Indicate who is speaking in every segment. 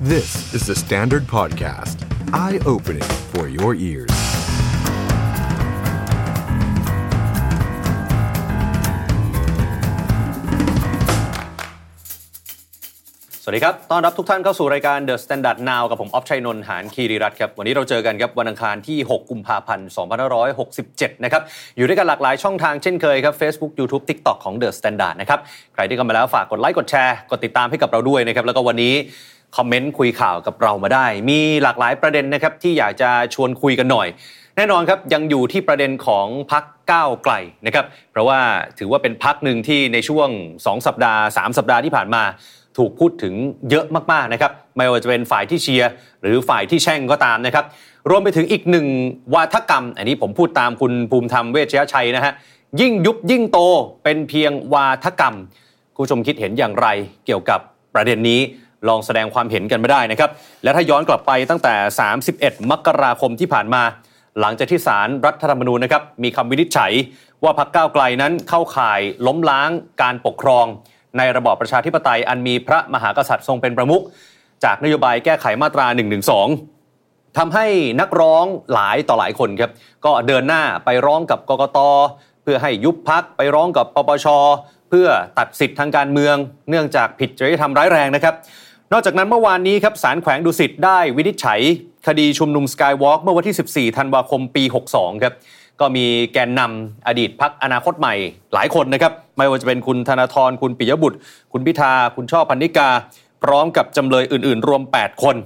Speaker 1: This is the Standard Podcast. Eye opening for your ears.
Speaker 2: Podcast สวัสดีครับ ต้อนรับทุกท่านเข้าสู่รายการ The Standard Now กับผมออฟชัยนนท์หานคีรีรัตน์ครับ วันนี้เราเจอกันครับวันอังคารที่ 6 กุมภาพันธ์ 2567 นะครับ อยู่ด้วยกันหลากหลายช่องทางเช่นเคยครับ Facebook YouTube TikTok ของ The Standard นะครับ ใครที่เข้ามาแล้วฝากกดไลค์ กดแชร์ กดติดตามให้กับเราด้วยนะครับ แล้วก็วันนี้ คอมเมนต์คุยข่าวกับเรามาได้ มีหลากหลายประเด็นนะครับที่อยากจะชวนคุยกันหน่อย แน่นอนครับยังอยู่ที่ประเด็นของพักก้าวไกลนะครับเพราะว่าถือว่าเป็นพักหนึ่งที่ในช่วง 2 สัปดาห์ 3 สัปดาห์ที่ผ่านมา ถูกพูดถึงเยอะมากๆนะครับไม่ว่าจะเป็นฝ่ายที่เชียร์หรือฝ่ายที่แช่งก็ตามนะครับรวมไปถึงอีกหนึ่งวาทกรรม อันนี้ผมพูดตามคุณภูมิธรรมเวชยชัยนะฮะยิ่งยุบยิ่งโตเป็นเพียงวาทกรรม คุณผู้ชมคิดเห็นอย่างไรเกี่ยวกับประเด็นนี้ลองแสดงความเห็นกันมาได้นะครับ และถ้าย้อนกลับไปตั้งแต่ 31 มกราคมที่ผ่านมา หลังจากที่ศาลรรัฐธรรมนูญนะครับมีคำวินิจฉัย ว่าพรรคก้าวไกลนั้นเข้าข่ายล้มล้างการปกครอง ในระบอบประชาธิปไตยอันมีพระมหากษัตริย์ทรงเป็นประมุขจากนโยบายแก้ไขมาตรา 112 ทำให้นักร้องหลายต่อหลายคนครับ ก็เดินหน้าไปร้องกับกกต เพื่อให้ยุบพักไปร้องกับปปช เพื่อตัดสิทธิ์ทางการเมือง เนื่องจากผิดจริยธรรมร้ายแรงนะครับ นอกจากนั้นเมื่อวานนี้ครับสารแขวงดุสิตได้วินิจฉัย คดีชุมนุมสกายวอล์กเมื่อวันที่ 14 ธันวาคมปี 62 ครับ ก็มีแกนนำอดีตพักอนาคตใหม่หลายคนนะครับ ไม่ว่าจะเป็นคุณธนาธรคุณปิยบุตร คุณพิธาคุณช่อพันนิกา พร้อมกับจำเลยอื่น ๆ รวม 8 คน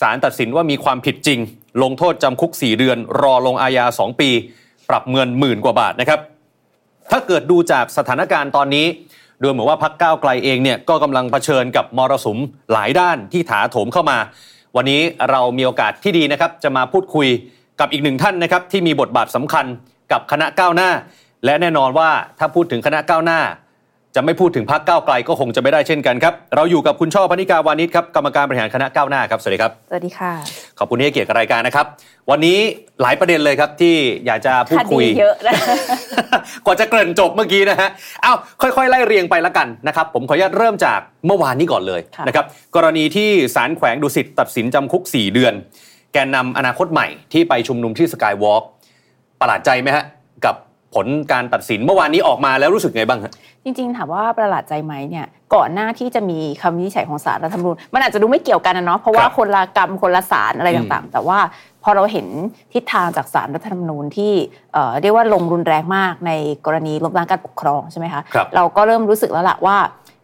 Speaker 2: ศาลตัดสินว่ามีความผิดจริง ลงโทษจำคุก 4 เดือน รอลงอาญา 2 ปี ปรับเงินหมื่นกว่าบาทนะครับ ถ้าเกิดดูจากสถานการณ์ตอนนี้ดูเหมือนว่าพักก้าวไกลเองเนี่ยก็กำลังเผชิญกับมรสุมหลายด้านที่ถาโถมเข้ามา วันนี้เรามีโอกาสที่ดีนะครับ จะมาพูดคุยกับอีกหนึ่งท่านนะครับ ที่มีบทบาทสำคัญกับคณะก้าวหน้า และแน่นอนว่าถ้าพูดถึงคณะก้าวหน้า จะไม่พูดถึงพักก้าวไกลก็คงจะไม่ได้เช่นกันครับ เราอยู่กับคุณช่อพนิกาวานิชครับกรรมการบริหารคณะก้าวหน้าครับสวัสดีครับ
Speaker 3: สวัสดีค่ะ
Speaker 2: ขอบคุณที่ให้เกียรติกับรายการนะครับ วันนี้หลายประเด็นเลยครับที่อยากจะพูดคุย
Speaker 3: เยอะนะ
Speaker 2: กว่าจะเกริ่นจบเมื่อกี้นะฮะ เอาค่อยๆ ไล่เรียงไปละกันนะครับ ผมขออนุญาตเริ่มจากเมื่อวานนี้ก่อนเลย
Speaker 3: ค่ะ
Speaker 2: นะครับ กรณีที่ศาลแขวงดุสิตตัดสินจำคุก 4 เดือน แกนนำอนาคตใหม่ที่ไปชุมนุมที่สกายวอล์กประหลาดใจไหมฮะ กับผลการตัดสินเมื่อวานนี้ออกมาแล้วรู้สึกไงบ้างฮะ
Speaker 3: จริงๆ ถามว่าประหลาดใจไหมเนี่ย ก่อนหน้าที่จะมีคำวินิจฉัยของศาลรัฐธรรมนูญมันอาจจะดูไม่เกี่ยวกันนะเนาะเพราะว่า
Speaker 2: ครับ
Speaker 3: คนละกรรมคนละศาลอะไร
Speaker 2: อืม
Speaker 3: ต่างๆ แต่ว่าพอเราเห็นทิศทางจากศาลรัฐธรรมนูญที่เอ่อเรียกว่าลงรุนแรงมากในกรณีล้มล้างการปกครองใช่ไหมคะ
Speaker 2: ครับ
Speaker 3: เราก็เริ่มรู้สึกแล้วล่ะว่า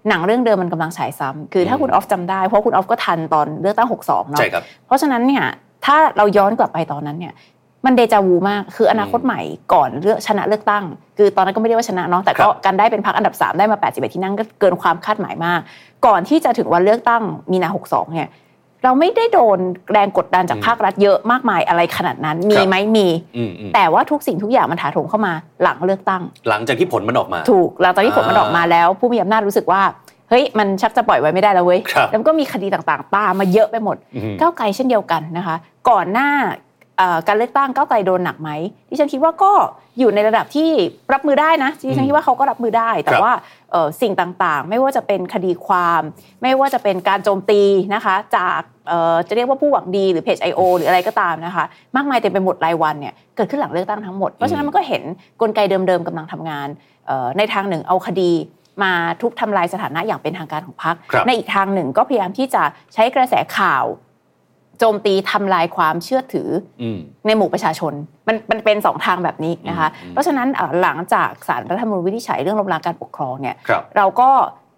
Speaker 3: หนังเรื่องเดิมมันกำลังฉายซ้ำคือถ้าคุณออฟจำได้เพราะคุณออฟก็ทันตอนเลือกตั้ง62เนาะ
Speaker 2: ใช่ครับ
Speaker 3: เพราะฉะนั้นเนี่ยถ้าเราย้อนกลับไปตอนนั้นเนี่ย มันเดจาวูมาก คืออนาคตใหม่ก่อนเลือกชนะเลือกตั้ง คือตอนนั้นก็ไม่ได้ว่าชนะเนาะแต่
Speaker 2: ค
Speaker 3: ก็
Speaker 2: รับ
Speaker 3: การได้เป็นพักอันดับ 3 ได้มา 81 ที่นั่งก็เกินความคาดหมายมาก ก่อนที่จะถึงวันเลือกตั้งมีนา 62 เนี่ย เราไม่ได้โดนแรงกดดันจาก
Speaker 2: อืม
Speaker 3: ภาครัฐเยอะมากมายอะไรขนาดนั้น มี
Speaker 2: ครับ
Speaker 3: ไหมมี
Speaker 2: อืมอืม
Speaker 3: แต่ว่าทุกสิ่งทุกอย่างมันถาโถมเข้ามาหลังเลือกตั้ง
Speaker 2: หลังจากที่ผลมันออกมา
Speaker 3: ถูกแล้วตอนที่ผลมันออกมาแล้ว ผู้มีอำนาจรู้สึกว่าเฮ้ยมันชักจะปล่อยไว้ไม่ได้แล้วเว้ย
Speaker 2: ครับ
Speaker 3: แล้วมันก็มีคดีต่างๆตามมาเยอะไปหมด
Speaker 2: อือหือ
Speaker 3: ก้าวไกลเช่นเดียวกันนะคะ ก่อนหน้าเอ่อการเลือกตั้งก้าวไกลโดนหนักไหมดิฉันคิดว่าก็อยู่ในระดับที่รับมือได้นะดิฉันคิดว่าเขาก็รับมือได้ แต่
Speaker 2: ครับ
Speaker 3: ว่าเอ่อสิ่งต่างๆ ไม่ว่าจะเป็นคดีความ ไม่ว่าจะเป็นการโจมตีนะคะ จากเอ่อจะเรียกว่าผู้หวังดีหรือเพจ I.O. หรืออะไรก็ตามนะคะ มากมายเต็มไปหมดรายวันเนี่ยเกิดขึ้นหลังเลือกตั้งทั้งหมด เพราะฉะนั้นมันก็เห็นกลไกเดิมๆกำลังทำงานเอ่อในทางหนึ่งเอาคดีมาทุบทำลายสถานะอย่างเป็นทางการของพรรค
Speaker 2: ครับ
Speaker 3: ในอีกทางหนึ่งก็พยายามที่จะใช้กระแสข่าว โจมตีทำลายความเชื่อถืออ
Speaker 2: ม
Speaker 3: ในหมู่ประชาชน มันมันเป็นสองทางแบบนี้นะคะ เพราะฉะนั้นเอ่อหลังจากสารรัฐธรรมนูญวินิจฉัยเรื่องล้มล้างการปกครองเนี่ย
Speaker 2: ครับ
Speaker 3: เราก็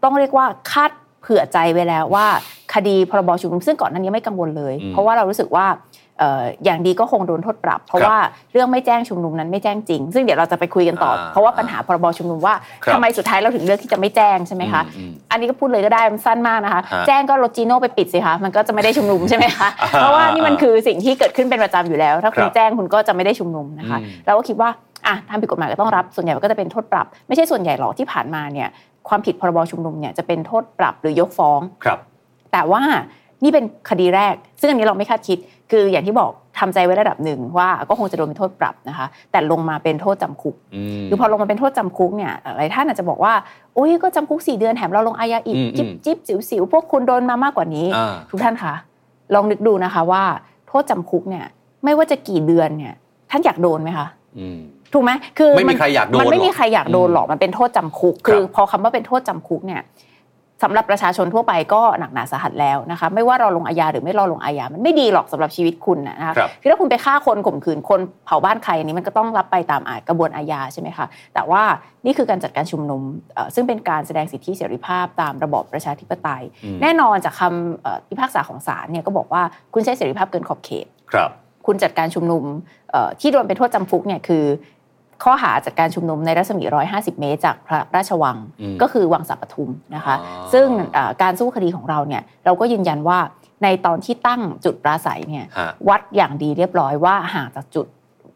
Speaker 3: ต้องเรียกว่าคาดเผื่อใจไว้แล้วว่าคดีพรบชุมนุมซึ่งก่อนหนั้านยังไม่กังวลเลย เพราะว่าเรารู้สึกว่าเอ่ออย่างดีก็คงโดนโทษปรับ เพราะ
Speaker 2: ครับ
Speaker 3: ว่าเรื่องไม่แจ้งชุมนุมนั้นไม่แจ้งจริง ซึ่งเดี๋ยวเราจะไปคุยกันต่ออา เพราะว่าปัญหาพรบชุมนุมว่า
Speaker 2: ครับ
Speaker 3: ทำไมสุดท้ายเราถึงเลือกที่จะไม่แจ้งใช่ไหมคะ
Speaker 2: อืมอืม
Speaker 3: อันนี้ก็พูดเลยก็ได้มันสั้นมากนะคะ
Speaker 2: ฮะ
Speaker 3: แจ้งก็รถจีโน่ไปปิดสิคะมันก็จะไม่ได้ชุมนุมใช่ไหมคะ เพราะว่านี่มันคือสิ่งที่เกิดขึ้นเป็นประจำอยู่แล้ว ถ้าคุ
Speaker 2: ค
Speaker 3: ณ
Speaker 2: รับ
Speaker 3: แจ้งคุณก็จะไม่ได้ชุมนุมนะคะ
Speaker 2: อืม
Speaker 3: เราก็คิดว่าอ่ะทำผิดกฎหมายก็ต้องรับ ส่วนใหญ่มันก็จะเป็นโทษปรับ ไม่ใช่ส่วนใหญ่หรอกที่ผ่านมาเนี่ยความผิดพรบชุมนุมเนี่ยจะเป็นโทษปรับหรือยกฟ้อง
Speaker 2: ครับ
Speaker 3: แต่ว่านี่เป็นคดีแรก ซึ่งอันนี้เราไม่คาดคิด คืออย่างที่บอกทำใจไว้ระดับหนึ่งว่าก็คงจะโดนเป็นโทษปรับนะคะ แต่ลงมาเป็นโทษจำคุก
Speaker 2: อืม
Speaker 3: คือพอลงมาเป็นโทษจำคุกเนี่ยหลายท่านอาจจะบอกว่าโอ้ยก็จำคุกสี่เดือนแถมเราลงอาญาอีก
Speaker 2: อืม
Speaker 3: จิบ
Speaker 2: อืม
Speaker 3: จิบสิวสิวพวกคุณโดนมามากกว่านี้
Speaker 2: อ่า
Speaker 3: ทุกท่านคะ ลองนึกดูนะคะว่าโทษจำคุกเนี่ยไม่ว่าจะกี่เดือนเนี่ยท่านอยากโดนไหมคะ
Speaker 2: อืม
Speaker 3: ถูกไหมคือ
Speaker 2: ไม่มีใครอยากโดน
Speaker 3: มันไม่
Speaker 2: หรอก
Speaker 3: มีใครอยากโดนหรอก มันเป็นโทษจำคุก
Speaker 2: ครับ
Speaker 3: คือพอคำว่าเป็นโทษจำคุกเนี่ยสำหรับประชาชนทั่วไปก็หนักหนาสาหัสแล้วนะคะ ไม่ว่ารอลงอาญาหรือไม่รอลงอาญา มันไม่ดีหรอกสำหรับชีวิตคุณนะนะคะ
Speaker 2: ครับ
Speaker 3: คือถ้าคุณไปฆ่าคนข่มขืนคนเผาบ้านใครอันนี้มันก็ต้องรับไปตามอากระบวนอาญาใช่ไหมคะ แต่ว่านี่คือการจัดการชุมนุมเอ่อซึ่งเป็นการแสดงสิทธิเสรีภาพตามระบอบประชาธิปไตย
Speaker 2: อืม
Speaker 3: แน่นอนจากคำเอ่อพิพากษาของศาลเนี่ยก็บอกว่าคุณใช้เสรีภาพเกินขอบเขต
Speaker 2: ครับ
Speaker 3: คุณจัดการชุมนุมเอ่อที่โดนเป็นโทษจำคุกเนี่ยคือ ข้อหาจัดการชุมนุมในรัศมี 150 เมตร จากพระราชวัง
Speaker 2: อืม
Speaker 3: ก็คือวังสัปทุมนะคะ
Speaker 2: อ๋อ
Speaker 3: ซึ่งเอ่อการสู้คดีของเราเนี่ยเราก็ยืนยันว่าในตอนที่ตั้งจุดปราศัยเนี่ย
Speaker 2: ฮะ
Speaker 3: วัดอย่างดีเรียบร้อยว่าห่างจากจุด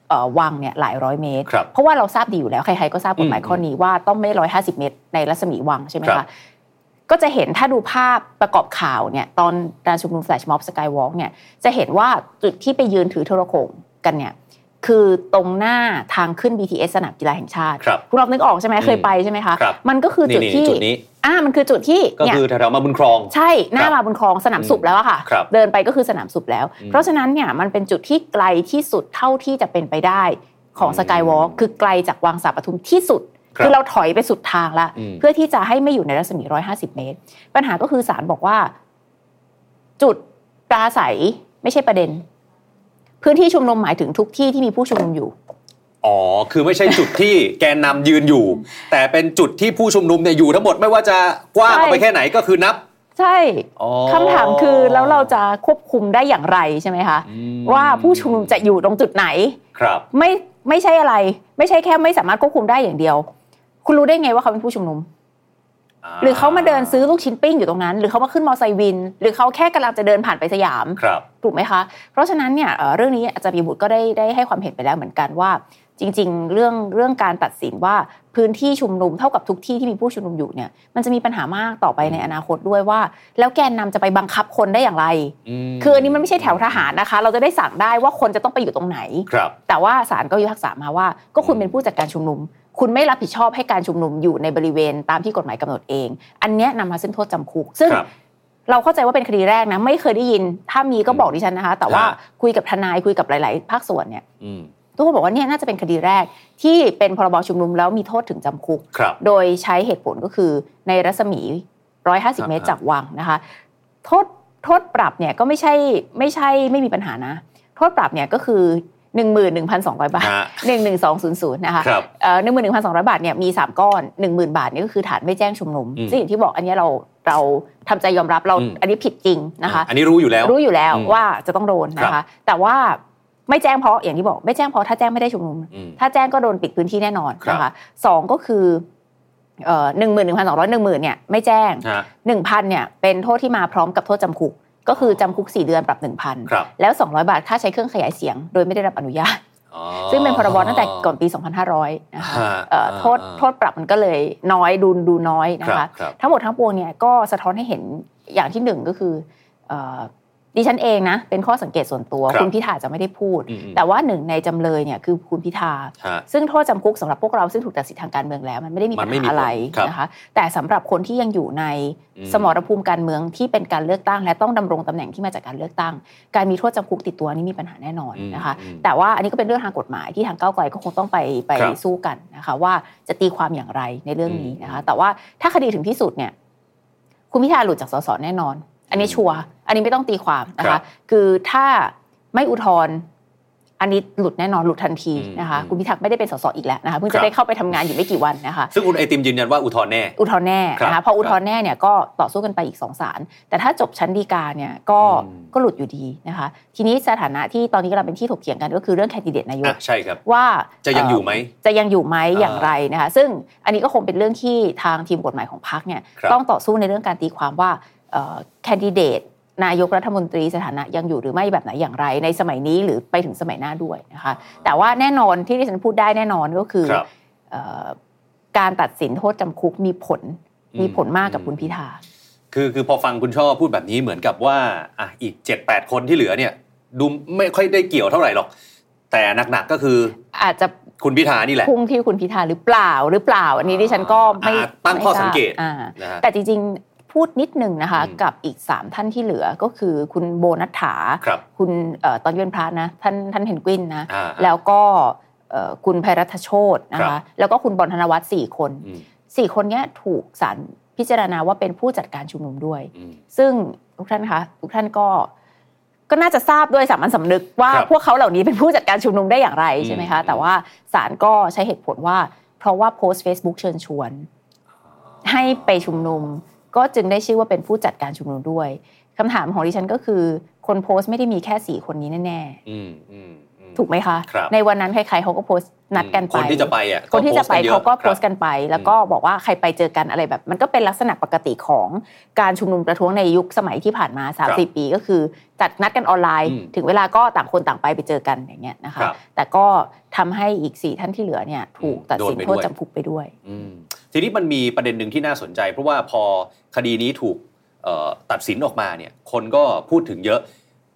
Speaker 3: เอ่อวังเนี่ยหลายร้อยเมตร
Speaker 2: ครับ
Speaker 3: เพราะว่าเราทราบดีอยู่แล้วใครๆก็ทราบกฎหมาย
Speaker 2: อืม
Speaker 3: ข้อนี้ว่าต้องไม่ 150 เมตร ในรัศมีวังใช่ไหม
Speaker 2: ครั
Speaker 3: คะ
Speaker 2: บ
Speaker 3: ก็จะเห็นถ้าดูภาพประกอบข่าวเนี่ยตอนการชุมนุมแฟลชม็อบสกายวอล์กเนี่ย จะเห็นว่าจุดที่ไปยืนถือโทรโขงกันเนี่ยคือตรงหน้าทางขึ้น BTS สนามกีฬาแห่งชาติ
Speaker 2: ครับ
Speaker 3: ณรอบนึกออกใช่ไหมเคยไปใช่ไหมคะ
Speaker 2: ครับ
Speaker 3: มันก็คือ
Speaker 2: นี่
Speaker 3: จุด
Speaker 2: นี่
Speaker 3: ที่
Speaker 2: จุดนี้
Speaker 3: อ่ามันคือจุดที่
Speaker 2: ก็
Speaker 3: เนี่ย
Speaker 2: คือแถวๆมาบุญครอง
Speaker 3: ใช่หน้า
Speaker 2: ครับ
Speaker 3: มาบุญครองสนามสุบแล้วอะค่ะ
Speaker 2: ครับ
Speaker 3: เดินไปก็คือสนามสุบแล้ว
Speaker 2: อืม
Speaker 3: เพราะฉะนั้นเนี่ยมันเป็นจุดที่ไกลที่สุดเท่าที่จะเป็นไปได้ของ
Speaker 2: อืม
Speaker 3: สกายวอล์กคือไกลจากวังสาปทุมที่สุด
Speaker 2: ครับ
Speaker 3: อเราถอยไปสุดทางละ
Speaker 2: อืม
Speaker 3: เพื่อที่จะให้ไม่อยู่ในรัศมี 150 เมตร ปัญหาก็คือศาลบอกว่า จุดปราศัยไม่ใช่ประเด็น พื้นที่ชุมนุมหมายถึงทุกที่ที่มีผู้ชุมนุมอยู่
Speaker 2: อ๋อ คือไม่ใช่จุด ที่ แกนนำยืนอยู่ แต่เป็นจุดที่ผู้ชุมนุมเนี่ยอยู่ทั้งหมดไม่ว่าจะกว้าง
Speaker 3: ใช่
Speaker 2: ออกไปแค่ไหนก็คือนับ
Speaker 3: ใช่
Speaker 2: อ๋อ
Speaker 3: คำถามคือแล้วเราจะควบคุมได้อย่างไรใช่ไหมคะ
Speaker 2: อืม
Speaker 3: ว่าผู้ชุมนุมจะอยู่ตรงจุดไหน
Speaker 2: ครับ
Speaker 3: ไม่ไม่ใช่อะไร ไม่ใช่แค่ไม่สามารถควบคุมได้อย่างเดียว คุณรู้ได้ไงว่าเขาเป็นผู้ชุมนุม หรือเขามาเดินซื้อลูกชิ้นปิ้งอยู่ตรงนั้น หรือเขามาขึ้นมอไซค์วิน หรือเขาแค่กำลังจะเดินผ่านไปสยาม
Speaker 2: ครับ
Speaker 3: ถูกไหมคะ เพราะฉะนั้นเนี่ยเอ่อเรื่องนี้อาจารย์ปีบุตรก็ได้ได้ให้ความเห็นไปแล้วเหมือนกันว่า จริง ๆ เรื่องเรื่องการตัดสินว่าพื้นที่ชุมนุมเท่ากับทุกที่ที่มีผู้ชุมนุมอยู่เนี่ยมันจะมีปัญหามากต่อไปในอนาคตด้วยว่า แล้วแกนนำจะไปบังคับคนได้อย่างไร
Speaker 2: ม
Speaker 3: คืออันนี้มันไม่ใช่แถวทหารนะคะ เราจะได้สั่งได้ว่าคนจะต้องไปอยู่ตรงไหน
Speaker 2: ครับ
Speaker 3: แต่ว่าศาลก็ยุทักษามาว่า ก็คุณเป็นผู้จัดการชุมนุม คุณไม่รับผิดชอบให้การชุมนุมอยู่ในบริเวณตามที่กฎหมายกำหนดเอง อันเนี้ยนำมาซึ่งโทษจำคุก ซึ่ง
Speaker 2: ครับ
Speaker 3: เราเข้าใจว่าเป็นคดีแรกนะ ไม่เคยได้ยิน ถ้ามีก็บอกดิฉันนะคะ แต่ว่า
Speaker 2: ฮะ
Speaker 3: คุยกับทนายคุยกับหลาย ๆ ภาคส่วนเนี่ย
Speaker 2: อืม
Speaker 3: ทุกคนบอกว่าเนี่ยน่าจะเป็นคดีแรกที่เป็นพรบชุมนุมแล้วมีโทษถึงจำคุก
Speaker 2: ครับ
Speaker 3: โดยใช้เหตุผลก็คือในรัศมี 150 เมตร
Speaker 2: อ่าฮะ
Speaker 3: จากวังนะคะ โทษโทษปรับเนี่ยก็ไม่ใช่ไม่ใช่ไม่มีปัญหานะ โทษปรับเนี่ยก็คือ 11,200 บาท
Speaker 2: ฮะ
Speaker 3: 11200 นะคะ
Speaker 2: ครับ
Speaker 3: เอ่อ11,200 บาทเนี่ยมี 3 ก้อน 10,000 บาทเนี่ยก็คือฐานไม่แจ้งชุมนุม
Speaker 2: อืม
Speaker 3: ซึ่งอย่างที่บอกอันเนี้ยเราเราทำใจยอมรับเรา
Speaker 2: อืม
Speaker 3: อันนี้ผิดจริงนะคะ
Speaker 2: อันนี้รู้อยู่แล้ว
Speaker 3: รู้อยู่แล้ว
Speaker 2: อืม
Speaker 3: ว่าจะต้องโดนนะ
Speaker 2: ครั
Speaker 3: คะ
Speaker 2: บ
Speaker 3: แต่ว่าไม่แจ้งเพราะอย่างที่บอกไม่แจ้งเพราะถ้าแจ้งไม่ได้ชุมนุม
Speaker 2: อืม
Speaker 3: ถ้าแจ้งก็โดนปิดพื้นที่แน่นอน
Speaker 2: ครับ
Speaker 3: นะคะสองก็คือหนึ่งหมื่นหนึ่งพันสองร้อยหนึ่งหมื่นเนี่ยไม่แจ้ง
Speaker 2: ฮะ
Speaker 3: หนึ่งพันเนี่ยเป็นโทษที่มาพร้อมกับโทษจำคุก ก็คือจำคุก 4 เดือนปรับ 1,000
Speaker 2: ครับ
Speaker 3: แล้ว 200 บาทค่าใช้เครื่องขยายเสียง โดยไม่ได้รับอนุญาต
Speaker 2: อ๋อ
Speaker 3: ซึ่งเป็นพรบตั้งแต่ก่อนปี 2500 นะคะ
Speaker 2: ฮะ
Speaker 3: เอ่อโทษ
Speaker 2: อ่า
Speaker 3: โทษปรับมันก็เลยน้อยดูดูน้อยนะ
Speaker 2: รับ
Speaker 3: คะ
Speaker 2: รับ
Speaker 3: ทั้งหมดทั้งปวงเนี่ยก็สะท้อนให้เห็นอย่างที่หนึ่งก็คือเอ่อดิฉันเองนะเป็นข้อสังเกตส่วนตัว
Speaker 2: ครับ
Speaker 3: คุณพิธาจะไม่ได้พูด
Speaker 2: อืม
Speaker 3: แต่ว่าหนึ่งในจำเลยเนี่ยคือคุณพิธา
Speaker 2: ฮะ
Speaker 3: ซึ่งโทษจำคุกสำหรับพวกเราซึ่งถูกตัดสิทธิ์ทางการเมืองแล้ว มันไม่ได้มี
Speaker 2: มั
Speaker 3: ปัญ
Speaker 2: นไม่
Speaker 3: หา
Speaker 2: มี
Speaker 3: อะไร
Speaker 2: ผลครับ
Speaker 3: นะคะแต่สำหรับคนที่ยังอยู่ใน
Speaker 2: อืม
Speaker 3: สมรภูมิการเมืองที่เป็นการเลือกตั้ง และต้องดำรงตำแหน่งที่มาจากการเลือกตั้ง การมีโทษจำคุกติดตัวนี่มีปัญหาแน่นอนนะคะ
Speaker 2: อืม
Speaker 3: แต่ว่าอันนี้ก็เป็นเรื่องทางกฎหมายที่ทางก้าวไกลก็คงต้องไปไป
Speaker 2: ครับ
Speaker 3: สู้กันนะคะว่าจะตีความอย่างไรในเรื่องนี้นะคะ แต่ว่าถ้าคดีถึงที่สุดเนี่ยคุณพิธาหลุดจากสสแน่นอน อันนี้
Speaker 2: อืม
Speaker 3: ชัวร์อันนี้ไม่ต้องตีความนะ
Speaker 2: ครั
Speaker 3: คะ
Speaker 2: บ
Speaker 3: คือถ้าไม่อุทธรณ์อันนี้หลุดแน่นอนหลุดทันที
Speaker 2: อืม
Speaker 3: นะคะ
Speaker 2: อืม
Speaker 3: คุณพิธาไม่ได้เป็นสสอีกแล้วนะคะเพิ่ง
Speaker 2: ครั
Speaker 3: จะ
Speaker 2: บ
Speaker 3: ได้เข้าไปทำงานอยู่ไม่กี่วันนะคะ
Speaker 2: ซึ่งคุณไอติมยืนยันว่าอุทธรณ์แน่
Speaker 3: อุทธรณ์แน่นะ
Speaker 2: ครั
Speaker 3: คะ
Speaker 2: บ
Speaker 3: พออุทธรณ์แน่เนี่ยก็ต่อสู้กันไปอีกสองศาลแต่ถ้าจบชั้นฎีกาเนี่ยก็
Speaker 2: อืม
Speaker 3: ก็หลุดอยู่ดีนะคะ ทีนี้สถานะที่ตอนนี้กำลังเป็นที่ถกเถียงกันก็คือเรื่องแคนดิเดตนาย
Speaker 2: อ่ะ
Speaker 3: ก
Speaker 2: ใช่ครับ
Speaker 3: ว่า
Speaker 2: จะยังอยู่ไหม
Speaker 3: เจะยังอยู่ไหม
Speaker 2: อ่า
Speaker 3: อย่างไรนะคะซึ่งอันนี้ก็คงเป็นเรื่องที่ทางทีมกฎหมายของพรรคเนี่ย
Speaker 2: ครับ
Speaker 3: ต้องต่อสู้ในเรื่องการตีความว่าแคนดิเดตนายกรัฐมนตรีสถานะยังอยู่หรือไม่แบบไหนอย่างไร ในสมัยนี้หรือไปถึงสมัยหน้าด้วยนะคะแต่ว่าแน่นอนที่ที่ฉันพูดได้แน่นอนก็คือ
Speaker 2: ครับ
Speaker 3: เอ่อการตัดสินโทษจำคุกมีผล
Speaker 2: อืม
Speaker 3: มีผลมากกับคุณพิธา
Speaker 2: คือคือพอฟังคุณช่อพูดแบบนี้เหมือนกับว่าอ่ะอีก 7 8 คนที่เหลือเนี่ย ดูไม่ค่อยได้เกี่ยวเท่าไหร่หรอก แต่หนักๆก็คือ
Speaker 3: อาจจะ
Speaker 2: คุณพิธานี่แหละ
Speaker 3: พุ่งที่คุณพิธาหรือเปล่าหรือเปล่า อันนี้ดิฉันก็ไม่
Speaker 2: อ่าตั้งข้อสังเกต
Speaker 3: ไม่ทราบอ่า
Speaker 2: นะฮะ
Speaker 3: แต่จริงๆ พูดนิดหนึ่งนะคะ
Speaker 2: อืม
Speaker 3: กับอีก 3 ท่านที่เหลือก็คือคุณโบนัฐฐา
Speaker 2: ครับ
Speaker 3: คุณเอ่อตอนที่เป็นพระนะ ท่านท่านเพนกวินนะ
Speaker 2: อ่าฮะ
Speaker 3: แล้วก็เอ่อคุณภัยรัตโชตนะ
Speaker 2: ครั
Speaker 3: คะ
Speaker 2: บ
Speaker 3: แล้วก็คุณบอลธนวัฒน์สี่คน
Speaker 2: อืม
Speaker 3: สี่คนเนี้ยถูกศาลพิจารณาว่าเป็นผู้จัดการชุมนุมด้วย
Speaker 2: อืม
Speaker 3: ซึ่งทุกท่านคะทุกท่านก็ก็น่าจะทราบด้วยสามัญสำนึกว่า
Speaker 2: ครับ
Speaker 3: พวกเขาเหล่านี้เป็นผู้จัดการชุมนุมได้อย่างไร
Speaker 2: อืม
Speaker 3: ใช่ไหมคะ
Speaker 2: อืม
Speaker 3: แต่ว่าศาลก็ใช้เหตุผลว่า เพราะว่าโพสต์ Facebook เชิญชวน ให้ไปชุมนุมก็จึงได้ชื่อว่าเป็นผู้จัดการชุมนุมด้วยคำถามของดิฉันก็คือ คนโพสต์ไม่ได้มีแค่สี่คนนี้แน่
Speaker 2: อืมอืมอืม
Speaker 3: ๆถูกไหมคะ
Speaker 2: ครับ
Speaker 3: ในวันนั้นใครๆเขาก็โพสต์นัดกันไป
Speaker 2: คนที่จะไปอ่ะ
Speaker 3: คนที่จะไป
Speaker 2: โพสต์ยอ
Speaker 3: เขาก็โพส
Speaker 2: ครั
Speaker 3: ต์
Speaker 2: บ
Speaker 3: กันไป แล้วก็บอกว่าใครไปเจอกันอะไรแบบ มันก็เป็นลักษณะปกติของการชุมนุมประท้วงในยุคสมัยที่ผ่านมา
Speaker 2: ครับ
Speaker 3: 3 4ปีก็คือจัดนัดกันออนไลน์
Speaker 2: อืม
Speaker 3: ถึงเวลาก็ต่างคนต่างไปไปเจอกันอย่างเงี้ยนะคะ
Speaker 2: ครับ
Speaker 3: แต่ก็ทำให้อีก 4 ท่านที่เหลือเนี่ยถูก
Speaker 2: อืม
Speaker 3: ตัดสิน
Speaker 2: โดนไป
Speaker 3: โทษ
Speaker 2: ด้วย
Speaker 3: จำคุกไปด้วย
Speaker 2: อืมทีนี้มันมีประเด็นหนึ่งที่น่าสนใจ เพราะว่าพอคดีนี้ถูกเอ่อตัดสินออกมาเนี่ยคนก็พูดถึงเยอะ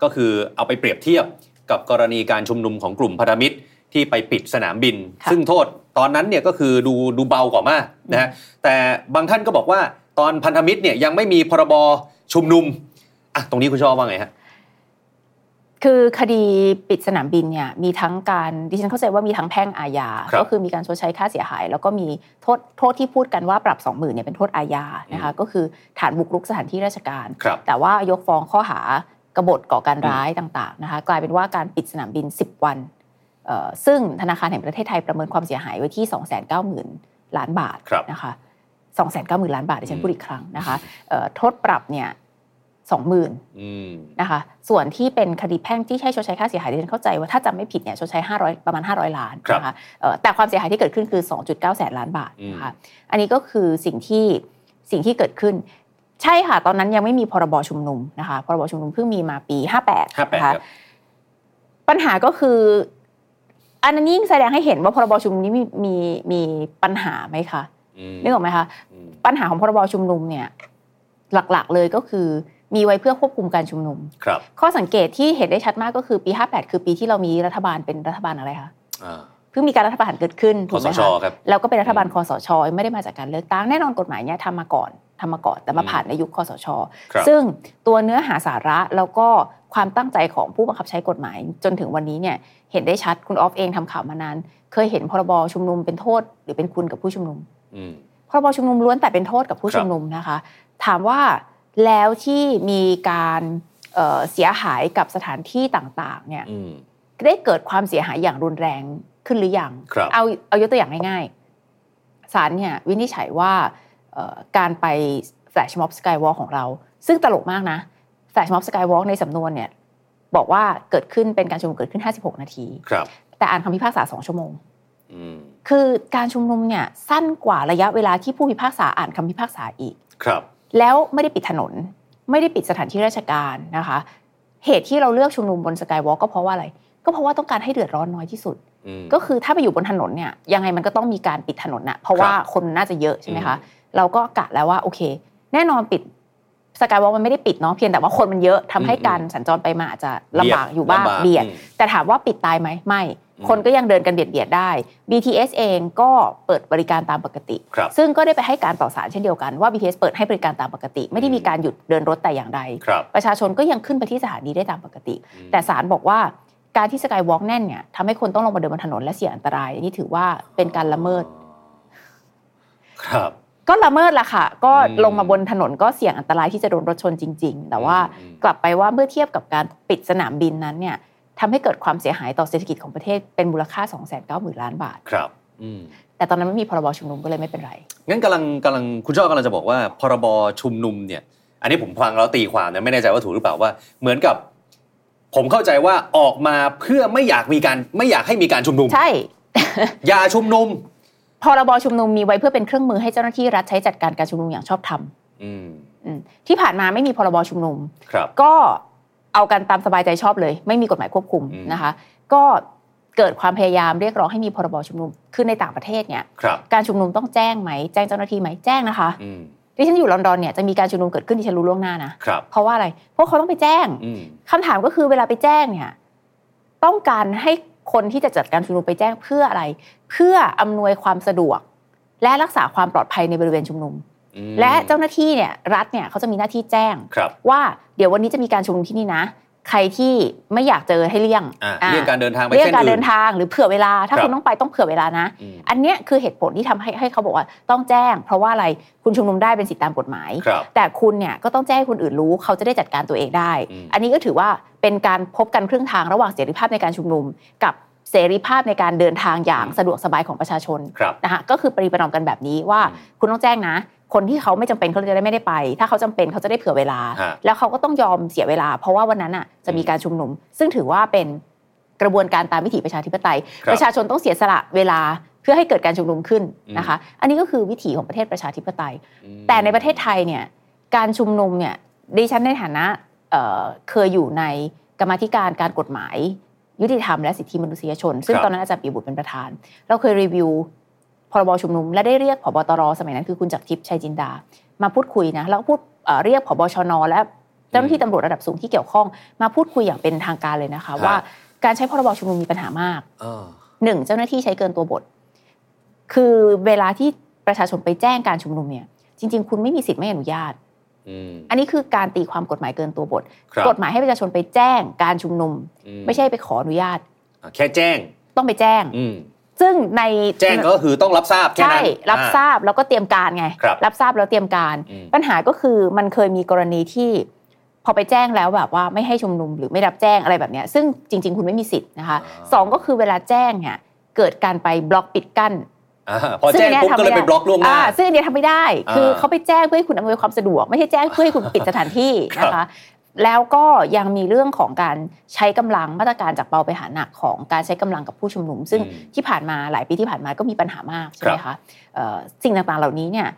Speaker 2: ก็คือเอาไปเปรียบเทียบกับกรณีการชุมนุมของกลุ่มพันธมิตรที่ไปปิดสนามบิน
Speaker 3: ค่ะ
Speaker 2: ซึ่งโทษตอนนั้นเนี่ยก็คือดูดูเบากว่ามากนะฮะแต่บางท่านก็บอกว่าตอนพันธมิตรเนี่ยยังไม่มีพรบชุมนุมอ่ะตรงนี้คุณชอบว่าไงฮะ
Speaker 3: คือคดีปิดสนามบินเนี่ยมีทั้งการดิฉันเข้าใจว่ามีทั้งแพ่งอาญา
Speaker 2: ครับ
Speaker 3: ก็คือมีการชดใช้ค่าเสียหาย แล้วก็มีโทษโทษที่พูดกันว่าปรับ 20,000เนี่ยเป็นโทษอาญานะคะก็คือฐานบุกรุกสถานที่ราชการ
Speaker 2: ครับ
Speaker 3: แต่ว่ายกฟ้องข้อหากบฏก่อการร้ายต่างๆนะคะกลายเป็นว่าการปิดสนามบิน 10 วันเอ่อซึ่งธนาคารแห่งประเทศไทยประเมินความเสียหายไว้ที่ 290,000 ล้านบาท
Speaker 2: ครับ
Speaker 3: นะคะ290,000 ล้านบาทดิฉั
Speaker 2: อื
Speaker 3: น
Speaker 2: ม
Speaker 3: พูดอีกครั้งนะคะเอ่อโทษปรับเนี่ย20,000
Speaker 2: อืม
Speaker 3: นะคะส่วนที่เป็นคดีแพ่งที่ใช้ชดใช้ค่าเสียหายดิฉันเข้าใจว่าถ้าจำไม่ผิดเนี่ยชดใช้ 500 ประมาณ 500 ล้าน
Speaker 2: ครับ
Speaker 3: นะคะเอ่อแต่ความเสียหายที่เกิดขึ้นคือ 2.9 แสนล้านบาทนะคะอันนี้ก็คือสิ่งที่สิ่งที่เกิดขึ้น ใช่ค่ะ ตอนนั้นยังไม่มีพรบชุมนุมนะคะพรบชุมนุมเพิ่งมีมาปี 58
Speaker 2: 58
Speaker 3: นะคะ
Speaker 2: ครับ
Speaker 3: ปัญหาก็คือ อันนั้นยิ่งแสดงให้เห็นว่าพรบชุมนุมนี้มีมีมีปัญหาไหมคะ
Speaker 2: ม
Speaker 3: นึกออกไหมคะ
Speaker 2: อืม
Speaker 3: ปัญหาของพรบชุมนุมเนี่ยหลักๆ เลยก็คือมีไว้เพื่อควบคุมการชุมนุม
Speaker 2: ครับ
Speaker 3: ข้อสังเกตที่เห็นได้ชัดมากก็คือปี 58 คือปีที่เรามีรัฐบาลเป็นรัฐบาลอะไรคะ
Speaker 2: อ่า
Speaker 3: เพิ่งมีการรัฐประหารเกิดขึ้น
Speaker 2: ค
Speaker 3: ถู
Speaker 2: อก ส
Speaker 3: ไหม
Speaker 2: ช
Speaker 3: คะ
Speaker 2: ครับ
Speaker 3: แล้วก็เป็นรัฐบาล
Speaker 2: อืม
Speaker 3: คอสชไม่ได้มาจากการเลือกตั้งแน่นอนกฎหมายเนี่ยทำมาก่อนทำมาก่อนแต่มา
Speaker 2: อืม
Speaker 3: ผ่านในยุคคอสช
Speaker 2: ครับ
Speaker 3: ซึ่งตัวเนื้อหาสาระแล้วก็ความตั้งใจของผู้บังคับใช้กฎหมาย จนถึงวันนี้เนี่ยเห็นได้ชัดคุณออฟเองทำข่าวมานาน เคยเห็นพรบชุมนุมเป็นโทษ หรือเป็นคุณกับผู้ชุมนุม พรบชุมนุมล้วนแต่เป็นโทษกับ
Speaker 2: ค
Speaker 3: ผู้
Speaker 2: รับ
Speaker 3: ชุมนุมนะคะ ถามว่าแล้วที่มีการเอ่อเสียหายกับสถานที่ต่างๆเนี่ยได้เกิดความเสียหายอย่างรุนแรงขึ้นหรือยัง
Speaker 2: ครับ
Speaker 3: เอาเอายกตัวอย่างง่ายๆศาลเนี่ยวินิจฉัยว่าเอ่อการไปแฟลชม็อบสกายวอล์ของเรา ซึ่งตลกมากนะแฟลชม็อบสกายวอล์ในสำนวนเนี่ยบอกว่าเกิดขึ้นเป็นการชุมนุมเกิดขึ้น 56 นาที
Speaker 2: ครับ
Speaker 3: แต่อ่านคำพิพากษา 2 ชั่วโมง
Speaker 2: อืม
Speaker 3: คือการชุมนุมเนี่ยสั้นกว่าระยะเวลาที่ผู้พิพากษาอ่านคำพิพากษาอีก
Speaker 2: ครับ
Speaker 3: แล้วไม่ได้ปิดถนน ไม่ได้ปิดสถานที่ราชการนะคะ เหตุที่เราเลือกชุมนุมบนสกายวอล์กก็เพราะว่าอะไร ก็เพราะว่าต้องการให้เดือดร้อนน้อยที่สุด
Speaker 2: อืม
Speaker 3: ก็คือถ้าไปอยู่บนถนนเนี่ยยังไงมันก็ต้องมีการปิดถนนนะเพราะว่า
Speaker 2: ครับ
Speaker 3: คนน่าจะเยอะใช่ไหมคะ
Speaker 2: อืม
Speaker 3: เราก็กะแล้วว่าโอเค แน่นอนปิดสกายวอล์กมันไม่ได้ปิดเนาะเพียงแต่ว่าคนมันเยอะทำให้
Speaker 2: อืม
Speaker 3: การสัญจรไปมาอาจจะลำบาก
Speaker 2: เบียด
Speaker 3: อยู่บ้าง
Speaker 2: ลำบาก
Speaker 3: เบียด
Speaker 2: อืม
Speaker 3: แต่ถามว่าปิดตายไหมไม่
Speaker 2: อืม
Speaker 3: คนก็ยังเดินกันเบียดเบียดๆได้ BTS เองก็เปิดบริการตามปกติ
Speaker 2: ครับ
Speaker 3: ซึ่งก็ได้ไปให้การต่อสารเช่นเดียวกันว่า BTS เปิดให้บริการตามปกติ ไม่ได้มี
Speaker 2: อืม
Speaker 3: การหยุดเดินรถแต่อย่างใด
Speaker 2: ครับ
Speaker 3: ประชาชนก็ยังขึ้นไปที่สถานีได้ตามปกติ
Speaker 2: อืม
Speaker 3: แต่ศาลบอกว่าการที่สกายวอล์กแน่นเนี่ยทำให้คนต้องลงมาเดินบนถนนและเสี่ยงอันตรายอันนี้ถือว่าเป็นการละเมิด
Speaker 2: ครับ
Speaker 3: ก็ละเมิดละค่ะ ก็
Speaker 2: อืม
Speaker 3: ลงมาบนถนนก็เสี่ยงอันตรายที่จะโดนรถชนจริง ๆ แต่ว่า
Speaker 2: อืม
Speaker 3: กลับไปว่าเมื่อเทียบกับการปิดสนามบินนั้นเนี่ยทำให้เกิดความเสียหายต่อเศรษฐกิจของประเทศเป็นมูลค่า 2 9 0 0 0 0 ล้านบาท
Speaker 2: ครับอืม
Speaker 3: แต่ตอนนั้นไม่มีพรบชุมนุมก็เลยไม่เป็นไร
Speaker 2: งั้นกำลังกำลังคุณช่อกำลังจะบอกว่า พรบชุมนุมเนี่ย อันนี้ผมฟังแล้วตีความนะไม่แน่ใจว่าถูกหรือเปล่าว่า เหมือนกับ ผมเข้าใจว่าออกมาเพื่อไม่อยากมีการไม่อยากให้มีการชุมนุม
Speaker 3: ใช่
Speaker 2: อย่าชุมนุม
Speaker 3: พรบชุมนุมมีไว้เพื่อเป็นเครื่องมือให้เจ้าหน้าที่รัฐใช้จัดการการชุมนุมอย่างชอบธรรม
Speaker 2: อืม
Speaker 3: อืมที่ผ่านมาไม่มีพรบชุมนุม
Speaker 2: ครับ
Speaker 3: ก็เอากันตามสบายใจชอบเลย ไม่มีกฎหมายควบคุม
Speaker 2: อืม
Speaker 3: นะคะ ก็เกิดความพยายามเรียกร้องให้มีพรบชุมนุมขึ้นในต่างประเทศเนี่ย
Speaker 2: ครับ
Speaker 3: การชุมนุมต้องแจ้งไหมแจ้งเจ้าหน้าที่ไหมแจ้งนะคะ
Speaker 2: อืม
Speaker 3: ดิฉันอยู่ลอนดอนเนี่ยจะมีการชุมนุมเกิดขึ้นดิฉันรู้ล่วงหน้านะครับ เพราะว่าอะไรเพราะเขาต้องไปแจ้ง
Speaker 2: อืม
Speaker 3: คำถามก็คือเวลาไปแจ้งเนี่ยต้องการให้คนที่จะจัดการชุมนุมไปแจ้งเพื่ออะไร เพื่ออำนวยความสะดวก และรักษาความปลอดภัยในบริเวณชุมนุม
Speaker 2: อืม
Speaker 3: และเจ้าหน้าที่เนี่ยรัฐเนี่ยเขาจะมีหน้าที่แจ้ง
Speaker 2: ครับ
Speaker 3: ว่าเดี๋ยววันนี้จะมีการชุมนุมที่นี่นะ ใครที่ไม่อยากเจอให้เลี่ยง
Speaker 2: อ่ะ
Speaker 3: อ่ะ
Speaker 2: เรื่องการเดินทางไป
Speaker 3: เลี่ยง
Speaker 2: เส้น
Speaker 3: การ
Speaker 2: อื่
Speaker 3: เดิ
Speaker 2: น
Speaker 3: นทางหรือเผื่อเวลา
Speaker 2: ค
Speaker 3: ถ้า
Speaker 2: รับ
Speaker 3: คุณต้องไปต้องเผื่อเวลานะ
Speaker 2: อืม
Speaker 3: อันเนี้ยคือเหตุผลที่ทำให้ให้เขาบอกว่าต้องแจ้ง เพราะว่าอะไรคุณชุมนุมได้เป็นสิทธิตามกฎหมาย
Speaker 2: ครับ
Speaker 3: แต่คุณเนี่ยก็ต้องแจ้งให้คนอื่นรู้เขาจะได้จัดการตัวเองได้
Speaker 2: อืม
Speaker 3: อันนี้ก็ถือว่าเป็นการพบกันครึ่งทางระหว่างเสรีภาพในการชุมนุม กับเสรีภาพในการเดินทางอย่างสะดวกสบายของประชาชน
Speaker 2: ครับ
Speaker 3: นะคะก็คือปรีประนอมกันแบบนี้ว่า
Speaker 2: อืม
Speaker 3: คุณต้องแจ้งนะ คนที่เขาไม่จำเป็นเขาจะได้ไม่ได้ไป ถ้าเขาจำเป็นเขาจะได้เผื่อเวลา
Speaker 2: ฮะ
Speaker 3: แล้วเขาก็ต้องยอมเสียเวลา เพราะว่าวันนั้นอ่ะจะมีการชุมนุม ซึ่งถือว่าเป็นกระบวนการตามวิถีประชาธิปไตย
Speaker 2: ครับ
Speaker 3: ประชาชนต้องเสียสละเวลาเพื่อให้เกิดการชุมนุมขึ้น
Speaker 2: อืม
Speaker 3: นะคะ อันนี้ก็คือวิถีของประเทศประชาธิปไตย
Speaker 2: อืม
Speaker 3: แต่ในประเทศไทยเนี่ยการชุมนุมเนี่ยดิฉันในฐานะเอ่อเคยอยู่ในกรรมาธิการการกฎหมาย ยุติธรรมและสิทธิมนุษยชน ซึ่ง
Speaker 2: ครับ
Speaker 3: ตอนนั้นอาจารย์ปีบุตรเป็นประธาน เราเคยรีวิวพรบชุมนุม และได้เรียกผบตรสมัยนั้นคือคุณจักรทิพย์ชัยจินดา มาพูดคุยนะแล้วก็พูดเอ่อเรียกผบชนและเจ้าหน้าที่ตำรวจระดับสูงที่เกี่ยวข้อง มาพูดคุยอย่างเป็นทางการเลยนะคะ
Speaker 2: ครับ
Speaker 3: ว่าการใช้พรบชุมนุมมีปัญหามาก
Speaker 2: อ่า
Speaker 3: หนึ่งเจ้าหน้าที่ใช้เกินตัวบท คือเวลาที่ประชาชนไปแจ้งการชุมนุมเนี่ยจริง ๆ คุณไม่มีสิทธิ์ไม่อนุญาต
Speaker 2: อืม
Speaker 3: อันนี้คือการตีความกฎหมายเกินตัวบท
Speaker 2: ครับ
Speaker 3: กฎหมายให้ประชาชนไปแจ้งการชุมนุม
Speaker 2: อื
Speaker 3: ไม่ใช่ไปขออนุญาต
Speaker 2: อ่ะแค่แจ้ง
Speaker 3: ต้องไปแจ้ง
Speaker 2: อืม
Speaker 3: ซึ่งใน
Speaker 2: แจ้งก็คือต้องรับทราบแค่
Speaker 3: ใช่
Speaker 2: นั้น
Speaker 3: รับ
Speaker 2: อ่ะ
Speaker 3: ทราบแล้วก็เตรียมการไง
Speaker 2: ครับ
Speaker 3: บทราบแล้วเตรียมการ
Speaker 2: อืม
Speaker 3: ปัญหาก็คือมันเคยมีกรณีที่ พอไปแจ้งแล้วแบบว่าไม่ให้ชุมนุมหรือไม่รับแจ้งอะไรแบบเนี้ยซึ่งจริง ๆ คุณไม่มีสิทธิ์นะคะสองก็คือเวลาแจ้งเนี่ยเกิดการไปบล็อกปิดกั้น
Speaker 2: อ่าพอแจ้งปุ๊บก็เลยไปบล็อกล่วงหน้า
Speaker 3: อ่ซึ่งอันเนี้ยทำไม่ได้
Speaker 2: อ่า
Speaker 3: คือเขาไปแจ้งเพื่อให้คุณอำนวยความสะดวก ไม่ใช่แจ้งเพื่อให้คุณปิดสถานที่
Speaker 2: ครับ
Speaker 3: นะคะ แล้วก็ยังมีเรื่องของการใช้กำลังมาตรการจากเบาไปหาหนักของการใช้กำลังกับผู้ชุมนุม ซึ่ง
Speaker 2: อืม
Speaker 3: ที่ผ่านมาหลายปีที่ผ่านมาก็มีปัญหามากใช่ไหมคะเอ่อสิ่งต่างๆเหล่านี้เนี่ย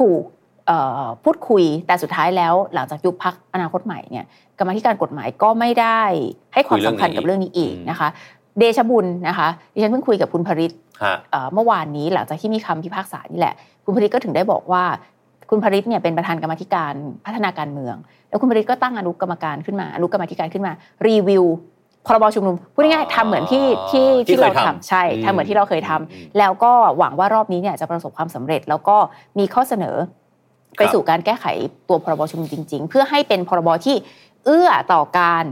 Speaker 3: ถูกเอ่อพูดคุยแต่สุดท้ายแล้วหลังจากยุบพักอนาคตใหม่เนี่ยกรรมาธิการกฎหมายก็ไม่ได้ให้ความสำคัญกับเรื่องนี้อีก
Speaker 2: คุยเรื่องนี้
Speaker 3: นะคะ เดชบุญนะคะดิฉันเพิ่งคุยกับคุณภริษ
Speaker 2: ฮะ
Speaker 3: เอ่อเมื่อวานนี้หลังจากที่มีคำพิพากษานี่แหละ คุณพริตก็ถึงได้บอกว่า คุณพริตเนี่ยเป็นประธานกรรมาธิการพัฒนาการเมือง แล้วคุณพริตก็ตั้งอนุกรรมการขึ้นมาอนุกรรมาธิการขึ้นมา รีวิวพรบชุมนุมพูดง่าย
Speaker 2: อ๋อ
Speaker 3: ๆทำเหมือนที่ที่
Speaker 2: ที่
Speaker 3: ที่
Speaker 2: เคย
Speaker 3: เรา
Speaker 2: ทำ
Speaker 3: ทำใช่
Speaker 2: อืม
Speaker 3: ทำเหมือนที่เราเคยทำ
Speaker 2: อืม
Speaker 3: แล้วก็หวังว่ารอบนี้เนี่ยจะประสบความสำเร็จ แล้วก็มีข้อเสนอ ไป
Speaker 2: ครับ
Speaker 3: สู่การแก้ไขตัวพรบชุมนุมจริง ๆ เพื่อให้เป็นพรบที่เอื้อต่อการ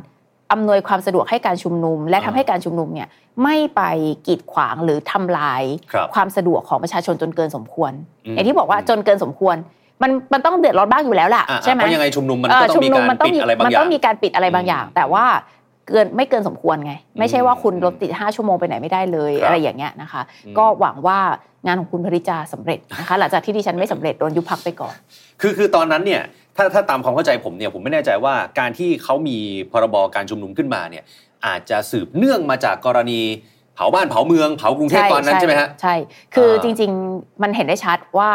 Speaker 3: อำนวยความสะดวกให้การชุมนุม และทำให้การชุมนุมเนี่ยไม่ไปกีดขวางหรือทำลาย
Speaker 2: ครับ
Speaker 3: ความสะดวกของประชาชนจนเกินสมควร
Speaker 2: อืม
Speaker 3: อย่างที่บอกว่าจนเกินสมควร มันมันต้องเดือดร้อนบ้างอยู่แล้วล่ะ
Speaker 2: อ่ะ
Speaker 3: ใช่ไหม
Speaker 2: เพราะยังไงชุมนุมมัน
Speaker 3: เอ่
Speaker 2: ก็
Speaker 3: อ
Speaker 2: ต้อ
Speaker 3: ชุ
Speaker 2: ง
Speaker 3: ม
Speaker 2: มี
Speaker 3: นุม
Speaker 2: การ
Speaker 3: มันต้อ
Speaker 2: ปิ
Speaker 3: ง
Speaker 2: ด
Speaker 3: มี
Speaker 2: อะไรบาง
Speaker 3: มั
Speaker 2: อ
Speaker 3: น
Speaker 2: ย่า
Speaker 3: ต้อง งมีการปิดอะไรบางอย่าง
Speaker 2: อืม
Speaker 3: แต่ว่าเกินไม่เกินสมควรไง ไม่ใช่ว่าคุณรถติด 5 ชั่วโมงไปไหนไม่ได้เลย
Speaker 2: ครับ
Speaker 3: อะไรอย่างเงี้ยนะคะ
Speaker 2: อืม
Speaker 3: ก็หวังว่างานของคุณพริจาสำเร็จนะคะ หลังจากที่ดิฉันไม่สำเร็จโดนยุบพักไปก่อน
Speaker 2: คือคือตอนนั้นเนี่ยถ้าถ้าตามความเข้าใจผมเนี่ยผมไม่แน่ใจว่าการที่เขามีพรบการชุมนุมขึ้นมาเนี่ยอาจจะสืบเนื่องมาจากกรณีเผาบ้านเผาเมืองเผากรุงเทพตอนนั้นใช่ไหมฮะ
Speaker 3: ใช่ คืออา จริงๆ มันเห็นได้ชัดว่า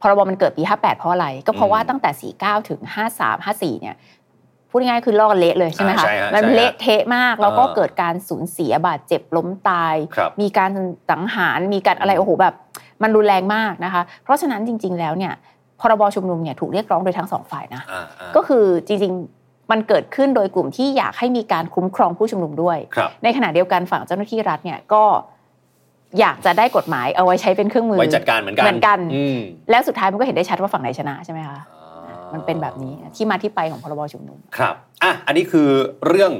Speaker 3: พรบมันเกิดปี 58 เพราะอะไร ก็เพ
Speaker 2: อื
Speaker 3: ราะ
Speaker 2: ม
Speaker 3: ว่าตั้งแต่ 49 ถึง 53 54 เนี่ย พูดง่ายๆ คือลอกกันเละเลยใช่ไหม
Speaker 2: อ่า
Speaker 3: คะ
Speaker 2: ใช่ฮะ
Speaker 3: มัน
Speaker 2: ใช่ฮะ
Speaker 3: เละเทะมาก แล้วก็
Speaker 2: อ่า
Speaker 3: เกิดการสูญเสียบาดเจ็บล้มตาย
Speaker 2: ครับ
Speaker 3: มีการสังหาร มีการอะไร
Speaker 2: อืม
Speaker 3: โอ้โห แบบ มันรุนแรงมากนะคะ เพราะฉะนั้นจริง ๆ แล้วเนี่ย พรบชุมนุมเนี่ยถูกเรียกร้องโดยทั้งสองฝ่ายนะ
Speaker 2: อ่าอ่า
Speaker 3: ก็คือจริงๆ มันเกิดขึ้นโดยกลุ่มที่อยากให้มีการคุ้มครองผู้ชุมนุมด้วย
Speaker 2: ครับ
Speaker 3: ในขณะเดียวกันฝั่งเจ้าหน้าที่รัฐเนี่ยก็อยากจะได้กฎหมายเอาไว้ใช้เป็นเครื่องมือ
Speaker 2: ไว้จัดการเหมือนกัน
Speaker 3: เหมือนกัน
Speaker 2: อืม
Speaker 3: แล้วสุดท้ายมันก็เห็นได้ชัดว่าฝั่งไหนชนะใช่ไหมคะ
Speaker 2: อ่า
Speaker 3: มันเป็นแบบนี้ที่มาที่ไปของพรบชุมนุม
Speaker 2: ครับอ่ะอันนี้คือเรื่อง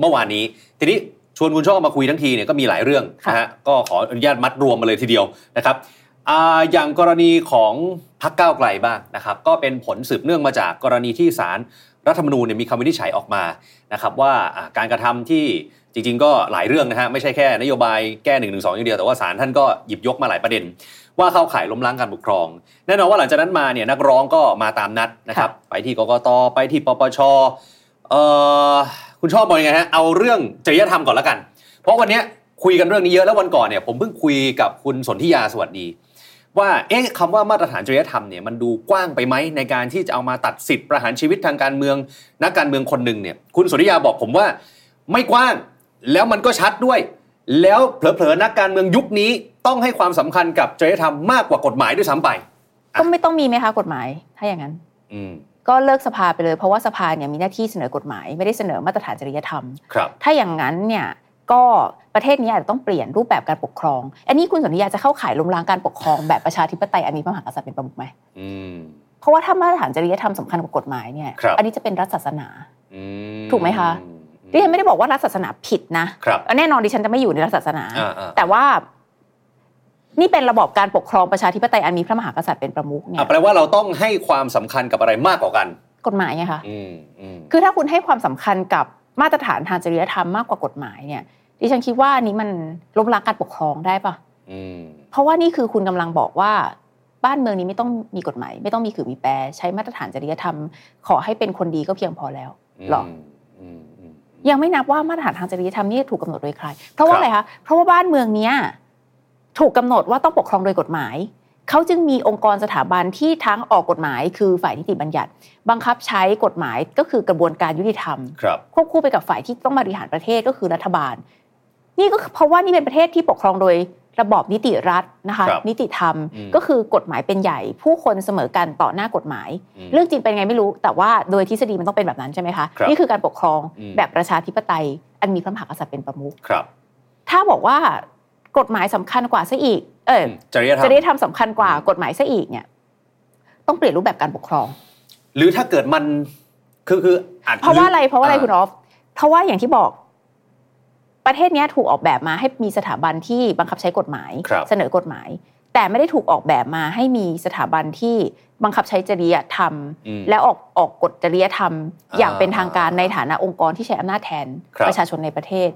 Speaker 2: เมื่อวานนี้ ทีนี้ชวนคุณช่อมาคุยทั้งทีเนี่ยก็มีหลายเรื่อง
Speaker 3: ค่ะ
Speaker 2: นะฮะก็ขออนุญาตมัดรวมมาเลยทีเดียวนะครับอ่าอย่างกรณีของพักก้าวไกลบ้างนะครับ ก็เป็นผลสืบเนื่องมาจากกรณีที่ศาลรัฐธรรมนูญเนี่ยมีคำวินิจฉัยออกมา นะครับว่าอ่ะการกระทำที่จริงๆ ก็หลายเรื่องนะฮะไม่ใช่แค่นโยบายแก้1นึอย่างเดียวแต่ว่าศาลท่านก็หยิบยกมาหลายประเด็น ว่าเข้าข่ายล้มล้างการปกครอง แน่นอนว่าหลังจากนั้นมาเนี่ยนักร้องก็มาตามนัดนะครับไปที่กกตไปที่ปปชเอ่อคุณชอบมองยังไงฮะเอาเรื่องจริยธรรมก่อนละกัน เพราะวันเนี้ยคุยกันเรื่องนี้เยอะแล้ววันก่อนเนี่ยผมเพิ่งคุยกับคุณสนธิยาสวัสดี ว่าเอ๊ะคำว่ามาตรฐานจริยธรรมเนี่ยมันดูกว้างไปไหมในการที่จะเอามาตัดสิทธิ์ประหารชีวิตทางการเมือง นักการเมืองคนหนึ่งเนี่ยคุณสุริยาบอกผมว่า ไม่กว้างแล้วมันก็ชัดด้วย แล้วเผลอๆนักการเมืองยุคนี้ต้องให้ความสำคัญกับจริยธรรมมากกว่ากฎหมายด้วยซ้ำไป อ่ะ
Speaker 3: ก็ไม่ต้องมีไหมคะกฎหมายถ้าอย่างนั้น
Speaker 2: อืม
Speaker 3: ก็เลิกสภาไปเลยเพราะว่าสภาเนี่ยมีหน้าที่เสนอกฎหมาย ไม่ได้เสนอมาตรฐานจริยธรรม
Speaker 2: ครับ
Speaker 3: ถ้าอย่างนั้นเนี่ย ก็ประเทศนี้อาจจะต้องเปลี่ยนรูปแบบการปกครอง อันนี้คุณสนธิยาจะเข้าข่ายล้มล้างการปกครองแบบประชาธิปไตยอันนี้พระมหากษัตริย์เป็นประมุขไหม
Speaker 2: อืม
Speaker 3: เพราะว่าถ้ามาตรฐานจริยธรรมสำคัญกว่ากฎหมายเนี่ย
Speaker 2: ครับ
Speaker 3: อันนี้จะเป็นรัฐศาสนา
Speaker 2: อื
Speaker 3: ถูกไหมคะ ดิฉันไม่ได้บอกว่ารัฐศาสนาผิดนะครับ แน่นอนดิฉันจะไม่อยู่ในรัฐศาสนา
Speaker 2: อ่าอ่า
Speaker 3: แต่ว่า นี่เป็นระบอบการปกครองประชาธิปไตยอันมีพระมหากษัตริย์เป็นประมุขเนี่
Speaker 2: อ่ะ
Speaker 3: ย
Speaker 2: แปลว่าเราต้องให้ความสำคัญกับอะไรมากกว่ากัน
Speaker 3: กฎหมายไงคะ
Speaker 2: อืมอืม
Speaker 3: คือถ้าคุณให้ความสำคัญกับมาตรฐานทางจริยธรรมมากกว่ากฎหมายเนี่ย ดิฉันคิดว่าอันนี้มันล้มล้างการปกครองได้ปะ
Speaker 2: อืม
Speaker 3: เพราะว่านี่คือคุณกำลังบอกว่าบ้านเมืองนี้ไม่ต้องมีกฎหมายไม่ต้องมีขือมีแปรใช้มาตรฐานจริยธรรม ขอให้เป็นคนดีก็เพียงพอแล้ว หรอ
Speaker 2: อืมอืม
Speaker 3: ยังไม่นับว่ามาตรฐานทางจริยธรรมนี่ถูกกำหนดโดยใคร เพราะ
Speaker 2: ครั
Speaker 3: ว่า
Speaker 2: บ
Speaker 3: อะไรคะ เพราะว่าบ้านเมืองเนี้ยถูกกำหนดว่าต้องปกครองโดยกฎหมาย เขาจึงมีองค์กรสถาบันที่ทั้งออกกฎหมาย คือฝ่ายนิติบัญญัติ บังคับใช้กฎหมายก็คือกระบวนการยุติธรรม
Speaker 2: ครับ
Speaker 3: ควบคู่ไปกับฝ่ายที่ต้องบริหารประเทศก็คือรัฐบาล นี่ก็เพราะว่านี่เป็นประเทศที่ปกครองโดยระบอบนิติรัฐนะคะ
Speaker 2: ครับ
Speaker 3: นิติธรรม
Speaker 2: อืม
Speaker 3: ก็คือกฎหมายเป็นใหญ่ ผู้คนเสมอกันต่อหน้ากฎหมาย เรื่องจริงเป็นไงไม่รู้แต่ว่าโดยทฤษฎีมันต้องเป็นแบบนั้นใช่ไหมคะ
Speaker 2: ครับ
Speaker 3: นี่คือการปกครอง
Speaker 2: อืม
Speaker 3: แบบประชาธิปไตย อันมีพระมหากษัตริย์เป็นประมุข
Speaker 2: ครับ
Speaker 3: ถ้าบอกว่ากฎหมายสำคัญกว่าซะอีก เออ
Speaker 2: อืมจริยธรรม
Speaker 3: จะได้ทำสำคัญกว่า
Speaker 2: อืม
Speaker 3: กฎหมายซะอีกเนี่ยต้องเปลี่ยนรูปแบบการปกครอง
Speaker 2: หรือถ้าเกิดมันคือคืออาจ
Speaker 3: เพราะว่าอะไรเพราะว่าอะไร
Speaker 2: อ่า
Speaker 3: คุณออฟเพราะว่าอย่างที่บอก ประเทศเนี้ยถูกออกแบบมาให้มีสถาบันที่บังคับใช้กฎหมาย
Speaker 2: ครับ
Speaker 3: เสนอกฎหมาย แต่ไม่ได้ถูกออกแบบมาให้มีสถาบันที่บังคับใช้จริยธรรม
Speaker 2: อืม
Speaker 3: และออกออกกฎจริยธรรม
Speaker 2: อ่า
Speaker 3: อย่างเป็นทางการในฐานะองค์กรที่ใช้อำนาจแทน
Speaker 2: ครับ
Speaker 3: ประชาชนในประเทศ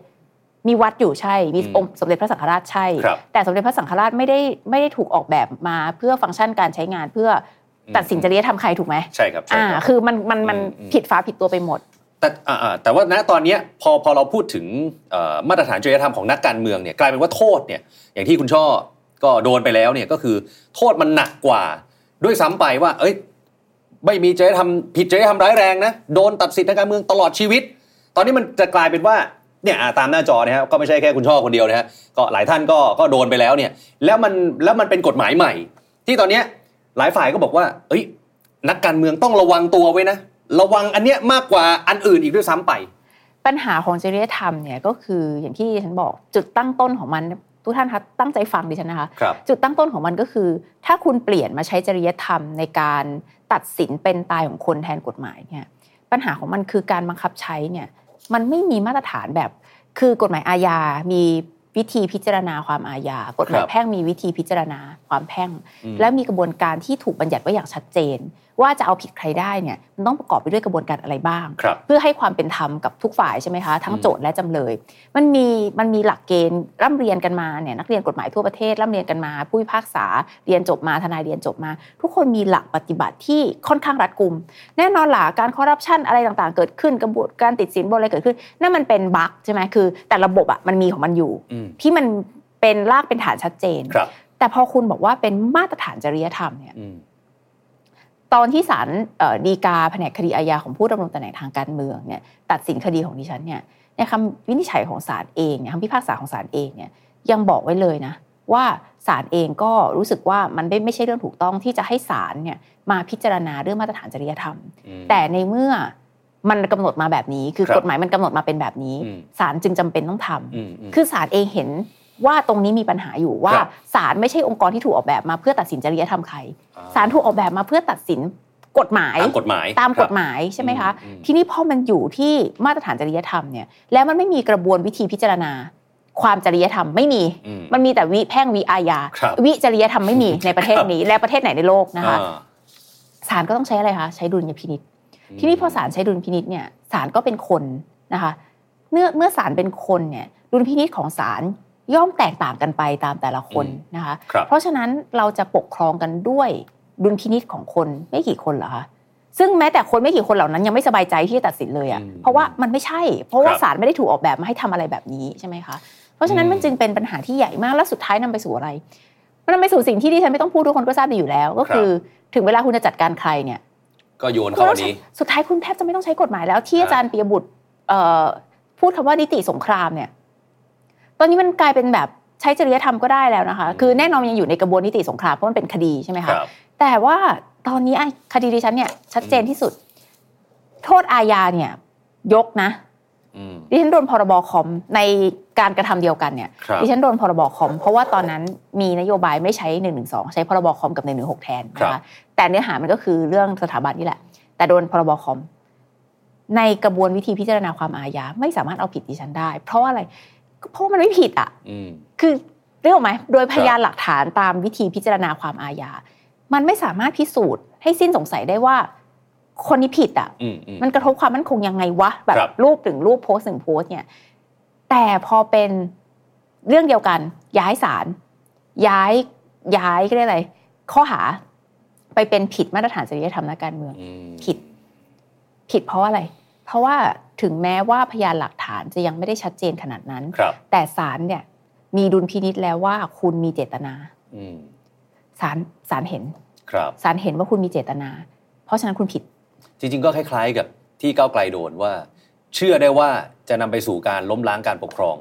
Speaker 3: มีวัดอยู่ใช่ มี
Speaker 2: อืม
Speaker 3: องค์สมเด็จพระสังฆราชใช่
Speaker 2: ครับ
Speaker 3: แต่สมเด็จพระสังฆราชไม่ได้ไม่ได้ถูกออกแบบมาเพื่อฟังก์ชันการใช้งานเพื่ออตัดสินจริยธรรมใครถูกไหม
Speaker 2: ใช่ครับใช่
Speaker 3: อ่า
Speaker 2: ครับ
Speaker 3: คือมันมันมัน
Speaker 2: อืมอืม
Speaker 3: ผิดฟ้าผิดตัวไปหมด
Speaker 2: แต่อ่าอ่าแต่ว่าณตอนเนี้ยพอพอเราพูดถึงเอ่อมาตรฐานจริยธรรมของนักการเมืองเนี่ยกลายเป็นว่าโทษเนี่ยอย่างที่คุณช่อก็โดนไปแล้วเนี่ยก็คือโทษมันหนักกว่า ด้วยซ้ำไปว่า เอ้ยไม่มีจริยธรรมผิดจริยธรรมร้ายแรงนะโดนตัดสิทธิทางการเมืองตลอดชีวิต ตอนนี้มันจะกลายเป็นว่าเนี่ยอ่าตามหน้าจอนะฮะก็ไม่ใช่แค่คุณช่อคนเดียวนะฮะก็หลายท่านก็ก็โดนไปแล้วเนี่ยแล้วมันแล้วมันเป็นกฎหมายใหม่ ที่ตอนเนี้ยหลายฝ่ายก็บอกว่า เอ้ย นักการเมืองต้องระวังตัวไว้นะ ระวังอันเนี้ยมากกว่าอันอื่นอีกด้วยซ้ำไป
Speaker 3: ปัญหาของจริยธรรมเนี่ยก็คืออย่างที่ฉันบอกจุดตั้งต้นของมันทุกท่านคะตั้งใจฟังดิฉันนะคะ
Speaker 2: ครับ
Speaker 3: จุดตั้งต้นของมันก็คือ ถ้าคุณเปลี่ยนมาใช้จริยธรรมในการตัดสินเป็นตายของคนแทนกฎหมายเนี่ยปัญหาของมันคือการบังคับใช้เนี่ยมันไม่มีมาตรฐานแบบ คือกฎหมายอาญา มีวิธีพิจารณาความอาญา กฎห
Speaker 2: ค
Speaker 3: มาย
Speaker 2: รับ
Speaker 3: แพ่งมีวิธีพิจารณาความแพ่ง
Speaker 2: อืม
Speaker 3: และมีกระบวนการที่ถูกบัญญัติไว้อย่างชัดเจน ว่าจะเอาผิดใครได้เนี่ยมันต้องประกอบไปด้วยกระบวนการอะไรบ้าง
Speaker 2: ครับ
Speaker 3: เพื่อให้ความเป็นธรรมกับทุกฝ่ายใช่ไหมคะ ทั้ง
Speaker 2: อืม
Speaker 3: โจทย์และจำเลย มันมีมันมีหลักเกณฑ์ร่ำเรียนกันมาเนี่ยนักเรียนกฎหมายทั่วประเทศร่ำเรียนกันมา ผู้พิพากษาเรียนจบมาทนายเรียนจบมา ทุกคนมีหลักปฏิบัติที่ค่อนข้างรัดกุม แน่นอนหล่ะการคอร์รัปชันอะไรต่างๆ เกิดขึ้นกระบวนการติดสินบนอะไรเกิดขึ้นนั่นมันเป็นบั๊กใช่ไหมคือ แต่ระบบอ่ะมันมีของมันอยู่
Speaker 2: อืม
Speaker 3: ที่มันเป็นรากเป็นฐานชัดเจน
Speaker 2: ครับ
Speaker 3: แต่พอคุณบอกว่าเป็นมาตรฐานจริยธรรมเนี่ย
Speaker 2: อืม
Speaker 3: ตอนที่ศาลเอ่อฎีกาแผนกคดีอาญาของผู้ดำรงตำแหน่งทางการเมืองเนี่ยตัดสินคดีของดิฉันเนี่ยในคำวินิจฉัยของศาลเองเนี่ยคำพิพากษาของศาลเองเนี่ยยังบอกไว้เลยนะว่าศาลเองก็รู้สึกว่ามันไม่ไม่ใช่เรื่องถูกต้องที่จะให้ศาลเนี่ยมาพิจารณาเรื่องมาตรฐานจริยธรรม
Speaker 2: อืม
Speaker 3: แต่ในเมื่อมันกำหนดมาแบบนี้ คือ
Speaker 2: ครับ
Speaker 3: กฎหมายมันกำหนดมาเป็นแบบนี้
Speaker 2: อืม
Speaker 3: ศาลจึงจำเป็นต้องทำ
Speaker 2: อืมอืม
Speaker 3: คือศาลเองเห็นว่าตรงนี้มีปัญหาอยู่ว่า
Speaker 2: ครับ
Speaker 3: ศาลไม่ใช่องค์กรที่ถูกออกแบบมาเพื่อตัดสินจริยธรรมใคร
Speaker 2: อ่า
Speaker 3: ศาลถูกออกแบบมาเพื่อตัดสินกฎหมาย
Speaker 2: ตามกฎหมาย
Speaker 3: ตาม
Speaker 2: ค
Speaker 3: ก
Speaker 2: รับ
Speaker 3: ฎหมายใช่ไหมคะ
Speaker 2: อืมอืม
Speaker 3: ทีนี้พอมันอยู่ที่มาตรฐานจริยธรรมเนี่ยแล้วมันไม่มีกระบวนวิธีพิจารณา ความจริยธรรมไม่มี
Speaker 2: อืม
Speaker 3: มันมีแต่วิแพ่งวิอาญา
Speaker 2: ครับ
Speaker 3: วิจริยธรรม ไม่มีในประเทศนี้และประเทศไหนในโลกนะคะ
Speaker 2: อ่า
Speaker 3: ศาลก็ต้องใช้อะไรคะใช้ดุลยพินิษ ทีนี้พอศาลใช้ดุลพินิษเนี่ยศาลก็เป็นคนนะคะ เมื่อเมื่อศาลเป็นคนเนี่ยดุลพินิษของศาลย่อมแตกต่างกันไปตามแต่ละคน
Speaker 2: อืม
Speaker 3: นะคะ
Speaker 2: ครับ
Speaker 3: เพราะฉะนั้นเราจะปกครองกันด้วยดุลพินิษของคนไม่กี่คนเหรอคะซึ่งแม้แต่คนไม่กี่คนเหล่านั้นยังไม่สบายใจที่จะตัดสินเลยอะ่ะเพราะว่ามันไม่ใช่ เพราะว่าศาลไม่ได้ถูกออกแบบมาให้ทำอะไรแบบนี้ใช่ไหมคะเพราะฉะนั้นมันจึงเป็นปัญหาที่ใหญ่มากและสุดท้ายนำไปสู่อะไรมันนำไปสู่สิ่งที่ดิฉันไม่ต้องพูดทุกคนก็ทราบดีอยู่แล้ว ก็คือถึงเวลาคุณจะจัดการใครเนี่ย
Speaker 2: ก็โยนเข้าอันนี้
Speaker 3: สุดท้ายคุณแทบจะไม่ต้องใช้กฎหมายแล้ว ที่
Speaker 2: ครับ
Speaker 3: อาจารย์ปิยบุตรเอ่อพูดคำว่านิติสงครามเนี่ย ตอนนี้มันกลายเป็นแบบใช้จริยธรรมก็ได้แล้วนะคะ คือแน่นอนมันยังอยู่ในกระบวนนิติสงครามเพราะมันเป็นคดีใช่ไหม
Speaker 2: ค
Speaker 3: คะ
Speaker 2: รับ
Speaker 3: แต่ว่าตอนนี้ไอ้คดีดิฉันเนี่ยชัดเจนที่สุด โทษอาญาเนี่ย ยกนะ
Speaker 2: อืม
Speaker 3: ดิฉันโดนพรบคอมในการกระทำเดียวกันเนี่ย
Speaker 2: ครับ
Speaker 3: ดิฉันโดนพรบคอมเพราะว่าตอนนั้นมีนโยบายไม่ใช้1นึใช้พรบคอมกับ1นึแทนนะ
Speaker 2: ครั
Speaker 3: คะ
Speaker 2: บ
Speaker 3: แต่เนื้อหามันก็คือเรื่องสถาบันนี่แหละ แต่โดนพรบคอม ในกระบวนวิธีพิจารณาความอาญาไม่สามารถเอาผิดดิฉันได้ เพราะว่าอะไรเพราะว่ามันไม่ผิดอ่ะ
Speaker 2: อืม
Speaker 3: คือเรื่องไหมโดยพยา
Speaker 2: ค
Speaker 3: น
Speaker 2: รับ
Speaker 3: หลักฐานตามวิธีพิจารณาความอาญา มันไม่สามารถพิสูจน์ให้สิ้นสงสัยได้ว่า คนนี้ผิดอ่ะ
Speaker 2: อืมอืม
Speaker 3: มันกระทบความมั่นคงยังไงวะ แบบ
Speaker 2: ครับ
Speaker 3: รูปถึงรูปโพสต์ถึงโพสต์เนี่ย แต่พอเป็นเรื่องเดียวกัน ย้ายศาลย้ายย้ายก็ได้อะไร ข้อหาไปเป็นผิดมาตรฐานจริยธรรมนักการเมือง
Speaker 2: อืม
Speaker 3: ผิด ผิดเพราะอะไร เพราะว่าถึงแม้ว่าพยานหลักฐานจะยังไม่ได้ชัดเจนขนาดนั้น
Speaker 2: ครับ
Speaker 3: แต่ศาลเนี่ย มีดุลพินิษแล้วว่าคุณมีเจตนา
Speaker 2: อืม
Speaker 3: ศาลศาลเห็น
Speaker 2: ครับ
Speaker 3: ศาลเห็นว่าคุณมีเจตนา เพราะฉะนั้นคุณผิด
Speaker 2: จริงๆ ก็คล้ายๆกับที่ก้าวไกลโดนว่า เชื่อได้ว่าจะนำไปสู่การล้มล้างการปกครอง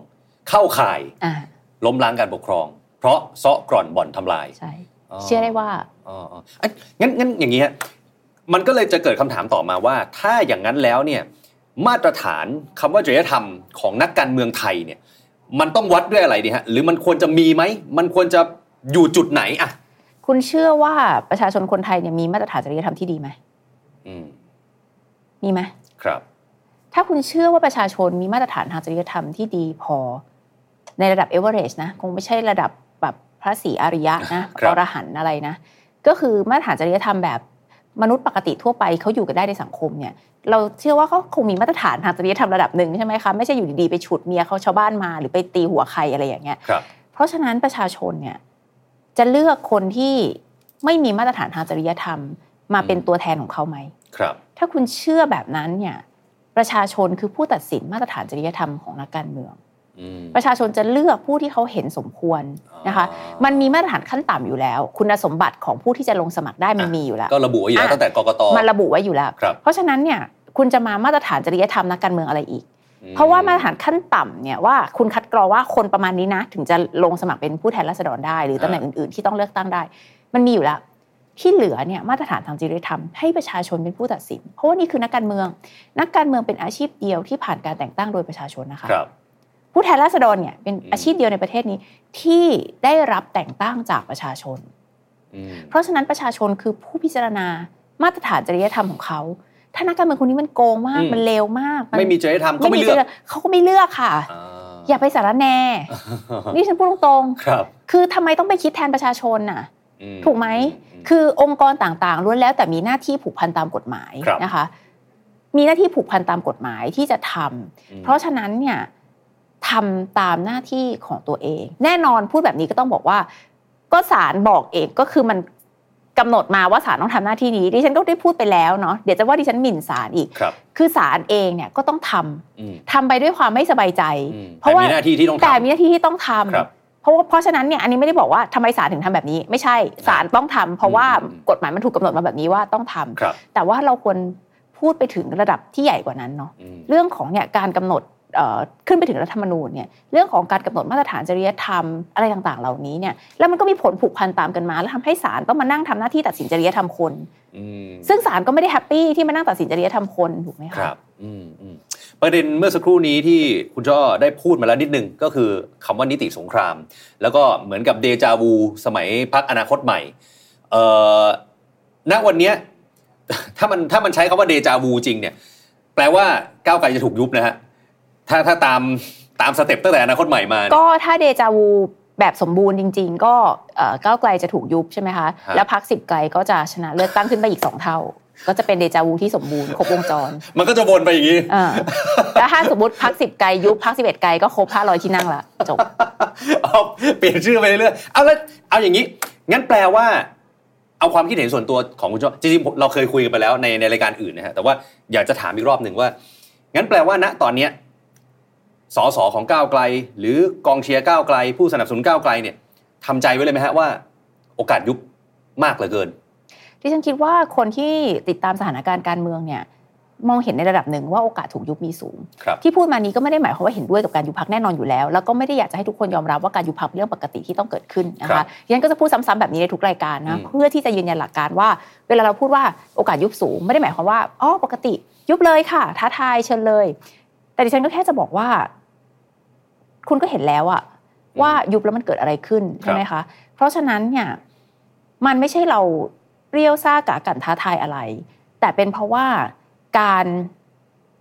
Speaker 2: เข้าข่าย
Speaker 3: อ่า
Speaker 2: ล้มล้างการปกครอง เพราะเซาะกร่อนบ่อนทำลาย
Speaker 3: ใช่
Speaker 2: อ๋อ
Speaker 3: เชื่อได้ว่า
Speaker 2: อ๋ออ๋ออ่ะงั้นงั้นอย่างนี้ฮะมันก็เลยจะเกิดคำถามต่อมาว่า ถ้าอย่างนั้นแล้วเนี่ยมาตรฐานคำว่าจริยธรรมของนักการเมืองไทยเนี่ยมันต้องวัดด้วยอะไรดีฮะหรือมันควรจะมีไหมมันควรจะอยู่จุดไหนอ่ะ
Speaker 3: คุณเชื่อว่าประชาชนคนไทยเนี่ยมีมาตรฐานจริยธรรมที่ดีไหม
Speaker 2: อืม
Speaker 3: มีไหม
Speaker 2: ครับ
Speaker 3: ถ้าคุณเชื่อว่าประชาชนมีมาตรฐานทางจริยธรรมที่ดีพอ ในระดับเอเวอเรจนะคงไม่ใช่ระดับแบบพระศรีอริยะนะครับ อรหันต์อะไรนะ ก็คือมาตรฐานจริยธรรมแบบมนุษย์ปกติทั่วไปเขาอยู่กันได้ในสังคมเนี่ยเราเชื่อว่าเขาคงมีมาตรฐานทางจริยธรรมระดับหนึ่งใช่ไหมคะไม่ใช่อยู่ดีๆไปฉุดเมียเขาชาวบ้านมาหรือไปตีหัวใครอะไรอย่างเงี้ย
Speaker 2: ครับ
Speaker 3: เพราะฉะนั้นประชาชนเนี่ยจะเลือกคนที่ไม่มีมาตรฐานทางจริยธรรม มาเป็น
Speaker 2: อืม
Speaker 3: ตัวแทนของเขาไหม
Speaker 2: ครับ
Speaker 3: ถ้าคุณเชื่อแบบนั้นเนี่ยประชาชนคือผู้ตัดสินมาตรฐานจริยธรรมของนักการเมือง
Speaker 2: อืม
Speaker 3: ประชาชนจะเลือกผู้ที่เขาเห็นสมควรนะคะ
Speaker 2: อ๋อ
Speaker 3: มันมีมาตรฐานขั้นต่ำอยู่แล้ว คุณสมบัติของผู้ที่จะลงสมัครได้มันมีอยู่แล้ว
Speaker 2: ก็ระบุไว้อยู่แล้ว
Speaker 3: อ่ะ
Speaker 2: ตั้งแต่กกต
Speaker 3: มันระบุไว้อยู่แล้ว
Speaker 2: ครับ
Speaker 3: เพราะฉะนั้นเนี่ยคุณจะมามาตรฐานจริยธรรมนักการเมืองอะไรอีก
Speaker 2: อื
Speaker 3: เพราะว่ามาตรฐานขั้นต่ำเนี่ยว่าคุณคัดกรองว่าคนประมาณนี้นะ ถึงจะลงสมัครเป็นผู้แทนราษฎรได้หรือตำแหน่งอื่นๆ ที่ต้องเลือกตั้งได้ มันมีอยู่แล้ว ที่เหลือเนี่ยมาตรฐานทางจริยธรรมให้ประชาชนเป็นผู้ตัดสิน เพราะว่านี่คือนักการเมือง นักการเมืองเป็นอาชีพเดียวที่ผ่านการแต่งตั้งโดยประชาชนนะคะ
Speaker 2: ครับ
Speaker 3: ผู้แทนราษฎรเนี่ยเป็นอาชีพเดียวในประเทศนี้ที่ได้รับแต่งตั้งจากประชาชน
Speaker 2: อืม
Speaker 3: เพราะฉะนั้นประชาชนคือผู้พิจารณามาตรฐานจริยธรรมของเขาถ้านักการเมืองคนนี้มันโกงมากมันเลวมากน
Speaker 2: ไม่มีจริยธรรมก็ไม่เลือก
Speaker 3: จริยธรรเขาก็ไม่เลือกค่ะ
Speaker 2: อ่า
Speaker 3: อย่าไปสารแน่ นี่ฉันพูดตรง
Speaker 2: ครับ
Speaker 3: ๆ คือทำไมต้องไปคิดแทนประชาชนน่ะ
Speaker 2: อื
Speaker 3: ถูกไหม
Speaker 2: อื
Speaker 3: คือองค์กรต่างๆล้วนแล้วแต่มีหน้าที่ผูกพันตามกฎหมาย
Speaker 2: ครับ
Speaker 3: นะคะ มีหน้าที่ผูกพันตามกฎหมายที่จะทำ
Speaker 2: อืม
Speaker 3: เพราะฉะนั้นเนี่ยทำตามหน้าที่ของตัวเอง แน่นอนพูดแบบนี้ก็ต้องบอกว่า ก็ศาลบอกเองก็คือมันกำหนดมาว่าศาลต้องทำหน้าที่นี้ดิฉันก็ได้พูดไปแล้วเนาะเดี๋ยวจะว่าดิฉันหมิ่นศาลอีก
Speaker 2: ครับ
Speaker 3: คือศาลเองเนี่ยก็ต้องทำ
Speaker 2: อืม
Speaker 3: ทำไปด้วยความไม่สบายใจ
Speaker 2: อืม
Speaker 3: เพราะว่า
Speaker 2: แต่มีหน้าที่ที่ต้อง
Speaker 3: แต่
Speaker 2: ทำ
Speaker 3: มีหน้าที่ที่ต้องทำ
Speaker 2: ครับ
Speaker 3: เพราะว่าเพราะฉะนั้นเนี่ยอันนี้ไม่ได้บอกว่าทำไมศาลถึงทำแบบนี้ ไม่ใช่ศาลต้องทำเพราะว่า
Speaker 2: อืม
Speaker 3: กฎหมายมันถูกกำหนดมาแบบนี้ว่าต้องทำ
Speaker 2: ครับ
Speaker 3: แต่ว่าเราควรพูดไปถึงระดับที่ใหญ่กว่านั้นเนาะ
Speaker 2: อืม
Speaker 3: เรื่องของเนี่ยการกำหนดเอ่อขึ้นไปถึงรัฐธรรมนูญเนี่ยเรื่องของการกำหนดมาตรฐานจริยธรรมอะไรต่างๆ เหล่านี้เนี่ยแล้วมันก็มีผลผูกพันตามกันมา แล้วทำให้ศาลต้องมานั่งทำหน้าที่ตัดสินจริยธรรมคน
Speaker 2: อืม
Speaker 3: ซึ่งศาลก็ไม่ได้แฮปปี้ที่มานั่งตัดสินจริยธรรมคนถูกไหม
Speaker 2: ค
Speaker 3: คะ
Speaker 2: รับอืมอืมประเด็นเมื่อสักครู่นี้ที่คุณช่อได้พูดมาแล้วนิดนึงก็คือคำว่านิติสงคราม แล้วก็เหมือนกับเดจาวูสมัยพักอนาคตใหม่เอ่อณวันเนี้ย ถ้ามันถ้ามันใช้คำว่าเดจาวูจริงเนี่ย แปลว่าก้าวไกลจะถูกยุบนะฮะถ้าถ้าตามตามสเต็ปตั้งแต่อนาคตใหม่มาเนี่ย
Speaker 3: ก็ถ้าเดจาวูแบบสมบูรณ์จริง ๆ ก็เอ่อก้าวไกลจะถูกยุบใช่ไหมคะ
Speaker 2: ฮะ
Speaker 3: แล้วพักสิบไกลก็จะชนะเลือกตั้งขึ้นไปอีกสองเท่า ก็จะเป็นเดจาวูที่สมบูรณ์ครบวง จร
Speaker 2: มันก็จะวนไปอย่างนี้
Speaker 3: อ่าแล้วถ้าสมมติพักสิบไกลยุบพักสิบเอ็ดไกลก็ครบห้าร้อยที่นั่งละจบ
Speaker 2: เอาเปลี่ยนชื่อไปเรื่อยๆเอาแล้วเอาอย่างนี้ งั้นแปลว่า เอาความคิดเห็นส่วนตัวของคุณโจจริงๆผมเราเคยคุยกันไปแล้วในในรายการอื่นนะฮะ แต่ว่าอยากจะถามอีกรอบหนึ่งว่า งั้นแปลว่าณตอนเนี้ยสสของก้าวไกล หรือกองเชียร์ก้าวไกล ผู้สนับสนุนก้าวไกลเนี่ยทำใจไว้เลยไหมฮะว่า โอกาสยุบมากเหลือเกิน
Speaker 3: ดิฉันคิดว่าคนที่ติดตามสถานการณ์การเมืองเนี่ยมองเห็นในระดับหนึ่งว่าโอกาสถูกยุบมีสูง
Speaker 2: ครับ
Speaker 3: ที่พูดมานี้ก็ไม่ได้หมายความว่าเห็นด้วยกับการยุบพักแน่นอนอยู่แล้ว แล้วก็ไม่ได้อยากจะให้ทุกคนยอมรับว่าการยุบพักเป็นเรื่องปกติที่ต้องเกิดขึ้นนะ
Speaker 2: ครั
Speaker 3: คะ
Speaker 2: บ
Speaker 3: ดิฉันก็จะพูดซ้ำๆแบบนี้ในทุกรายการนะ
Speaker 2: อืม
Speaker 3: เพื่อที่จะยืนยันหลักการว่า เวลาเราพูดว่าโอกาสยุบสูง ไม่ได้หมายความว่าอ๋อปกติ ยุบเลยค่ะท้าทายเชิญเลย แต่ ดิฉันก็แค่จะบอกว่า คุณก็เห็นแล้วอะว่ายุบแล้วมันเกิดอะไรขึ้นใช่ไหมคะ เพราะฉะนั้นเนี่ยมันไม่ใช่เราเรียวซ่ากากันท้าทายอะไร แต่เป็นเพราะว่าการ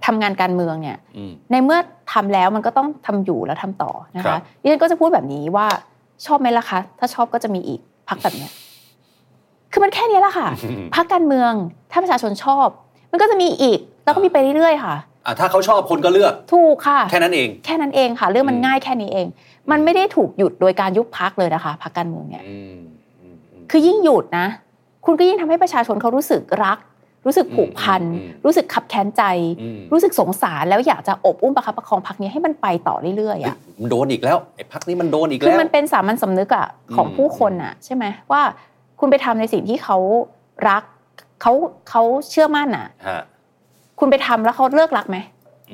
Speaker 3: ทำงานการเมืองเนี่ย
Speaker 2: อืม
Speaker 3: ในเมื่อทำแล้วมันก็ต้องทำอยู่แล้วทำต่อนะ
Speaker 2: ครั
Speaker 3: คะ
Speaker 2: บ
Speaker 3: ดิฉันก็จะพูดแบบนี้ว่าชอบไหมล่ะคะ ถ้าชอบก็จะมีอีกพักแบบเนี้ยคือมันแค่เนี้ยแหละค่ะ พักการเมืองถ้าประชาชนชอบ มันก็จะมีอีกแล้วก็มีไปเรื่อยๆค่ะ
Speaker 2: อ่ะถ้าเขาชอบคนก็เลือก
Speaker 3: ถูกค่ะ
Speaker 2: แค่นั้นเอง
Speaker 3: แค่นั้นเองค่ะ เรื่องมัน
Speaker 2: อืม
Speaker 3: ง่ายแค่นี้เอง มันไม่ได้ถูกหยุดโดยการยุบพักเลยนะคะพักการเมืองเนี่ย
Speaker 2: อืมอืมอืม
Speaker 3: คือยิ่งหยุดนะ คุณก็ยิ่งทำให้ประชาชนเขารู้สึกรัก รู้สึกผูกพัน
Speaker 2: อืมอืม
Speaker 3: รู้สึกขับแค้นใจ
Speaker 2: อืม
Speaker 3: รู้สึกสงสารแล้วอยากจะอบอุ้มประคับประคองพักนี้ยให้มันไปต่อเรื่อยๆอะ
Speaker 2: มันโดนอีกแล้วไอ้พักนี้มันโดนอีก
Speaker 3: คือ
Speaker 2: แล้ว
Speaker 3: มันเป็นสามัญสำนึกอะของ
Speaker 2: อืม
Speaker 3: ผู้คนอะใช่ไหมว่าคุณไปทำในสิ่งที่เขารักเขาเขาเชื่อมั่นอะ
Speaker 2: ฮะ
Speaker 3: คุณไปทำแล้วเขาเลิกรักไหม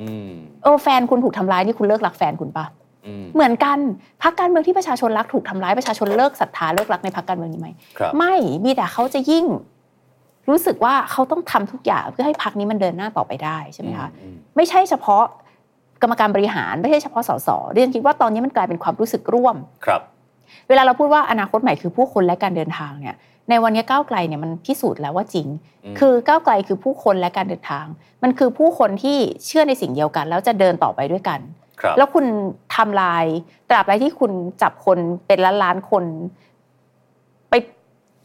Speaker 2: อืม
Speaker 3: เออแฟนคุณถูกทำร้ายนี่คุณเลิกรักแฟนคุณปะ
Speaker 2: อืม
Speaker 3: เหมือนกันพักการเมืองที่ประชาชนรักถูกทำร้ายประชาชนเลิกศรัทธาเลิกรักในพักการเมืองนี้ไหม
Speaker 2: ครับ
Speaker 3: ไม่มีแต่เขาจะยิ่ง รู้สึกว่าเขาต้องทำทุกอย่างเพื่อให้พักนี้มันเดินหน้าต่อไปได้ใช่ไหมคะ
Speaker 2: อืม
Speaker 3: ไม่ใช่เฉพาะกรรมการบริหารไม่ใช่เฉพาะสสเรียนคิดว่าตอนนี้มันกลายเป็นความรู้สึกร่วม
Speaker 2: ครับ
Speaker 3: เวลาเราพูดว่าอนาคตใหม่คือผู้คนและการเดินทางเนี่ย ในวันนี้ก้าวไกลเนี่ยมันพิสูจน์แล้วว่าจริง
Speaker 2: อืม
Speaker 3: คือก้าวไกลคือผู้คนและการเดินทาง มันคือผู้คนที่เชื่อในสิ่งเดียวกัน แล้วจะเดินต่อไปด้วยกัน
Speaker 2: ครับ
Speaker 3: แล้วคุณทำลายตราบใดที่คุณจับคนเป็นล้านล้านๆคน ไป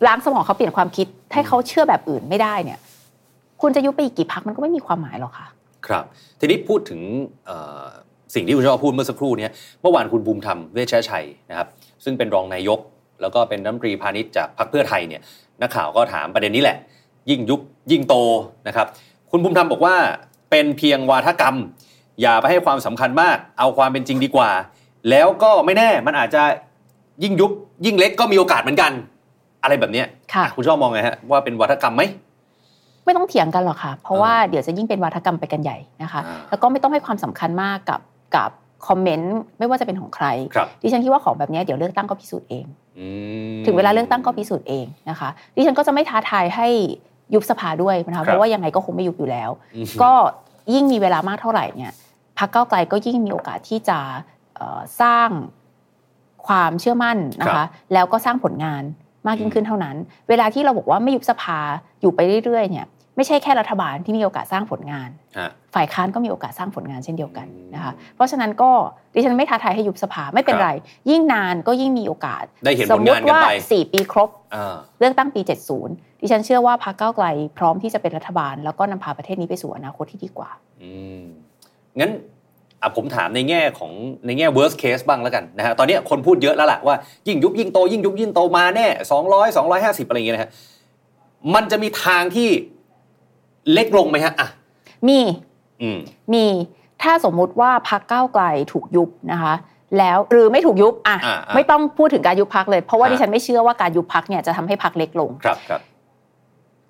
Speaker 3: ล้างสมองเขาเปลี่ยนความคิด ให้เขาเชื่อแบบอื่นไม่ได้เนี่ย คุณจะยุบไปอีกกี่พักมันก็ไม่มีความหมายหรอกค่ะ
Speaker 2: ครับ ทีนี้พูดถึงเอ่อสิ่งที่คุณชอบพูดเมื่อสักครู่เนี้เมื่อวานคุณภูมิธรรมเวชยชัยนะครับ ซึ่งเป็นรองนายก แล้วก็เป็นรัฐมนตรีพาณิชย์จากพรรคเพื่อไทยเนี่ยนักข่าวก็ถามประเด็นนี้แหละ ยิ่งยุบยิ่งโตนะครับ คุณภูมิธรรมบอกว่าเป็นเพียงวาทกรรม อย่าไปให้ความสำคัญมาก เอาความเป็นจริงดีกว่า แล้วก็ไม่แน่มันอาจจะยิ่งยุบยิ่งเล็กก็มีโอกาสเหมือนกัน อะไรแบบเนี้ย
Speaker 3: ค่ะ
Speaker 2: คุณชอบมองไงฮะว่าเป็นวาทกรรมไหม
Speaker 3: ไม่ต้องเถียงกันหรอกค่ะ เพราะว่า
Speaker 2: อ่า
Speaker 3: เดี๋ยวจะยิ่งเป็นวาทกรรมไปกันใหญ่นะคะ
Speaker 2: อ่า
Speaker 3: แล้วก็ไม่ต้องให้ความสำคัญมากกับกับคอมเมนต์ไม่ว่าจะเป็นของใคร
Speaker 2: ครับ
Speaker 3: ดิฉันคิดว่าของแบบนี้เดี๋ยวเลือกตั้งก็พิสูจน์เอง
Speaker 2: อืม
Speaker 3: ถึงเวลาเลือกตั้งก็พิสูจน์เองนะคะดิฉันก็จะไม่ท้าทายให้ยุบสภาด้วยนะ
Speaker 2: ครับ
Speaker 3: คะเพราะว่ายังไงก็คงไม่ยุบอยู่แล้ว
Speaker 2: อืม
Speaker 3: ก็ยิ่งมีเวลามากเท่าไหร่เนี่ยพักเก้าวไกลก็ยิ่งมีโอกาสที่จะเอ่อสร้างความเชื่อมั่นนะ
Speaker 2: ครั
Speaker 3: คะ
Speaker 2: บ
Speaker 3: แล้วก็สร้างผลงานมากยิ่งขึ้นเท่านั้น เวลาที่เราบอกว่าไม่ยุบสภาอยู่ไปเรื่อยๆเนี่ยไม่ใช่แค่รัฐบาลที่มีโอกาสสร้างผลงาน
Speaker 2: ฮะ
Speaker 3: ฝ่ายค้านก็มีโอกาสสร้างผลงานเช่นเดียวกันนะคะ
Speaker 2: อืม
Speaker 3: เพราะฉะนั้นก็ดิฉันไม่ท้าทายให้ยุบสภาไม่เป็นไร ยิ่งนานก็ยิ่งมีโอกาส
Speaker 2: ได้เห็น
Speaker 3: ส
Speaker 2: ผ
Speaker 3: ม
Speaker 2: ล
Speaker 3: ม
Speaker 2: งาน
Speaker 3: ติ
Speaker 2: กัน
Speaker 3: ว่า
Speaker 2: ไป
Speaker 3: สี่ปีครบ
Speaker 2: อ่า
Speaker 3: เลือกตั้งปี 70 ดิฉันเชื่อว่าพรรคก้าวไกลพร้อมที่จะเป็นรัฐบาล แล้วก็นำพาประเทศนี้ไปสู่อนาคตที่ดีกว่า
Speaker 2: อืมงั้นอ่ะผมถามในแง่ของในแง่ worst case บ้างแล้วกันนะฮะตอนเนี้ยคนพูดเยอะแล้วล่ะว่ายิ่งยุบยิ่งโต ยิ่งยุบยิ่งโตมาแน่ 200 250 อะไรอย่างเงี้ยนะฮะมันจะมีทางที่เล็กลงไหมฮะอ่ะ
Speaker 3: มี
Speaker 2: อืม
Speaker 3: มีถ้าสมมุติว่าพรรคก้าวไกลถูกยุบนะคะ แล้วหรือไม่ถูกยุบอ่ะ
Speaker 2: อ่าอ่า
Speaker 3: ไม่ต้องพูดถึงการยุบพักเลย เพราะว่า
Speaker 2: อ่า
Speaker 3: ดิฉันไม่เชื่อว่าการยุบพักเนี่ยจะทำให้พักเล็กลง
Speaker 2: ครับครับ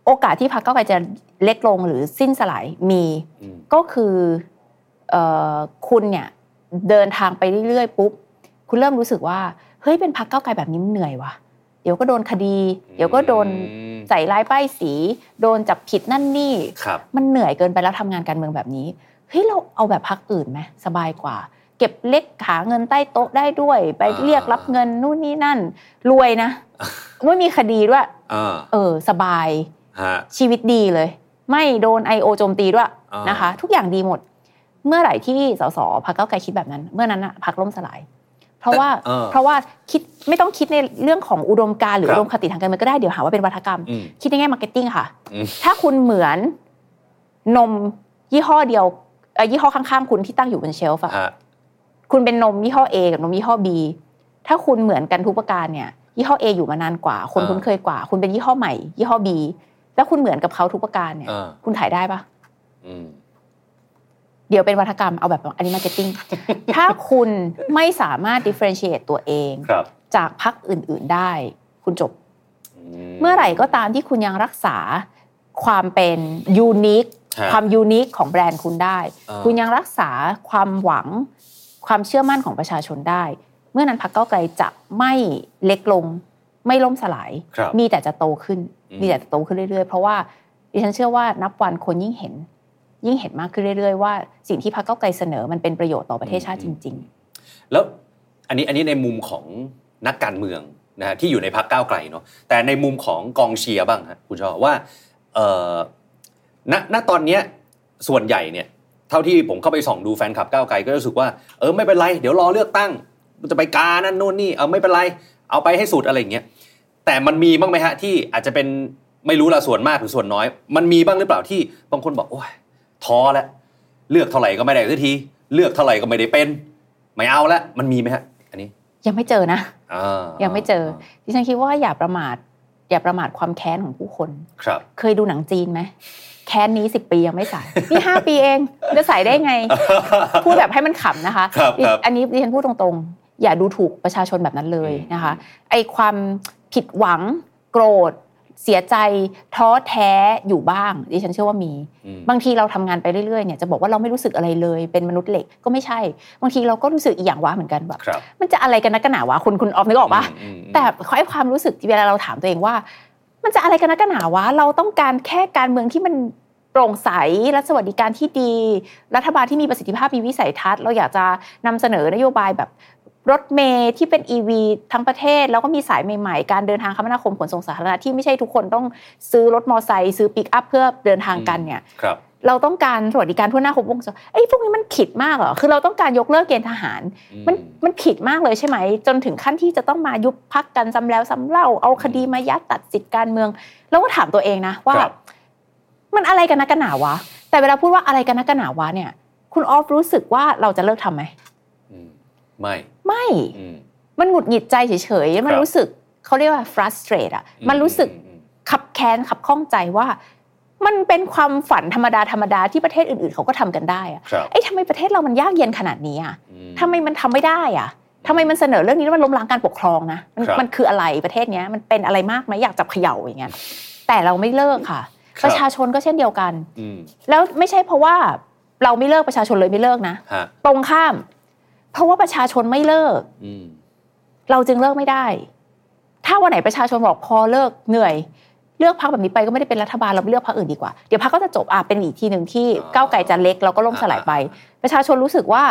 Speaker 3: โอกาสที่พรรคก้าวไกลจะเล็กลงหรือสิ้นสลายมี
Speaker 2: อืม
Speaker 3: ก็คือเอ่อคุณเนี่ยเดินทางไปเรื่อยๆปุ๊บคุณเริ่มรู้สึกว่าเฮ้ยเป็นพรรคก้าวไกลแบบนี้มันเหนื่อยว่ะเดี๋ยวก็โดนคดี เดี๋ยวก็โดน
Speaker 2: อืม
Speaker 3: ใส่ร้ายป้ายสีโดนจับผิดนั่นนี่
Speaker 2: ครับ
Speaker 3: มันเหนื่อยเกินไปแล้วทำงานการเมืองแบบนี้เฮ้ยเราเอาแบบพักอื่นไหมสบายกว่า เก็บเล็กหาเงินใต้โต๊ะได้ด้วย ไป
Speaker 2: อ่า
Speaker 3: เรียกรับเงินนู่นนี่นั่น รวยนะ ไม่มีคดีด้วย
Speaker 2: อ่า
Speaker 3: เออ สบาย
Speaker 2: ฮะ
Speaker 3: ชีวิตดีเลย ไม่โดน I.O. โจมตีด้วย
Speaker 2: อ่าน
Speaker 3: นะคะ ทุกอย่างดีหมด เมื่อไหร่ที่สสพักเก้าวไกลคิดแบบนั้น เมื่อนั้นอะพักล่มสลาย เพราะว่า
Speaker 2: แต่เออ
Speaker 3: เพราะว่าคิดไม่ต้องคิดในเรื่องของอุดมการณ์หรือ
Speaker 2: ครับ
Speaker 3: อุดมคติทางการเมืองก็ได้เดี๋ยวหาว่าเป็นวัฒกรรม
Speaker 2: อืม
Speaker 3: คิดในแง่มาร์เก็ตติ้งค่ะ
Speaker 2: อืม
Speaker 3: ถ้าคุณเหมือนนมยี่ห้อเดียวเอ่อยี่ห้อข้างๆ คุณที่ตั้งอยู่บนเชลฟ์อะ
Speaker 2: ฮะ
Speaker 3: คุณเป็นนมยี่ห้อ A กับนมยี่ห้อ B ถ้าคุณเหมือนกันทุกประการเนี่ย ยี่ห้อ A อยู่มานานกว่า คนคุ้นเคยกว่า คุณเป็นยี่ห้อใหม่ ยี่ห้อ B แล้วคุณเหมือนกับเขาทุกประการเนี่ย
Speaker 2: อ่า
Speaker 3: คุณถ่ายได้ปะ
Speaker 2: อืม
Speaker 3: เดี๋ยวเป็นวัฒกรรมเอาแบบอันนี้มาร์เก็ ตติ้ง ถ้าคุณไม่สามารถ differentiate ตัวเอง
Speaker 2: ครับ
Speaker 3: จากพักอื่น ๆได้ คุณจบ
Speaker 2: ม
Speaker 3: เมื่อไหร่ก็ตามที่คุณยังรักษาความเป็นยูนิค
Speaker 2: ฮะ
Speaker 3: ความยูนิคของแบรนด์คุณได้
Speaker 2: อ่า
Speaker 3: คุณยังรักษาความหวัง ความเชื่อมั่นของประชาชนได้ เมื่อนั้นพรรคเก้าวไกลจะไม่เล็กลง ไม่ล่มสลาย
Speaker 2: ครับ
Speaker 3: มีแต่จะโตขึ้น
Speaker 2: อืม
Speaker 3: มีแต่จะโตขึ้นเรื่อยๆ เพราะว่าดิฉันเชื่อว่านับวันคนยิ่งเห็น ยิ่งเห็นมากขึ้นเรื่อยๆ ว่าสิ่งที่พรรคเก้าวไกลเสนอมันเป็นประโยชน์ต่อประเทศชาติจริง
Speaker 2: แล้วอันนี้อันนี้ในมุมของนักการเมืองนะฮะที่อยู่ในพักก้าวไกลเนาะแต่ในมุมของกองเชียร์บ้างฮะคุณชอว่าเอ่อณณตอนเนี้ยส่วนใหญ่เนี่ยเท่าที่ผมเข้าไปส่องดูแฟนคลับก้าวไกลก็รู้สึกว่าเออไม่เป็นไรเดี๋ยวรอเลือกตั้งมันจะไปกานั่นนู่นนี่เออไม่เป็นไรเอาไปให้สุดอะไรอย่างเงี้ยแต่มันมีบ้างไหมฮะที่อาจจะเป็นไม่รู้ละส่วนมากหรือส่วนน้อย มันมีบ้างหรือเปล่าที่บางคนบอกโอ้ยท้อแล้วเลือกเท่าไหร่ก็ไม่ได้สักทีเลือกเท่าไหร่ก็ไม่ได้เป็น ไม่เอาละมันมีไหมฮะ อันนี้
Speaker 3: ๆ ยังไม่เจอนะ
Speaker 2: อ่า
Speaker 3: ยังไม่เจอ ดิฉันคิดว่าอย่าประมาท อย่าประมาทความแค้นของผู้คน
Speaker 2: ครับ
Speaker 3: เคยดูหนังจีนไหมแค้นนี้สิปียังไม่สาย นี่ห้าปีเองจะสายได้ไง พูดแบบให้มันขำนะคะ
Speaker 2: ครับครับ
Speaker 3: อันนี้ดิฉันพูดตรงๆ อย่าดูถูกประชาชนแบบนั้นเลย
Speaker 2: อืม
Speaker 3: นะคะ ไอความผิดหวังโกรธ เสียใจท้อแท้อยู่บ้าง ดิฉันเชื่อว่ามี
Speaker 2: อืม
Speaker 3: บางทีเราทำงานไปเรื่อยๆเนี่ยจะบอกว่าเราไม่รู้สึกอะไรเลยเป็นมนุษย์เหล็กก็ไม่ใช่ บางทีเราก็รู้สึกอีกอย่างว้าเหมือนกันแบบ
Speaker 2: ครับ
Speaker 3: มันจะอะไรกันนักกันหนาวะคุณคุณออฟนึกออกปะ
Speaker 2: อืมอืม
Speaker 3: แต่ไอ้ความรู้สึกที่เวลาเราถามตัวเองว่า มันจะอะไรกันนะกันหนาวะ เราต้องการแค่การเมืองที่มันโปร่งใสรัฐสวัสดิการที่ดี รัฐบาลที่มีประสิทธิภาพมีวิสัยทัศน์ เราอยากจะนำเสนอนโยบายแบบรถเมย์ที่เป็น EV ทั้งประเทศ แล้วก็มีสายใหม่ๆ การเดินทางคมนาคมขนส่งสาธารณะที่ไม่ใช่ทุกคนต้องซื้อรถมอไซค์ซื้อปิกอัพเพื่อเดินทางกันเนี่ย
Speaker 2: ครับ
Speaker 3: เราต้องการสวัสดิการทั่วหน้าครบวงจรไอ้ยพวกนี้มันผิดมากเหรอ คือเราต้องการยกเลิกเกณฑ์ทหาร
Speaker 2: อืม
Speaker 3: มันมันผิดมากเลยใช่ไหม จนถึงขั้นที่จะต้องมายุบพักกันซ้ำแล้วซ้ำเล่า เอาคดีมายัดตัดสิทธิ์การเมือง แล้วก็ถามตัวเองนะว่า
Speaker 2: ครับ
Speaker 3: มันอะไรกันนักกันหนาวะ แต่เวลาพูดว่าอะไรกันนักกันหนาวะเนี่ย คุณออฟรู้สึกว่าเราจะเลิกทำไหม
Speaker 2: อืมไม่
Speaker 3: ไม่
Speaker 2: อืม
Speaker 3: มันหงุดหงิดใจเฉยๆ มัน
Speaker 2: ครับ
Speaker 3: รู้สึกเขาเรียกว่า frustrate อะมันรู้สึก
Speaker 2: อืม
Speaker 3: ขับแค้นขับข้องใจว่า มันเป็นความฝันธรรมดาธรรมดาที่ประเทศอื่นๆ เขาก็ทำกันได้อะ
Speaker 2: ครับ
Speaker 3: เอ้ยทำไมประเทศเรามันยากเย็นขนาดนี้อะ
Speaker 2: อืม
Speaker 3: ทำไมมันทำไม่ได้อะทำไมมันเสนอเรื่องนี้แล้วมันล้มล้างการปกครองนะมัน
Speaker 2: ครับ
Speaker 3: มันคืออะไรประเทศเนี้ยมันเป็นอะไรมากไหมอยากจับเขย่าอย่างเงี้ยแต่เราไม่เลิกค่ะ ประชาชนก็เช่นเดียวกัน
Speaker 2: อืม
Speaker 3: แล้วไม่ใช่เพราะว่าเราไม่เลิกประชาชนเลยไม่เลิกนะ
Speaker 2: ฮะ
Speaker 3: ตรงข้าม เพราะว่าประชาชนไม่เลิก
Speaker 2: อืม
Speaker 3: เราจึงเลิกไม่ได้ ถ้าวันไหนประชาชนบอกพอเลิกเหนื่อย เลือกพักแบบนี้ไปก็ไม่ได้เป็นรัฐบาลเราไปเลือกพักอื่นดีกว่า เดี๋ยวพักก็จะจบอ่ะเป็นอีกทีหนึ่งที่ก้าวไกลจะเล็กเราก็ล่มสลายไป ประชาชนรู้สึกว่า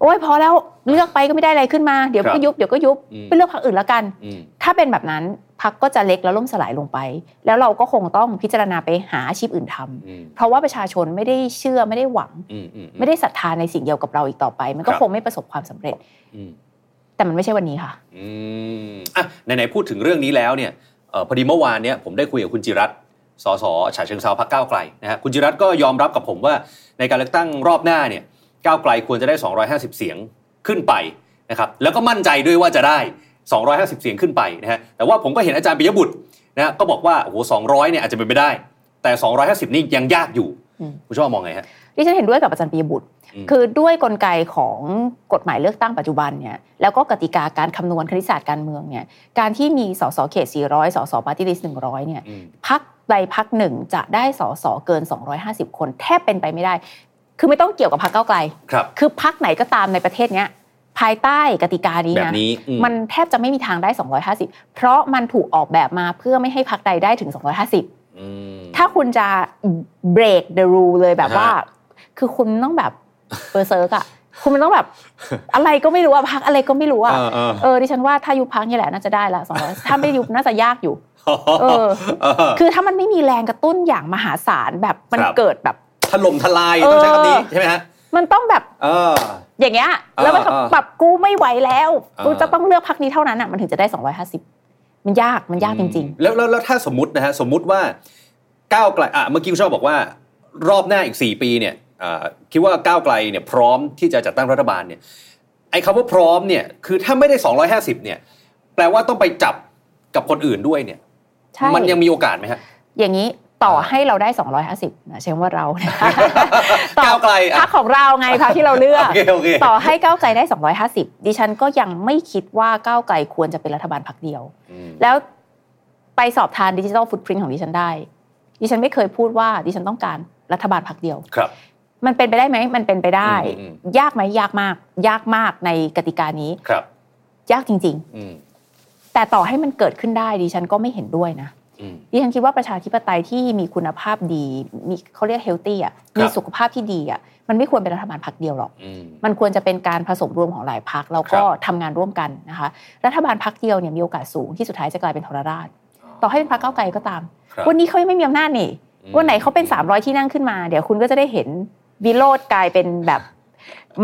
Speaker 3: โอ้ยพอแล้วเลือกไปก็ไม่ได้อะไรขึ้นมาเดี๋ยวก็ยุบเดี๋ยวก็ยุบไปเลือกพักอื่นละกัน
Speaker 2: อืม
Speaker 3: ถ้าเป็นแบบนั้นพักก็จะเล็กแล้วล่มสลายลงไป แล้วเราก็คงต้องพิจารณาไปหาอาชีพอื่นทำ
Speaker 2: อืม
Speaker 3: เพราะว่าประชาชนไม่ได้เชื่อไม่ได้หวัง
Speaker 2: อืมอืม
Speaker 3: ไม่ได้ศรัทธาในสิ่งเดียวกับเราอีกต่อไป มันก็
Speaker 2: ครับ
Speaker 3: คงไม่ประสบความสำเร็จ
Speaker 2: อืม
Speaker 3: แต่มันไม่ใช่วันนี้ค่ะ
Speaker 2: อืมอ่ะไหนๆพูดถึงเรื่องนี้แล้วเนี่ยเออพอดีเมื่อวานเนี่ยผมได้คุยกับคุณจิรัตน์สสฉะเชิงเซาพักก้าวไกลนะฮะคุณจิรัตน์ก็ยอมรับกับผมว่าในการเลือกตั้งรอบหน้าเนี่ยก้าวไกลควรจะได้ 250 เสียงขึ้นไปนะครับแล้วก็มั่นใจด้วยว่าจะได้ 250 เสียงขึ้นไปนะฮะแต่ว่าผมก็เห็นอาจารย์ปิยบุตรนะฮะก็บอกว่าโอ้โห200เนี่ยอาจจะเป็นไปได้ แต่ 250 นี่ยังยากอยู่
Speaker 3: อืม
Speaker 2: คุณชอบมองไงฮะ
Speaker 3: ดิฉันเห็นด้วยกับอาจารย์ปียบุตร
Speaker 2: อืม
Speaker 3: คือด้วยกลไกของกฎหมายเลือกตั้งปัจจุบันเนี่ยแล้วก็กติกาการคำนวณคณิตศาสตร์การเมืองเนี่ยการที่มีสสเขต 400 สสปาร์ตี้ลิสต์100 เนี่ย
Speaker 2: อืม
Speaker 3: พักใดพักหนึ่งจะได้สสเกิน 250 คนแทบเป็นไปไม่ได้ คือไม่ต้องเกี่ยวกับพักเก้าวไกล
Speaker 2: ครับ
Speaker 3: คือพักไหนก็ตามในประเทศเนี้ยภายใต้กติกานี้
Speaker 2: แบบ
Speaker 3: นะ
Speaker 2: นี้อืม
Speaker 3: มันแทบจะไม่มีทางได้ 250 เพราะมันถูกออกแบบมาเพื่อไม่ให้พักใดได้ถึง 250
Speaker 2: อืม
Speaker 3: ถ้าคุณจะ break the rule เลยแบบว่า
Speaker 2: ฮะ
Speaker 3: คือคุณต้องแบบเบอร์เซิร์กอะคุณมันต้องแบบ อะไรก็ไม่รู้อะพักอะไรก็ไม่รู้อะ
Speaker 2: เออเออ
Speaker 3: เออดิฉันว่าถ้ายุบพักนี่ยแหละน่าจะได้ละสองร้อยถ้าไม่ยุบน่าจะยากอยู่ เออ
Speaker 2: เออ
Speaker 3: คือถ้ามันไม่มีแรงกระตุ้นอย่างมหาศาลแบบมัน
Speaker 2: ครับ
Speaker 3: เกิดแบบ
Speaker 2: ถล่มทลายต้องใช้คำนี้
Speaker 3: เออ
Speaker 2: ใช่ไหมฮะ
Speaker 3: มันต้องแบบ
Speaker 2: เออ
Speaker 3: อย่างเงี้ยแล้วมันก็
Speaker 2: อ่าอ่า
Speaker 3: แบบกูไม่ไหวแล้วกู
Speaker 2: อ่า
Speaker 3: จะต้องเลือกพักนี้เท่านั้นอะมันถึงจะได้ 250 มันยากมันยากจริง
Speaker 2: ๆแล้วแล้วแล้วถ้าสมมตินะฮะสมมุติว่าก้าวไกลอ่ะเมื่อกี้คุณชอบบอกว่า รอบหน้าอีก 4 ปีเนี่ยอ่าคิดว่าก้าวไกลเนี่ยพร้อมที่จะจัดตั้งรัฐบาลเนี่ยไอ้คำว่าพร้อมเนี่ยคือถ้าไม่ได้ 250เนี่ยแปลว่าต้องไปจับกับคนอื่นด้วยเนี่ย
Speaker 3: ๆ ใช่
Speaker 2: มันยังมีโอกาสไหมฮะ
Speaker 3: อย่างนี้ต่อให้เราได้ 250นะเช่นว่าเรานะ
Speaker 2: ก้าวไกลอ่ะ
Speaker 3: พรรคของเราไงพรรคที่เราเลือก
Speaker 2: โอเคโอเค
Speaker 3: ต่อให้ก้าวไกลได้ 250 ดิฉันก็ยังไม่คิดว่าก้าวไกลควรจะเป็นรัฐบาลพรรคเดียว
Speaker 2: ม
Speaker 3: แล้วไปสอบทานดิจิทัลฟุตพิ้นของดิฉันได้ ดิฉันไม่เคยพูดว่าดิฉันต้องการรัฐบาลพรรคเดียว
Speaker 2: ครับ
Speaker 3: มันเป็นไปได้ไหมมันเป็นไปได้
Speaker 2: อืม
Speaker 3: ยากไหมยากมาก ยากมากในกติกานี้
Speaker 2: ครับ
Speaker 3: ยากจริง
Speaker 2: อืม
Speaker 3: ๆ แต่ต่อให้มันเกิดขึ้นได้ดิฉันก็ไม่เห็นด้วยนะ
Speaker 2: อืม
Speaker 3: ดิฉันคิดว่าประชาธิปไตยที่มีคุณภาพดีมีเขาเรียกเฮลตี้อ่ะ
Speaker 2: ครับ
Speaker 3: มีสุขภาพที่ดีอ่ะมันไม่ควรเป็นรัฐบาลพรรคเดียวหรอก
Speaker 2: อืม
Speaker 3: มันควรจะเป็นการผสมรวมของหลายพักแล้วก็ทำงานร่วมกันนะคะรัฐบาลพักเดียวเนี่ยมีโอกาสสูงที่สุดท้ายจะกลายเป็นทรราช ต่อให้เป็นพรรคก้าวไกลก็ตาม
Speaker 2: ครับ
Speaker 3: วันนี้เขายังไม่มีอำนาจนี่
Speaker 2: อืม
Speaker 3: วันไหนเขาเป็น 300 ที่นั่งขึ้นมา เดี๋ยวคุณก็จะได้เห็นวิโรธกลายเป็นแบบ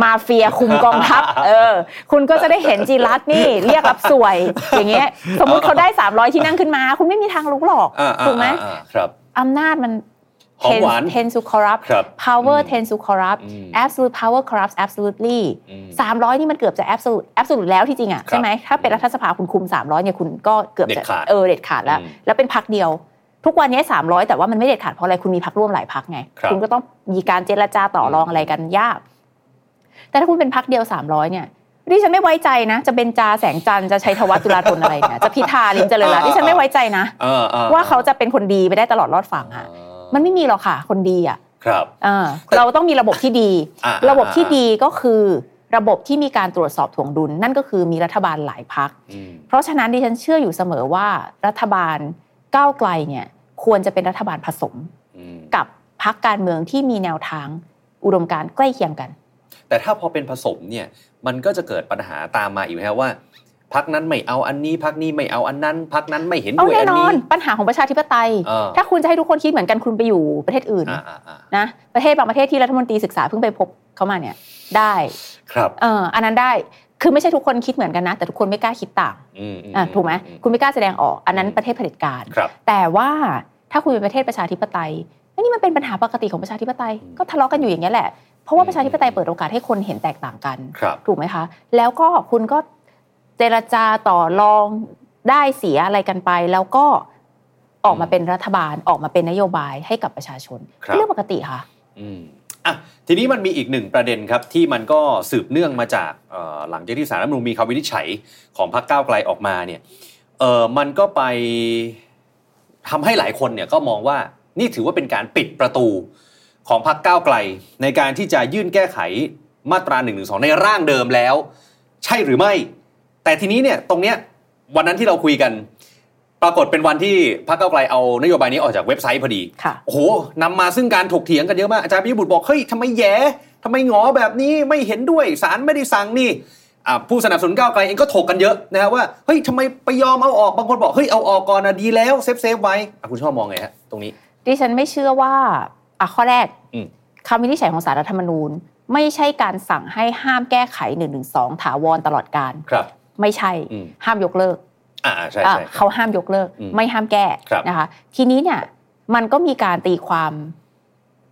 Speaker 3: มาเฟียคุมกองทั พ เออ คุณก็จะได้เห็นจีรัตน์นี่ เรียกรับสวย อย่างเงี้ย สมมุติเขาได้ 300 ที่นั่งขึ้นมา คุณไม่มีทางรู้หรอก
Speaker 2: อ่าอ่า
Speaker 3: ถูกไหม
Speaker 2: อ่าครับ
Speaker 3: อำนาจมัน
Speaker 2: หอมหวาน
Speaker 3: tends to corrupt
Speaker 2: ครับ
Speaker 3: power
Speaker 2: อืม
Speaker 3: tends to corrupt
Speaker 2: อืม
Speaker 3: absolute power corrupts absolutely
Speaker 2: อืม
Speaker 3: 300 นี่มันเกือบจะ absolute absolute แล้วที่จริงอ่ะ
Speaker 2: ครับ
Speaker 3: ใช่ไหมถ้าเป็นรัฐสภาคุณคุม 300เนี่ยคุณก็เกือบ
Speaker 2: เด็
Speaker 3: จะ
Speaker 2: ดขาด
Speaker 3: เออเด็ดขาดแล้ว
Speaker 2: อืม
Speaker 3: แล้วเป็นพักเดียว ทุกวันนี้ 300 แต่ว่ามันไม่เด็ดขาดเพราะอะไรคุณมีพักร่วมหลายพักไง
Speaker 2: ครับ
Speaker 3: ณก็ต้องมีการเจรจาต่อรอง
Speaker 2: อืม
Speaker 3: อะไรกันยาก แต่ถ้าคุณเป็นพักเดียว 300 เนี่ยดิฉันไม่ไว้ใจนะ จะเบนจาแสงจันทร์จะชัยธวัฒน์ตุลาธนอะไรเนี่ย จะพิธาลิมเจริญรัตน์ดิฉันไม่ไว้ใจนะ
Speaker 2: เออออ
Speaker 3: ว่าเขาจะเป็นคนดีไปได้ตลอดรอดฝั่งอ่ะ มันไม่มีหรอกค่ะ คนดีอ่ะ
Speaker 2: ครับ
Speaker 3: เออเราต้องมีระบบที่ดี
Speaker 2: อ่า
Speaker 3: ระบบที่
Speaker 2: อ่า
Speaker 3: ดีก็คือระบบที่มีการตรวจสอบถ่วงดุล นั่นก็คือมีรัฐบาลหลายพัก
Speaker 2: อืม
Speaker 3: เพราะฉะนั้นดิฉันเชื่ออยู่เสมอว่ารัฐบาลก้าวไกลเนี่ยควรจะเป็นรัฐบาลผสม
Speaker 2: อืม
Speaker 3: กับพักการเมืองที่มีแนวทางอุดมการณ์ใกล้เคียงกัน
Speaker 2: แต่ถ้าพอเป็นผสมเนี่ยมันก็จะเกิดปัญหาตามมาอีกไหมครับว่าพักนั้นไม่เอาอันนี้พักนี้ไม่เอาอันนั้นพักนั้นไม่เห็น
Speaker 3: เอา
Speaker 2: ด้วย
Speaker 3: แน่
Speaker 2: อัน
Speaker 3: นอ
Speaker 2: นี้
Speaker 3: นปัญหาของประชาธิปไตย
Speaker 2: เออ
Speaker 3: ถ้าคุณจะให้ทุกคนคิดเหมือนกันคุณไปอยู่ประเทศอื่น
Speaker 2: อ่าอ่าอ่า
Speaker 3: นะประเทศบางประเทศที่รัฐมนตรีศึกษาเพิ่งไปพบเขามาเนี่ยได้
Speaker 2: ครับ
Speaker 3: เอออันนั้นได้ คือไม่ใช่ทุกคนคิดเหมือนกันนะ แต่ทุกคนไม่กล้าคิดต่าง
Speaker 2: อืม
Speaker 3: อ่ะถูกไหม
Speaker 2: อื
Speaker 3: คุณไม่กล้าแสดงออก อันนั้นประเทศเผด็จการ
Speaker 2: ครับ
Speaker 3: แต่ว่าถ้าคุณเป็นประเทศประชาธิปไตยอันนี้มันเป็นปัญหาปกติของประชาธิปไตย
Speaker 2: อืม
Speaker 3: ก็ทะเลาะกันอยู่อย่างนี้ยแหละ เพราะว่าประชาธิปไตยเปิดโอกาสให้คนเห็นแตกต่างกัน
Speaker 2: ครับ
Speaker 3: ถูกไหมคะ แล้วก็คุณก็เจรจาต่อรองได้เสียอะไรกันไป แล้วก็ออกมาเป็นรัฐบาล ออกมาเป็นนโยบายให้กับประชาชน
Speaker 2: ครับ
Speaker 3: เป็นเรื่องปกติค่ะ
Speaker 2: อืมอ่ะทีนี้มันมีอีกหนึ่งประเด็นครับที่มันก็สืบเนื่องมาจากเอ่อหลังจากที่สารรัฐธรรมนูญมีคำวินิจฉัยของพรรคก้าวไกลออกมาเนี่ยเออมันก็ไปทำให้หลายคนเนี่ยก็มองว่านี่ถือว่าเป็นการปิดประตูของพรรคก้าวไกล ในการที่จะยื่นแก้ไขมาตรา1นึในร่างเดิมแล้ว ใช่หรือไม่ แต่ทีนี้เนี่ยตรงเนี้ยวันนั้นที่เราคุยกัน ปรากฏเป็นวันที่พรรคก้าวไกลเอานโยบายนี้ออกจากเว็บไซต์พอดี
Speaker 3: ค่ะ
Speaker 2: โอ้โหนำมาซึ่งการถกเถียงกันเยอะมาก อาจารย์ปิยบุตรบอก เฮ้ยทำไมแย่ทำไมหงอแบบนี้ไม่เห็นด้วยสารไม่ได้สั่งนี่อ่ะผู้สนับสนุนก้าวไกลเองก็ถกกันเยอะนะฮะว่า เฮ้ยทำไมไปยอมเอาออก บางคนบอก เฮ้ย เอาออกก่อนนะดีแล้วเซฟเซฟไว้อ่ะคุณชอบมองไงฮะ ตรงนี้
Speaker 3: ดิฉันไม่เชื่อว่าอ่ะข้อแรก
Speaker 2: อืม
Speaker 3: คำวินิจฉัยของสารรัฐธรรมนูญ ไม่ใช่การสั่งให้ห้ามแก้ไข1นึถาวรตลอดการ
Speaker 2: ครับ
Speaker 3: ไม่ใช่
Speaker 2: อืม
Speaker 3: ห้ามยกเลิก
Speaker 2: อ่าใช่
Speaker 3: อ่ะ
Speaker 2: ใช่
Speaker 3: เขาห้ามยกเลิก
Speaker 2: อืม
Speaker 3: ไม่ห้ามแก้
Speaker 2: ครับ
Speaker 3: นะคะ ทีนี้เนี่ยมันก็มีการตีความ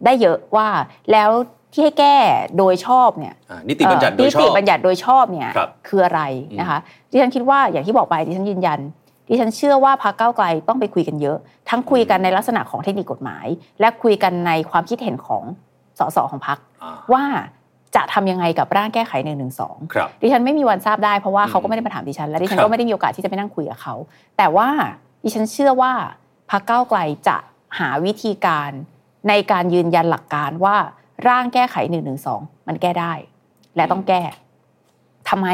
Speaker 3: ได้เยอะว่า แล้วที่ให้แก้โดยชอบเนี่ย
Speaker 2: ะนิติบัญญัติโด
Speaker 3: เอ่อย
Speaker 2: ชอบ
Speaker 3: นิติบัญญัติโดยชอบเนี่ย
Speaker 2: ครับ
Speaker 3: คืออะไรนะคะดิฉันคิดว่าอย่างที่บอกไปดิฉันยืนยันดิฉันเชื่อว่าพรรคก้าวไกลต้องไปคุยกันเยอะ ทั้งคุยกันในลักษณะของเทคนิคกฎหมาย และคุยกันในความคิดเห็นของสสของพรรค
Speaker 2: อ่า
Speaker 3: ว่าจะทำยังไงกับร่างแก้ไขหนึ่งหนึ่งสอง
Speaker 2: ครับ
Speaker 3: ดิฉันไม่มีวันทราบได้เพราะว่า
Speaker 2: อืม
Speaker 3: เขาก็ไม่ได้มาถามดิฉันและดิ
Speaker 2: ค
Speaker 3: ฉั
Speaker 2: น รับ
Speaker 3: ก็ไม่ได้มีโอกาสที่จะไปนั่งคุยกับเขา แต่ว่าดิฉันเชื่อว่าพรรคก้าวไกลจะหาวิธีการในการยืนยันหลักการว่าร่างแก้ไขหนึ่งหนึ่งสองมันแก้ได้ และต้องแก้ทำไม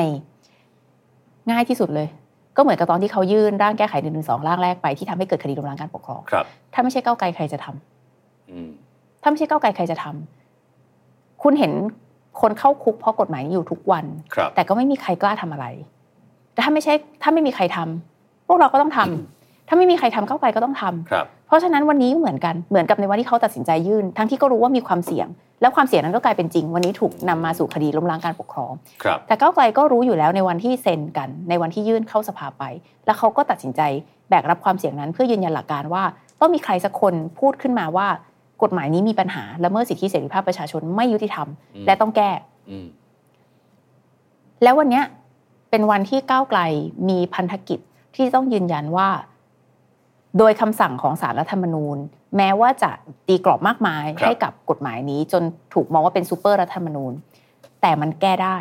Speaker 3: ง่ายที่สุดเลย ก็เหมือนกับตอนที่เขายื่นร่างแก้ไขหนึ่งหนึ่งสองร่างแรกไปที่ทำให้เกิดคดีล้มล้างการปกครอง
Speaker 2: ครับ
Speaker 3: ถ้าไม่ใช่ก้าวไกลใครจะทำ
Speaker 2: อืม
Speaker 3: ถ้าไม่ใช่ก้าวไกลใครจะทำคุณเห็นคนเข้าคุกเพราะกฎหมายนี้อยู่ทุกวัน
Speaker 2: ครับ
Speaker 3: แต่ก็ไม่มีใครกล้าทำอะไร แต่ถ้าไม่ใช่ถ้าไม่มีใครทำพวกเราก็ต้องทำถ้าไม่มีใครทำก้าวไกลก็ต้องทำ
Speaker 2: ครับ
Speaker 3: เพราะฉะนั้นวันนี้ก็เหมือนกันเหมือนกับในวันที่เขาตัดสินใจยื่น ทั้งที่ก็รู้ว่ามีความเสี่ยง แล้วความเสี่ยงนั้นก็กลายเป็นจริง วันนี้ถูกนำมาสู่คดีล้มล้างการปกครอง
Speaker 2: ครับ
Speaker 3: แต่ก้าวไกลก็รู้อยู่แล้วในวันที่เซ็นกัน ในวันที่ยื่นเข้าสภาไป แล้วเขาก็ตัดสินใจแบกรับความเสี่ยงนั้น เพื่อยืนยันหลักการว่า ต้องมีใครสักคนพูดขึ้นมาว่า กฎหมายนี้มีปัญหาละเมิดสิทธิเสรีภาพประชาชนไม่ยุติธรรม
Speaker 2: อืม
Speaker 3: และต้องแก้
Speaker 2: อืม
Speaker 3: แล้ววันเนี้ยเป็นวันที่ก้าวไกลมีพันธกิจที่ต้องยืนยันว่า โดยคำสั่งของสารรัฐธรรมนูญ แม้ว่าจะตีกรอบมากมาย
Speaker 2: ครับ
Speaker 3: ให้กับกฎหมายนี้ จนถูกมองว่าเป็นซูเปอร์รัฐธรรมนูญ แต่มันแก้ได้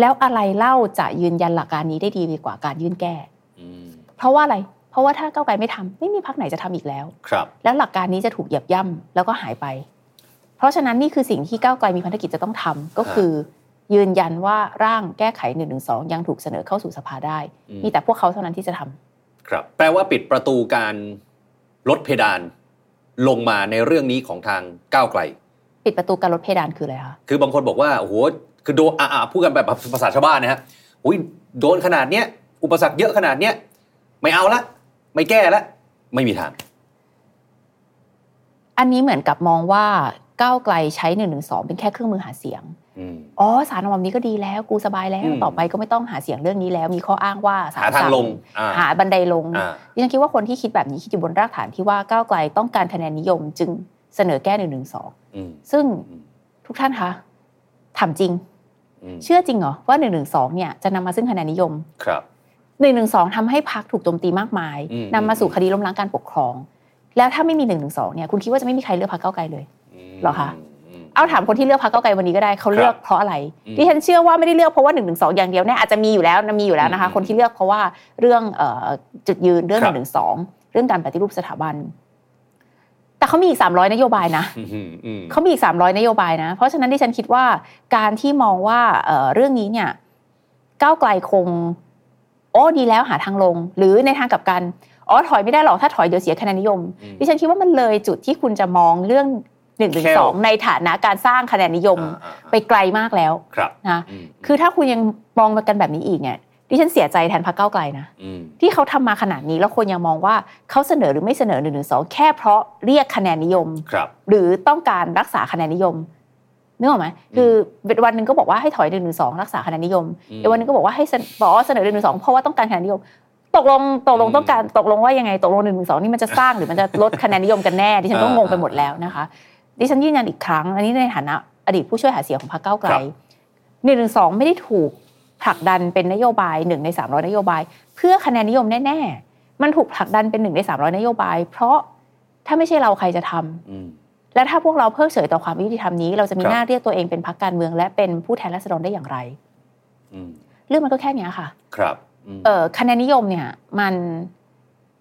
Speaker 3: แล้วอะไรเล่าจะยืนยันหลักการนี้ได้ดีกว่าการยื่นแก้
Speaker 2: อืม
Speaker 3: เพราะว่าอะไร เพราะว่าถ้าก้าวไกลไม่ทำไม่มีพักไหนจะทำอีกแล้ว
Speaker 2: ครับ
Speaker 3: แล้วหลักการนี้จะถูกเหยียบย่ำแล้วก็หายไป เพราะฉะนั้นนี่คือสิ่งที่ก้าวไกลมีพันธกิจจะต้องทำก็คือ ยืนยันว่าร่างแก้ไข1นึยังถูกเสนอเข้าสู่สภาได้
Speaker 2: อืม
Speaker 3: มีแต่พวกเขาเท่านั้นที่จะทำ
Speaker 2: ครับ แปลว่าปิดประตูการลดเพดานลงมาในเรื่องนี้ของทางก้าวไกล
Speaker 3: ปิดประตูการลดเพดานคืออะไรคะ
Speaker 2: คือบางคนบอกว่าโอ้โหคือโดนอ่าพูดกันแบบภาษาชาวบ้านนะฮะอุ้ยโดนขนาดเนี้ยอุปสรรคเยอะขนาดเนี้ยไม่เอาละ ไม่แก้ละ ไม่มีทาง
Speaker 3: อันนี้เหมือนกับมองว่าก้าวไกลใช้หนึ่งหนึ่งสองเป็นแค่เครื่องมือหาเสียง
Speaker 2: อืม
Speaker 3: อ๋อสารออกมาแบบนี้ก็ดีแล้วกูสบายแล้
Speaker 2: อื
Speaker 3: ว
Speaker 2: ม
Speaker 3: ต่อไปก็ไม่ต้องหาเสียงเรื่องนี้แล้ว มีข้ออ้างว่าศล
Speaker 2: หาทางลงอ่า
Speaker 3: หาบันไดลง
Speaker 2: อ่า
Speaker 3: ดิฉันคิดว่าคนที่คิดแบบนี้คิดอยู่บนรากฐานที่ว่าก้าวไกลต้องการคะแนนนิยมจึงเสนอแก้หนึ่งหนึ่งสอง
Speaker 2: อืม
Speaker 3: ซึ่ง
Speaker 2: อืม
Speaker 3: ทุกท่านคะถามจริง
Speaker 2: อืม
Speaker 3: เชื่อจริงเหรอว่า1นึเนี่ยจะนำมาซึ่งคะแนนนิยม
Speaker 2: ครับ
Speaker 3: 1นึทำให้พักถูกโจมตีมากมาย
Speaker 2: อืม
Speaker 3: นำมาสู่คดีล้มล้างการปกครอง แล้วถ้าไม่มี1นึเนี่ยคุณคิดว่าจะไม่มีใครเลือกพรรคก้าวไกลเลย
Speaker 2: ม
Speaker 3: เหรอคะ
Speaker 2: ม
Speaker 3: เอาถามคนที่เลือกพรรคเก้าวไกลวันนี้ก็ได้เขาเลือกเพราะอะไร
Speaker 2: อืม
Speaker 3: ดิฉันเชื่อว่าไม่ได้เลือกเพราะว่าหนึ่งถึงสองอย่างเดียวแน่อาจจะมีอยู่แล้วนะมีอยู่แล้วนะคะ
Speaker 2: อืม
Speaker 3: คนที่เลือกเพราะว่าเรื่องเอ่อจุดยืนเรื่อง
Speaker 2: ค
Speaker 3: ห
Speaker 2: รับ
Speaker 3: นึ่งถึงสองเรื่องการปฏิรูปสถาบัน แต่เขามีอีกสามร้อยนโยบายนะ
Speaker 2: อืมอืมอืม
Speaker 3: เขามีอีกสามร้อยนโยบายนะ เพราะฉะนั้นดิฉันคิดว่าการที่มองว่าเอ่อเรื่องนี้เนี่ยก้าวไกลคง โอ้ดีแล้วหาทางลง หรือในทางกลับกันอ๋อถอยไม่ได้หรอกถ้าถอยเดี๋ยวเสียคะแนนนิยม
Speaker 2: อืม
Speaker 3: ดิฉันคิดว่ามันเลยจุดที่คุณจะมองเรื่องหนึ่งถึ
Speaker 2: แค่
Speaker 3: งสองในฐานะการสร้างคะแนนนิยม
Speaker 2: อ่าอ่า
Speaker 3: ไปไกลมากแล้ว
Speaker 2: ครับ
Speaker 3: นะ
Speaker 2: อืม
Speaker 3: คือถ้าคุณยังมองกันแบบนี้อีกเนี่ยดิฉันเสียใจแทนพรรคก้าวไกลนะ
Speaker 2: อืม
Speaker 3: ที่เขาทำมาขนาดนี้แล้วคนยังมองว่าเขาเสนอหรือไม่เสนอหนึ่งหนึ่งสองแค่เพราะเรียกคะแนนนิยม
Speaker 2: ครับ
Speaker 3: หรือต้องการรักษาคะแนนนิยมนึกออกไหมคือวันหนึ่งก็บอกว่าให้ถอยหนึ่งหนึ่งสองรักษาคะแนนนิยม
Speaker 2: อืม
Speaker 3: เดี๋ยววันหนึงก็บอกว่าให้เสนบอกว่าเสนอหนึ่งหนึ่งสองเพราะว่าต้องการคะแนนนิยม ตกลงตกลง
Speaker 2: อืม
Speaker 3: ต้องการตกลงว่ายังไงตกลงหนึ่งหนึ่งสองนี่มันจะสร้างหรือมันจะลดคะแนนนิยมกันแน่ดิฉันก็
Speaker 2: อ่าง
Speaker 3: งไปหมดแล้วนะคะ ดิฉันยืนยันอีกครั้ง อันนี้ในฐานะอดีตผู้ช่วยหาเสียงของพรรคก้าวไกล
Speaker 2: ครับ
Speaker 3: หนึ่งหนึ่งสองไม่ได้ถูกผลักดันเป็นนโยบายหนึ่งในสามร้อยนโยบาย เพื่อคะแนนนิยมแน่ๆมันถูกผลักดันเป็นหนึ่งในสามร้อยนโยบาย เพราะถ้าไม่ใช่เราใครจะทำ
Speaker 2: อืม
Speaker 3: และถ้าพวกเราเพิกเฉยต่อความยุติธรรมนี้ เราจะมี
Speaker 2: ครับ
Speaker 3: หน้าเรียกตัวเองเป็นพรรคการเมือง และเป็นผู้แทนราษฎรได้อย่างไร
Speaker 2: อืม
Speaker 3: เรื่องมันก็แค่เนี้ยค่ะ
Speaker 2: ครับอืม
Speaker 3: เออคะแนนนิยมเนี่ยมัน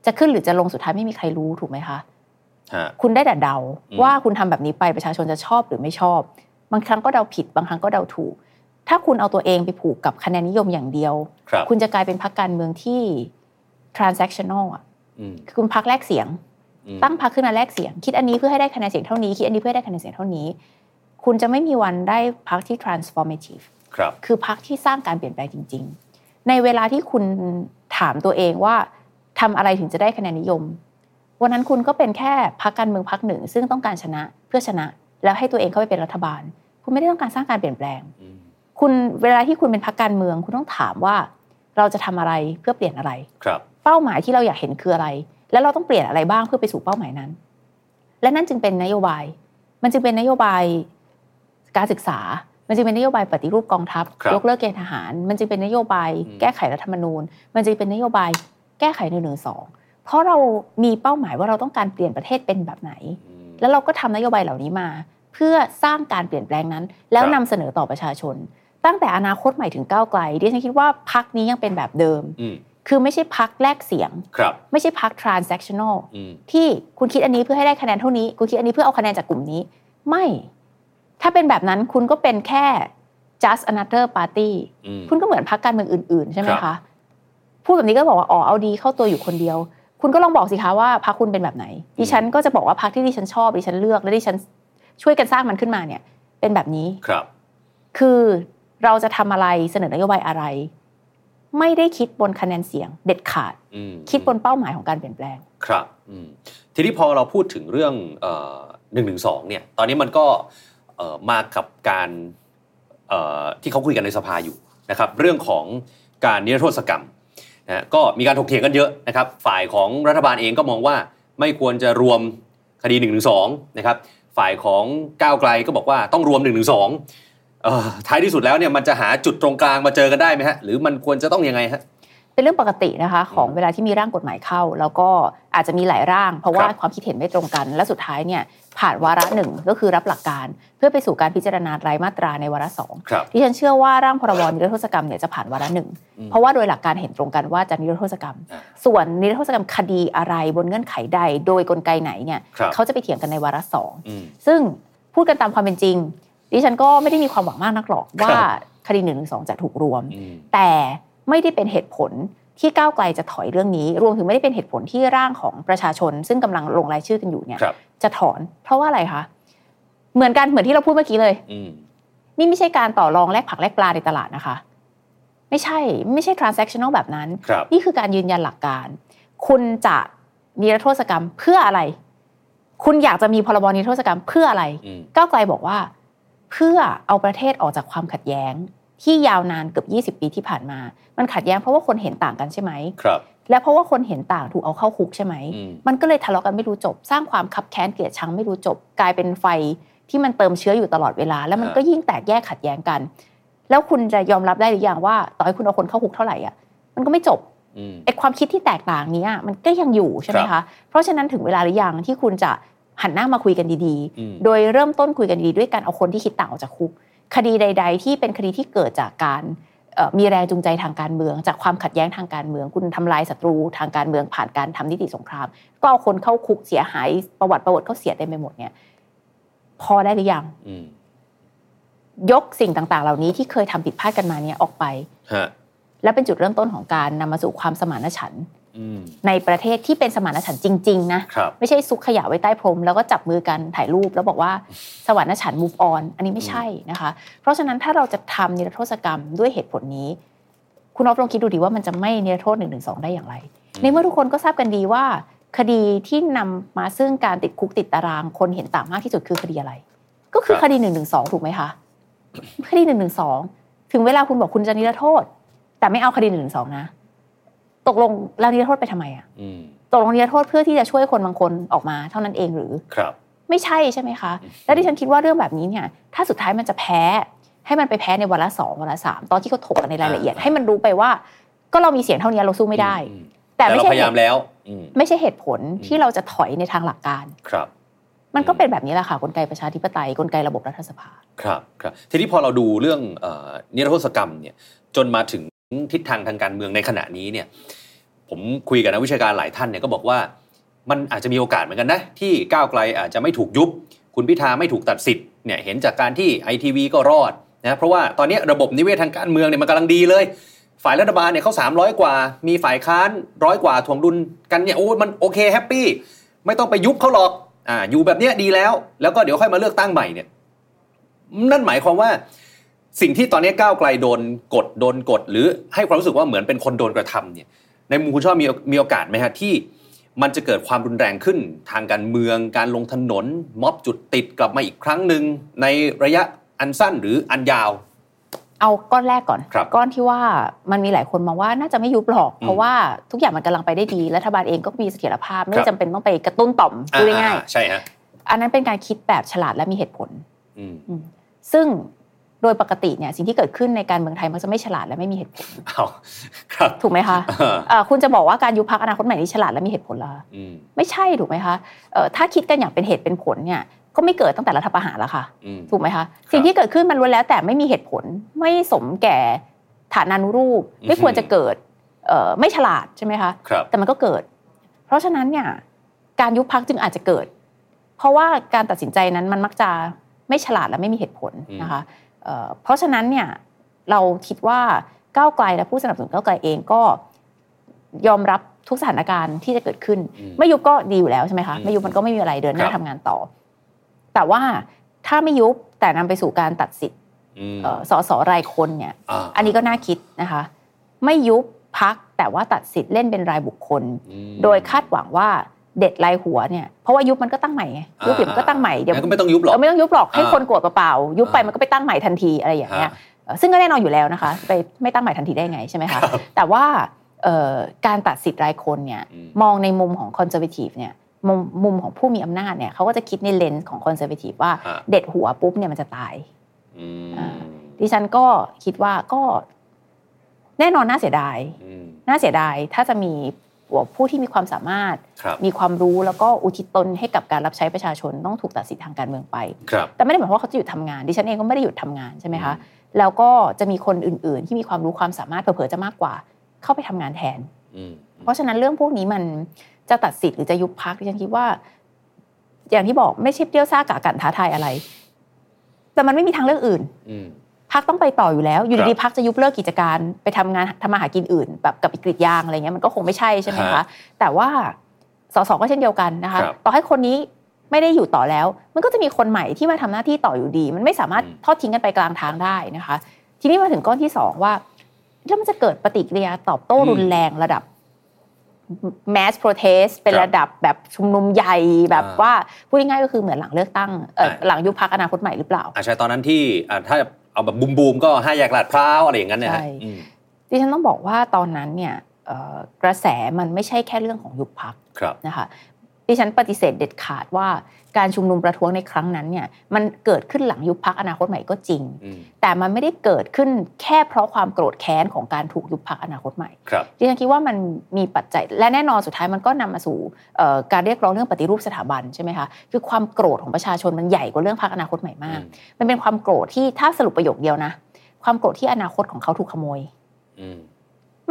Speaker 3: จะขึ้นหรือจะลงสุดท้ายไม่มีใครรู้ถูกไหมคะ
Speaker 2: ฮะ
Speaker 3: คุณได้แต่เดา
Speaker 2: อืม
Speaker 3: ว่าคุณทำแบบนี้ไปประชาชนจะชอบหรือไม่ชอบ บางครั้งก็เดาผิด บางครั้งก็เดาถูก ถ้าคุณเอาตัวเองไปผูกกับคะแนนนิยมอย่างเดียว
Speaker 2: ครับ
Speaker 3: คุณจะกลายเป็นพรรคการเมืองที่ transactional อะ
Speaker 2: อืม
Speaker 3: คือคุณพักแลกเสียง
Speaker 2: อืม
Speaker 3: ตั้งพรรคขึ้นมาแลกเสียง คิดอันนี้เพื่อให้ได้คะแนนเสียงเท่านี้ คิดอันนี้เพื่อให้ได้คะแนนเสียงเท่านี้ คุณจะไม่มีวันได้พรรคที่ transformative
Speaker 2: ครับ
Speaker 3: คือพรรคที่สร้างการเปลี่ยนแปลงจริง ๆ ในเวลาที่คุณถามตัวเองว่าทำอะไรถึงจะได้คะแนนนิยม วันนั้นคุณก็เป็นแค่พรรคการเมืองพรรคหนึ่ง ซึ่งต้องการชนะเพื่อชนะ แล้วให้ตัวเองเข้าไปเป็นรัฐบาล คุณไม่ได้ต้องการสร้างการเปลี่ยนแปลง
Speaker 2: อืม
Speaker 3: คุณเวลาที่คุณเป็นพรรคการเมือง คุณต้องถามว่าเราจะทำอะไรเพื่อเปลี่ยนอะไร
Speaker 2: ครับ
Speaker 3: เป้าหมายที่เราอยากเห็นคืออะไร แล้วเราต้องเปลี่ยนอะไรบ้างเพื่อไปสู่เป้าหมายนั้น และนั่นจึงเป็นนโยบาย มันจึงเป็นนโยบายการศึกษา มันจึงเป็นนโยบายปฏิรูปกองทัพ ยกเลิกเกณฑ์ทหาร มันจึงเป็นนโยบายแก้ไขรัฐธรรมนูญ มันจึงเป็นนโยบายแก้ไขหนึ่งหนึ่งสองเพราะเรามีเป้าหมายว่าเราต้องการเปลี่ยนประเทศเป็นแบบไหน
Speaker 2: อืม
Speaker 3: แล้วเราก็ทำนโยบายเหล่านี้มา เพื่อสร้างการเปลี่ยนแปลงนั้น แล้ว
Speaker 2: ครั
Speaker 3: นำ
Speaker 2: บ
Speaker 3: เสนอต่อประชาชน ตั้งแต่อนาคตใหม่ถึงก้าวไกลดิฉันคิดว่าพักนี้ยังเป็นแบบเดิม
Speaker 2: อืม
Speaker 3: คือไม่ใช่พักแลกเสียง
Speaker 2: ครับ
Speaker 3: ไม่ใช่พัก transactional
Speaker 2: อืม
Speaker 3: ที่คุณคิดอันนี้เพื่อให้ได้คะแนนเท่านี้ คุณคิดอันนี้เพื่อเอาคะแนนจากกลุ่มนี้ ไม่ ถ้าเป็นแบบนั้นคุณก็เป็นแค่ just another party
Speaker 2: อืม
Speaker 3: คุณก็เหมือนพักการเมืองอื่นๆ ใช่ไหม
Speaker 2: ครั
Speaker 3: คะ
Speaker 2: บ
Speaker 3: พูดแบบนี้ก็บอกว่า อ๋อ เอาดีเข้าตัวอยู่คนเดียว คุณก็ลองบอกสิคะว่าพักคุณเป็นแบบไหน ดิฉันก็จะบอกว่าพักที่ดิฉันชอบดิฉันเลือกและดิฉันช่วยกันสร้างมันขึ้นมาเนี่ย เป็นแบบนี้
Speaker 2: ครับ
Speaker 3: คือเราจะทำอะไรเสนอนโยบายอะไร ไม่ได้คิดบนคะแนนเสียง เด็ดขาด
Speaker 2: อืม
Speaker 3: คิดบนเป้าหมายของการเปลี่ยนแปลง
Speaker 2: ครับอืมทีนี้พอเราพูดถึงเรื่องหนึ่งหนึ่งสองเนี่ย ตอนนี้มันก็เอ่อมากับการเอ่อที่เขาคุยกันในสภาอยู่นะครับ เรื่องของการนิรโทษกรรมนะฮะก็มีการถกเถียงกันเยอะนะครับ ฝ่ายของรัฐบาลเองก็มองว่าไม่ควรจะรวมคดี1นึนะครับ ฝ่ายของก้าวไกลก็บอกว่าต้องรวม1นึท้ายที่สุดแล้วเนี่ยมันจะหาจุดตรงกลางมาเจอกันได้ไหมฮะ หรือมันควรจะต้องยังไงฮะ
Speaker 3: เป็นเรื่องปกตินะคะ ของ
Speaker 2: อืม
Speaker 3: เวลาที่มีร่างกฎหมายเข้า แล้วก็อาจจะมีหลายร่าง เพราะว่า
Speaker 2: ครับ
Speaker 3: ความคิดเห็นไม่ตรงกัน และสุดท้ายเนี่ยผ่านวาระหนึ่งก็คือรับหลักการ เพื่อไปสู่การพิจารณารายมาตราในวาระสอง
Speaker 2: ครับ
Speaker 3: ดิฉันเชื่อว่าร่างพรบนิรโทษกรรมเนี่ยจะผ่านวาระหนึ่งเพราะว่าโดยหลักการเห็นตรงกันว่าจะนิรโทษกรรม ส่วนนิรโทษกรรมคดีอะไรบนเงื่อนไขใด โดยกลไกไหนเนี่ย
Speaker 2: ครับ
Speaker 3: เขาจะไปเถียงกันในวาระสอง
Speaker 2: อืม
Speaker 3: ซึ่งพูดกันตามความเป็นจริง ดิฉันก็ไม่ได้มีความหวังมากนักหรอก
Speaker 2: ค
Speaker 3: ว่า
Speaker 2: รับ
Speaker 3: คดีหนึ่งหนึ่งสองจะถูกรวม
Speaker 2: อืม
Speaker 3: แต่ไม่ได้เป็นเหตุผล ที่ก้าวไกลจะถอยเรื่องนี้ รวมถึงไม่ได้เป็นเหตุผลที่ร่างของประชาชน ซึ่งกำลังลงรายชื่อกันอยู่เนี่ย
Speaker 2: ครับ
Speaker 3: จะถอนเพราะว่าอะไรคะเหมือนกันเหมือนที่เราพูดเมื่อกี้เลย
Speaker 2: อืม
Speaker 3: นี่ไม่ใช่การต่อรองแลกผักแลกปลาในตลาดนะคะ ไม่ใช่ไม่ใช่ transactional แบบนั้น
Speaker 2: ครับ
Speaker 3: นี่คือการยืนยันหลักการ คุณจะนิรโทษกรรมเพื่ออะไร คุณอยากจะมีพรบนิรโทษกรรมเพื่ออะไร
Speaker 2: อืม
Speaker 3: ก้าวไกลบอกว่า เพื่อเอาประเทศออกจากความขัดแย้ง ที่ยาวนานเกือบ 20 ปีที่ผ่านมา มันขัดแย้งเพราะว่าคนเห็นต่างกันใช่ไหม
Speaker 2: ครับ
Speaker 3: และเพราะว่าคนเห็นต่างถูกเอาเข้าคุกใช่ไหม
Speaker 2: อืม
Speaker 3: มันก็เลยทะเลาะกันไม่รู้จบ สร้างความขับแค้นเกลียดชังไม่รู้จบ กลายเป็นไฟที่มันเติมเชื้ออยู่ตลอดเวลา แล้วมันก็ยิ่งแตกแยกขัดแย้งกัน แล้วคุณจะยอมรับได้หรือยังว่า ต่อให้คุณเอาคนเข้าคุกเท่าไหร่อ่ะมันก็ไม่จบ
Speaker 2: อืม
Speaker 3: ไอ้ความคิดที่แตกต่างเนี้ยมันก็ยังอยู่ใช่ไหม
Speaker 2: ครั
Speaker 3: คะ
Speaker 2: บ
Speaker 3: เพราะฉะนั้นถึงเวลาหรือยังที่คุณจะหันหน้ามาคุยกันดี
Speaker 2: อืม
Speaker 3: โดยเริ่มต้นคุยกันดีๆด้วยการเอาคนที่คิดต่างออกจากคุก คดีใด ๆ ที่เป็นคดีที่เกิดจากการเอ่อมีแรงจูงใจทางการเมือง จากความขัดแย้งทางการเมือง คุณทำลายศัตรูทางการเมืองผ่านการทำนิติสงคราม ก็เอาคนเข้าคุกเสียหายประวัติประวัติเขาเสียเต็มไปหมดเนี่ยพอได้หรือยัง
Speaker 2: อืม
Speaker 3: ยกสิ่งต่างๆ เหล่านี้ที่เคยทำผิดพลาดกันมาเนี่ยออกไป
Speaker 2: ฮะ
Speaker 3: และเป็นจุดเริ่มต้นของการนำมาสู่ความสมานฉันท์
Speaker 2: อืม
Speaker 3: ในประเทศที่เป็นสมานฉันท์จริงๆนะครับ ไม่ใช่ซุกขยะไว้ใต้พรม แล้วก็จับมือกันถ่ายรูป แล้วบอกว่าสมานฉันท์ move on อันนี้ไม่ใช่นะคะ เพราะฉะนั้นถ้าเราจะทำนิรโทษกรรมด้วยเหตุผลนี้ คุณอ๊อฟลองคิดดูดีว่ามันจะไม่นิรโทษหนึ่งหนึ่งสองได้อย่างไร ในเมื่อทุกคนก็ทราบกันดีว่า คดีที่นำมาซึ่งการติดคุกติดตารางคนเห็นต่างมากที่สุดคือคดีอะไร ก็คือ
Speaker 2: ครับ
Speaker 3: คดีหนึ่งหนึ่งสองถูกไหมคะ คดีหนึ่งหนึ่งสองถึงเวลาคุณบอกคุณจะนิรโทษ แต่ไม่เอาคดีหนึ่งหนึ่งสองนะ ตกลงแล้วนิรโทษไปทำไมอะ
Speaker 2: อืม
Speaker 3: ตกลงนิรโทษเพื่อที่จะช่วยคนบางคนออกมาเท่านั้นเองหรือ
Speaker 2: ครับ
Speaker 3: ไม่ใช่ใช่ไหมคะ แล้วที่ฉันคิดว่าเรื่องแบบนี้เนี่ย ถ้าสุดท้ายมันจะแพ้ ให้มันไปแพ้ในวันละสองวันละสามตอนที่เขาถกกันในรายละเอียด
Speaker 2: อ่า
Speaker 3: ให้มันรู้ไปว่า ก็เรามีเสียงเท่านี้เราสู้ไม่ได้
Speaker 2: อืม
Speaker 3: แต่
Speaker 2: แต่
Speaker 3: ไม่
Speaker 2: เรา
Speaker 3: ใช่
Speaker 2: พยายามแล้ว อืม
Speaker 3: ไม่ใช่เหตุผล
Speaker 2: อืม
Speaker 3: ที่เราจะถอยในทางหลักการ
Speaker 2: ครับ
Speaker 3: มันก็
Speaker 2: อืม
Speaker 3: เป็นแบบนี้แหละค่ะกลไกประชาธิปไตยกลไกระบบรัฐสภา
Speaker 2: ครับครับทีนี้พอเราดูเรื่องเออนิรโทษกรรมเนี่ยจนมาถึงทิศทางทางการเมืองในขณะนี้เนี่ยผมคุยกับนักวิชาการหลายท่านเนี่ยก็บอกว่ามันอาจจะมีโอกาสเหมือนกันนะที่ก้าวไกลอาจจะไม่ถูกยุบ คุณพิธาไม่ถูกตัดสิทธิ์เนี่ยเห็นจากการที่ไอทีวีก็รอดนะเพราะว่าตอนนี้ระบบนิเวศทางการเมืองเนี่ยมันกำลังดีเลย ฝ่ายรัฐบาลเนี่ยเขา300 กว่า มีฝ่ายค้านร้อยกว่าทวงดุลกันเนี่ยโอ้ยมันโอเคแฮปปี้ไม่ต้องไปยุบเขาหรอกอ่าอยู่แบบเนี้ยดีแล้ว แล้วก็เดี๋ยวค่อยมาเลือกตั้งใหม่เนี่ย นั่นหมายความว่าสิ่งที่ตอนนี้ก้าวไกลโดนกดโดนกด หรือให้ความรู้สึกว่าเหมือนเป็นคนโดนกระทำเนี่ย ในมุมคุณชอบมีมีโอกาสไหมฮะที่ มันจะเกิดความรุนแรงขึ้นทางการเมืองการลงถนน ม็อบจุดติดกลับมาอีกครั้งหนึ่งในระยะอันสั้นหรืออันยาว
Speaker 3: เอาก้อนแรกก่อน
Speaker 2: ครับ
Speaker 3: ก้อนที่ว่ามันมีหลายคนมองว่าน่าจะไม่ยุบหรอก
Speaker 2: อืม
Speaker 3: เพราะว่าทุกอย่างมันกำลังไปได้ดีรัฐบาลเองก็มีเสถียรภาพ ไม่
Speaker 2: ครับ
Speaker 3: จำเป็นต้องไปกระตุ้นต่อมพูดง่าย
Speaker 2: อ่ๆใช่ฮะ
Speaker 3: ๆอันนั้นเป็นการคิดแบบฉลาดและมีเหตุผล
Speaker 2: อืม
Speaker 3: ซึ่งโดยปกติเนี่ยสิ่งที่เกิดขึ้นในการเมืองไทยมักจะไม่ฉลาดและไม่มีเหตุผล
Speaker 2: เอาครับ
Speaker 3: ถูกไหมคะ
Speaker 2: อ่า
Speaker 3: เอ่อคุณจะบอกว่าการยุบพักอนาคตใหม่นี่ฉลาดและมีเหตุผลเหรอคะ
Speaker 2: อืม
Speaker 3: ไม่ใช่ถูกไหมคะเอ่อถ้าคิดกันอย่างเป็นเหตุเป็นผลเนี่ยก็ไม่เกิดตั้งแต่รัฐประหารแล้วค่ะ
Speaker 2: อืม
Speaker 3: ถูกไหมคะสิ่งที่เกิดขึ้นมันล้วนแล้วแต่ไม่มีเหตุผลไม่สมแก่ฐานานุรูป
Speaker 2: อือฮึ
Speaker 3: ไม่ควรจะเกิดเอ่อไม่ฉลาดใช่ไหมคะ
Speaker 2: ครับ
Speaker 3: แต่มันก็เกิด เพราะฉะนั้นเนี่ยการยุบพักจึงอาจจะเกิด เพราะว่าการตัดสินใจนั้นมันมักจะไม่ฉลาดและไม่มีเหตุผล
Speaker 2: อืม
Speaker 3: นะคะเอ่อเพราะฉะนั้นเนี่ยเราคิดว่าก้าวไกลและผู้สนับสนุนก้าวไกลเองก็ยอมรับทุกสถานการณ์ที่จะเกิดขึ้น
Speaker 2: อืม
Speaker 3: ไม่ยุบก็ดีอยู่แล้วใช่ไหมคะ
Speaker 2: อืม
Speaker 3: ไม่ยุบมันก็ไม่มีอะไรเดินหน้า
Speaker 2: ครั
Speaker 3: ทำ
Speaker 2: บ
Speaker 3: งานต่อ แต่ว่าถ้าไม่ยุบแต่นำไปสู่การตัดสิทธิ์
Speaker 2: อืม
Speaker 3: เอ่อสสรายคนเนี่ย
Speaker 2: า
Speaker 3: อันนี้ก็น่าคิดนะคะ ไม่ยุบพักแต่ว่าตัดสิทธิ์เล่นเป็นรายบุคคล
Speaker 2: อืม
Speaker 3: โดยคาดหวังว่าเด็ดรายหัวเนี่ยเพราะว่ายุบมันก็ตั้งใหม่ไงยุบเดี๋ยวมันก็ตั้งใหม่เดี๋ยว
Speaker 2: งั้นก็ไม่ต้องยุบหรอก
Speaker 3: เออไม่ต้องยุบหรอกให้
Speaker 2: อ่า
Speaker 3: คนโกรธเปล่าๆยุบไป
Speaker 2: อ่ามั
Speaker 3: มันก็ไปตั้งใหม่ทันทีอะไรอย่างเงี้ยเอ่อซึ่งก็แน่นอนอยู่แล้วนะคะ ไปไม่ตั้งใหม่ทันทีได้ไงใช่ไหมคะแต่ว่าเอ่อการตัดสิทธิ์รายคนเนี่ย
Speaker 2: อืม
Speaker 3: มองในมุมของคอนเซอร์วทีฟเนี่ยมุมมุมของผู้มีอำนาจเนี่ยเขาก็จะคิดในเลนส์ของคอนเซอร์วทีฟว่า
Speaker 2: อ่า
Speaker 3: เด็ดหัวปุ๊บเนี่ยมันจะตาย
Speaker 2: อืม
Speaker 3: อ่า ดิฉันก็คิดว่าก็แน่นอนน่าเสียดาย
Speaker 2: อืม
Speaker 3: น่าเสียดายถ้าจะมีหัวผู้ที่มีความสามารถ
Speaker 2: ครับ
Speaker 3: มีความรู้แล้วก็อุทิศตนให้กับการรับใช้ประชาชนต้องถูกตัดสิทธิ์ทางการเมืองไป
Speaker 2: ครับ
Speaker 3: แต่ไม่ได้หมายความว่าเขาจะหยุดทำงานดิฉันเองก็ไม่ได้หยุดทำงานใช่ไหมคะแล้วก็จะมีคนอื่นๆ ที่มีความรู้ความสามารถเผลอๆจะมากกว่า เข้าไปทำงานแทน
Speaker 2: อืม
Speaker 3: เพราะฉะนั้นเรื่องพวกนี้มันจะตัดสิทธิ์หรือจะยุบพักดิฉันคิดว่า อย่างที่บอกไม่ใช่เปรี้ยวซ่ากากันท้าทายอะไร แต่มันไม่มีทางเลือกอื่น
Speaker 2: อืม
Speaker 3: พักต้องไปต่ออยู่แล้ว อยู่
Speaker 2: ครับ
Speaker 3: ดีๆพักจะยุบเลิกกิจการไปทำงานทำมาหากินอื่น แบบกับอีกกรีดยางอะไรเงี้ยมันก็คงไม่ใช่ใช่ไหม
Speaker 2: ครั
Speaker 3: คะ
Speaker 2: บ
Speaker 3: แต่ว่าสสก็เช่นเดียวกันนะคะ
Speaker 2: ครับ
Speaker 3: ต่อให้คนนี้ไม่ได้อยู่ต่อแล้ว มันก็จะมีคนใหม่ที่มาทำหน้าที่ต่ออยู่ดี มันไม่สามารถ
Speaker 2: อืม
Speaker 3: ทอดทิ้งกันไปกลางทางได้นะคะ ทีนี้มาถึงก้อนที่สองว่า แล้วมันจะเกิดปฏิกิริยาตอบโต้
Speaker 2: อืม
Speaker 3: รุนแรงระดับ mass protest เป็น
Speaker 2: ครับ
Speaker 3: ระดับแบบชุมนุมใหญ่แบบ
Speaker 2: อ่า
Speaker 3: ว่าพูดง่ายๆก็คือเหมือนหลังเลือกตั้งเอ่อ
Speaker 2: ใช่
Speaker 3: หลังยุบพักอนาคตใหม่หรือเปล่า
Speaker 2: อาใช่ตอนนั้นที่อ่าถ้าเอาแบบบูมบูมๆก็ห้าแยกลาดพร้าวอะไรอย่างนั้นเนี่ยฮะ
Speaker 3: ใช่
Speaker 2: อืม
Speaker 3: ดิฉันต้องบอกว่าตอนนั้นเนี่ยเอ่อกระแสมันไม่ใช่แค่เรื่องของยุบพัก
Speaker 2: ครับ
Speaker 3: นะคะดิฉันปฏิเสธเด็ดขาดว่าการชุมนุมประท้วงในครั้งนั้นเนี่ยมันเกิดขึ้นหลังยุบพักอนาคตใหม่ก็จริง
Speaker 2: อืม
Speaker 3: แต่มันไม่ได้เกิดขึ้นแค่เพราะความโกรธแค้นของการถูกยุบพักอนาคตใหม่
Speaker 2: ครับ
Speaker 3: ดิฉันคิดว่ามันมีปัจจัยและแน่นอนสุดท้ายมันก็นำมาสู่เอ่อการเรียกร้องเรื่องปฏิรูปสถาบันใช่ไหมคะคือความโกรธของประชาชนมันใหญ่กว่าเรื่องพักอนาคตใหม่มาก มันเป็นความโกรธที่ถ้าสรุปประโยคเดียวนะ ความโกรธที่อนาคตของเขาถูกขโมย
Speaker 2: อืม